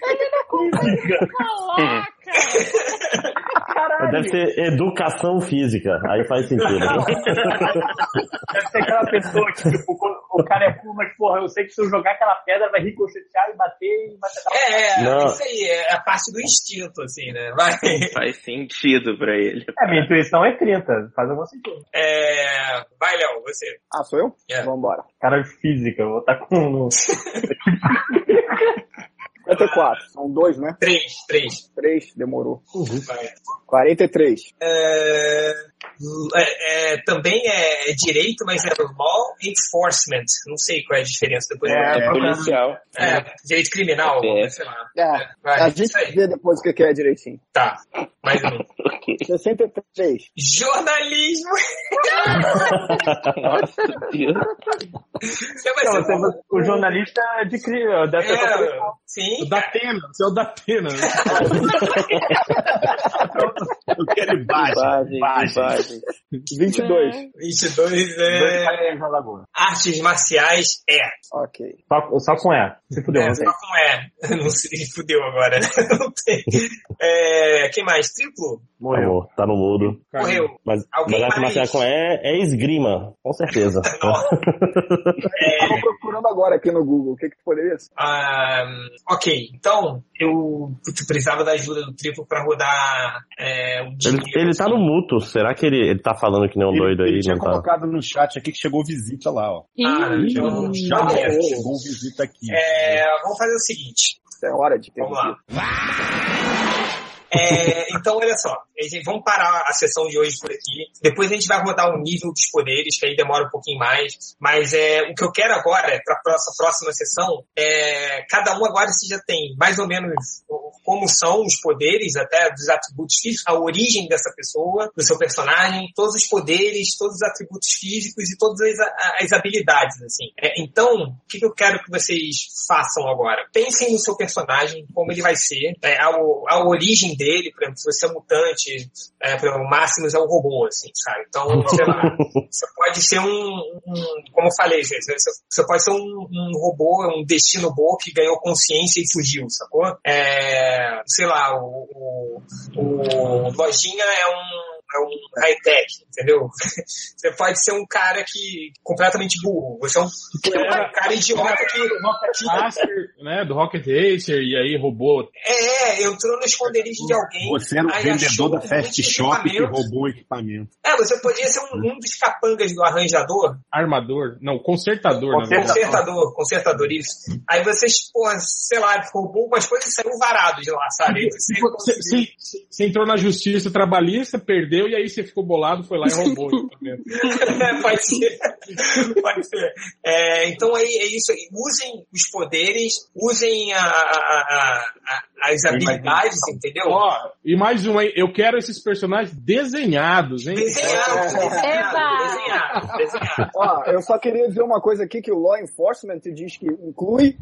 I: Calaca!
J: Deve ser educação física. Aí
D: *laughs*
J: faz sentido.
F: Deve ser aquela pessoa que, tipo, quando o cara é cool, mas, porra, eu sei que se eu jogar aquela pedra vai ricochetear e bater e vai acertar.
A: É, é
J: Não.
A: isso aí, é a parte do instinto, assim, né? Vai.
U: Faz sentido pra ele.
F: É, minha intuição é 30, faz algum sentido.
A: É... Vai, Léo, você.
B: Ah, sou eu?
A: É.
B: Vambora.
F: Cara de física, eu vou estar com... um
B: 54. São dois, né?
A: Três, três.
B: Três, demorou.
A: Vai.
B: 43.
A: É, é, é, também é direito, mas é law enforcement. Não sei qual é a diferença depois.
U: É,
A: É,
U: policial.
A: direito criminal,
U: É.
A: vamos ver, sei lá.
B: É.
A: Vai,
B: A gente
A: isso aí.
B: vê depois o que que é direitinho.
A: Tá, mais um.
B: 63.
A: Jornalismo!
U: Nossa, Deus.
A: Você vai
F: Não,
A: ser
F: você- o jornalista de crime, deve ser
A: É,
F: complicado.
C: o
A: sim,
C: da Atena, você é o da Atena.
D: Eu quero imagem.
U: Base,
A: *laughs*
D: imagem.
U: base.
B: 22.
A: É. 22
F: Dois
A: é
F: caras na lagoa.
A: artes marciais é.
B: Ok.
F: Só, só com E. Se fudeu,
A: é
F: não
A: só
F: sei.
A: com é. *laughs* Não sei, fudeu agora. né? *laughs* Não tem. É, quem mais? Triplo?
F: Morreu.
J: Amor, tá no mudo.
C: é
A: Correu.
J: Mas,
A: Alguém
J: mas acho que
A: mais?
J: Marcial com E é esgrima.
D: *laughs*
J: Com certeza.
A: É,
B: Tava procurando agora aqui no Google. O que que poderia ser?
A: Ah, ok, então eu putz, precisava da ajuda do triplo pra rodar é, o
J: Ele,
A: dinheiro.
J: ele tá no muto. Será que ele, ele tá falando que nem um
D: Ele,
J: doido aí?
D: ele tinha
J: Não tá?
D: colocado no chat aqui que chegou visita lá, ó.
A: Ah,
I: Ih,
A: então,
D: Já
A: tá bom.
D: chegou um visita aqui.
A: Tá, É, vamos fazer o seguinte,
B: Isso é hora de ter.
A: vamos lá. É, então, olha só. a gente- Vamos parar a sessão de hoje por aqui. Depois a gente vai rodar o nível dos poderes, que aí demora um pouquinho mais. Mas é, o que eu quero agora, para a próxima, próxima sessão, é, cada um agora se já tem mais ou menos o- como são os poderes, até dos atributos físicos, a origem dessa pessoa, do seu personagem, todos os poderes, todos os atributos físicos e todas as, a- as habilidades, assim. É, então, o que que eu quero que vocês façam agora? Pensem no seu personagem, como ele vai ser, é, a, o- a origem dele, por exemplo, se você é mutante, é, por exemplo, o Máximos é um robô, assim, sabe? Então, sei lá, você pode ser um, um- como eu falei, gente, você, você pode ser um, um robô, um destino bom que ganhou consciência e fugiu, sacou? É, sei lá, o, o, o Lojinha é um é um high-tech, entendeu? *laughs* Você pode ser um cara que completamente burro. Você é um, você é um cara idiota que...
C: um Master, né, do Rocket Racer, e aí roubou.
A: É, é, entrou no esconderijo de alguém.
D: Você era um
A: aí achou
D: vendedor da
A: um monte
D: Fast
A: de
D: Shop que
A: equipamento.
D: roubou o equipamento.
A: É, você podia ser um, um dos capangas do arranjador,
C: Armador. Não, consertador, né? na verdade.
A: Consertador, consertador, isso. Aí vocês, pô, sei lá, roubou umas coisas e saiu varado de lá,
C: *laughs*
A: sabe? Aí Você
C: Você, você- você entrou na justiça trabalhista, perdeu, e aí você ficou bolado, foi lá e roubou.
A: *laughs* pode ser. Pode ser. *laughs* É, então aí é isso aí. Usem os poderes, usem a- a- a- a- as habilidades, entendeu?
C: Ó, e mais um, hein? Eu quero esses personagens desenhados, hein?
A: Desenhados,
I: Eba!
A: desenhado, desenhado.
B: Ó, eu só queria dizer uma coisa aqui que o law enforcement diz que inclui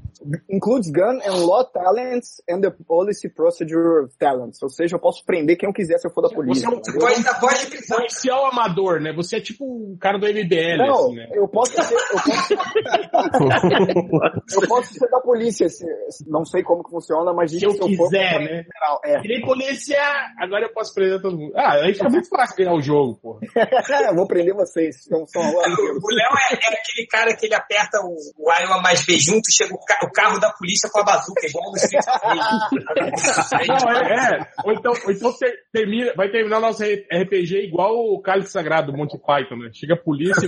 B: includes gun and law talents and the policy procedure talents. Ou seja, eu posso prender quem eu quiser se eu for da polícia.
C: Você
B: entendeu?
C: pode
A: dar voz de prisão.
C: Policial amador, né? Você é tipo um cara do MBL,
B: Não,
C: assim, né?
B: eu posso ser, eu posso, eu posso ser da polícia, se- não sei como que funciona, mas diz
C: Se eu
B: que se for-
C: quiser, né?
B: é.
C: Virei polícia, agora eu posso prender todo mundo. Ah, aí fica muito fácil ganhar o jogo, porra.
B: É. *laughs* eu vou prender vocês. Então, só
A: O Léo é, é aquele cara que ele aperta o, o A e o A mais B junto, chega o, ca- o carro da polícia com a bazuca, igual no Street
C: *laughs* Não, é, é. Ou então, ou então ter- termina, vai terminar o nosso RPG igual o Cálice Sagrado do Monte Python, né? Chega a polícia *laughs*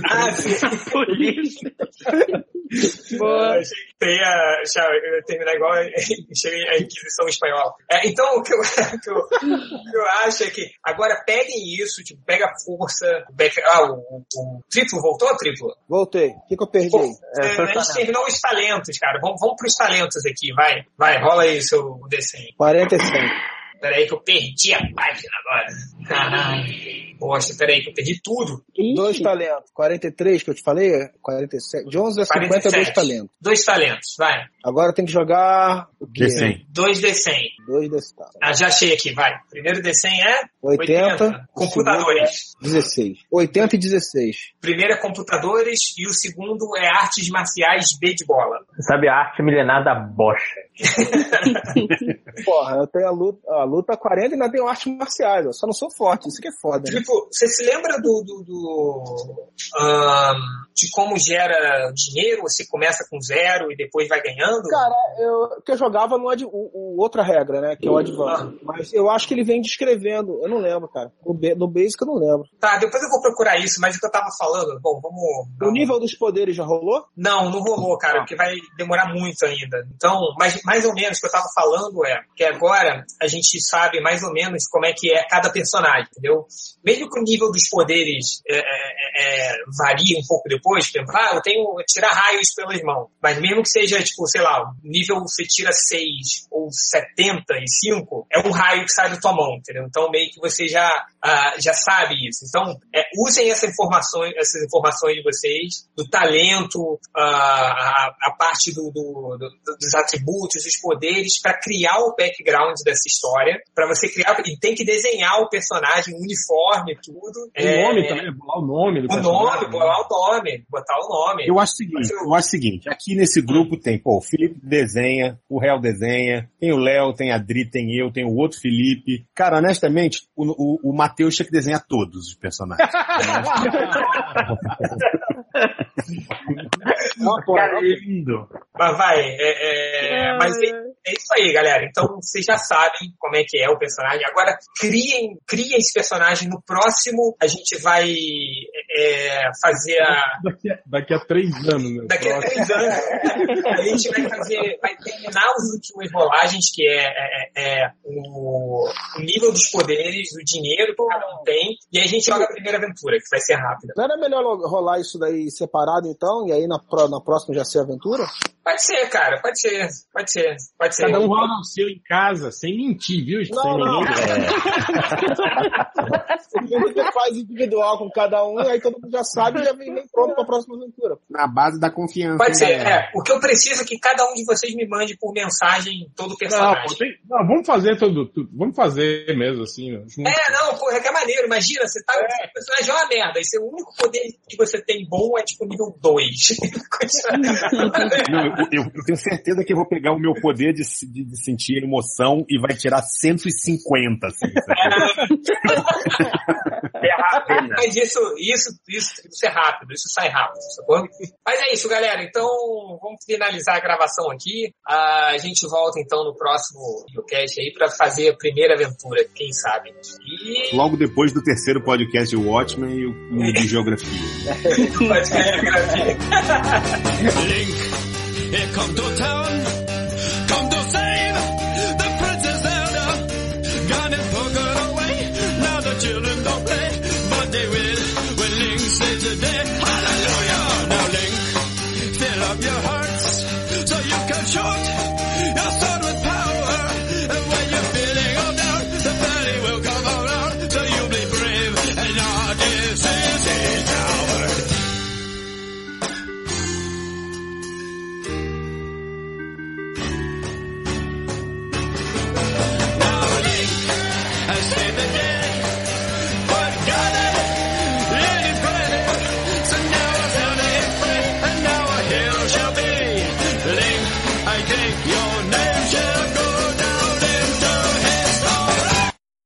A: e polícia. Eu achei que ia, achar- eu ia terminar igual a *laughs* cheguei à Inquisição Espanhola. É, então, o que, eu, *laughs* o que eu- o que eu acho é que agora peguem isso, tipo, pega a força. pega- ah, o, o- o triplo voltou, triplo?
E: Voltei. O que, que eu perdi? aí?
A: É, a gente terminou os talentos, cara. Vamos, vamos pros talentos aqui, vai. Vai, rola aí seu desenho.
E: 45.
A: Peraí que eu perdi a página agora. Caralho. Poxa, peraí que eu perdi tudo.
E: Dois talentos. 43 que eu te falei? 47. De 11 a 50, dois
A: 47.
E: talentos.
A: Dois talentos, vai.
E: Agora tem que jogar. O
D: É.
E: quê?
A: D100. Dois D100.
E: Dois desse tá.
A: Ah, já achei aqui, vai. Primeiro D100 é
E: 80.
A: computadores.
E: 16. 80 e 16.
A: Primeiro é computadores e o segundo é artes marciais B de bola.
F: Sabe a arte milenar da bocha.
E: Porra, eu tenho a luta, a luta 40 e ainda tenho artes marciais. Eu só não sou forte. Isso que é foda, né?
A: Tipo, você se lembra do, do, do, ahn, de como gera dinheiro? Você começa com zero e depois vai ganhando?
E: Cara, eu, que eu jogava no ad, o, o outra regra, né? Que é o Advanced. Mas eu acho que ele vem descrevendo. Eu não lembro, cara. No, ba- no Basic eu não lembro.
A: Tá, depois eu vou procurar isso, mas o que eu tava falando, bom, vamos.
E: O nível dos poderes já rolou?
A: Não, não rolou, cara, porque vai demorar muito ainda. Então, mas mais ou menos o que eu tava falando é que agora a gente sabe mais ou menos como é que é cada personagem, entendeu? Mesmo que o nível dos poderes é, é, é, varie um pouco depois, por exemplo, ah, eu tenho tirar raios pelas mãos. Mas mesmo que seja, tipo, sei lá, o nível você tira 6 ou 75, é um raio que sai da tua mão, entendeu? Então meio que você já, ah, já sabe isso. Então, é, usem essa informação, essas informações de vocês, do talento, ah, a, a parte do- do- do- dos atributos, dos poderes, para criar o background dessa história, para você criar, e tem que desenhar o personagem, o uniforme, tudo.
C: O um nome também, bolar o nome do
A: É.
C: né?
A: O nome, bolar o nome, botar o nome.
D: Eu acho o seguinte, eu acho o seguinte, aqui nesse grupo tem, pô, o Felipe desenha, o Réu desenha, tem o Léo, tem a Dri, tem eu, tem o outro Felipe. Cara, honestamente, o, o, o Matheus tinha que desenhar todos os
A: *laughs*
D: personagens.
A: Mas vai, é, é, mas tem, É isso aí, galera. Então vocês já sabem como é que é o personagem. Agora criem, criem esse personagem. No próximo a gente vai é, fazer a.
C: Daqui a, daqui a três anos, né?
A: Daqui a três anos a gente vai fazer, vai terminar os últimos rolagens que é, é, é o, o nível dos poderes, o dinheiro que cada um tem e aí a gente joga a primeira aventura que vai ser rápida.
W: Não era melhor rolar isso daí separado então e aí na, pró- na próxima já ser
E: *laughs*
W: aventura?
A: Pode ser, cara. Pode ser. Pode ser. Pode ser.
C: Cada um rola o seu em casa, sem mentir, viu? sem
W: não.
J: É.
C: mentir.
W: Você faz individual com cada um, aí todo mundo já sabe e já vem bem pronto pra próxima aventura.
D: Na base da confiança.
A: Pode ser,
D: hein, galera?
A: é. O que eu preciso é que cada um de vocês me mande por mensagem todo o
C: Não, pô,
A: personagem.
C: tem- não, vamos fazer tudo, tudo. Vamos fazer mesmo, assim. né? Junto.
A: É, não, porra, que é maneiro. Imagina, você tá. O personagem é uma merda. Esse é o único poder que você tem bom é tipo nível 2. *laughs*
D: Não, eu, eu- eu tenho certeza que eu vou pegar o meu poder de, se- de- de sentir emoção e vai tirar 150, assim.
C: É né?
A: Mas isso, isso, isso, isso é rápido, isso sai rápido, sacou? Mas é isso, galera. Então, vamos finalizar a gravação aqui. A gente volta então no próximo videocast aí pra fazer a primeira aventura, quem sabe. E
D: *laughs* Logo depois do terceiro podcast, o Watchmen e o o
A: *laughs*
D: de Geografia.
A: pode ser né? a grafia.
E: Link, here come to town, come to save the Princess Zelda. Gone and put her away, now the children don't play, but they will when Link saves the day. Hallelujah! Now Link, fill up your heart.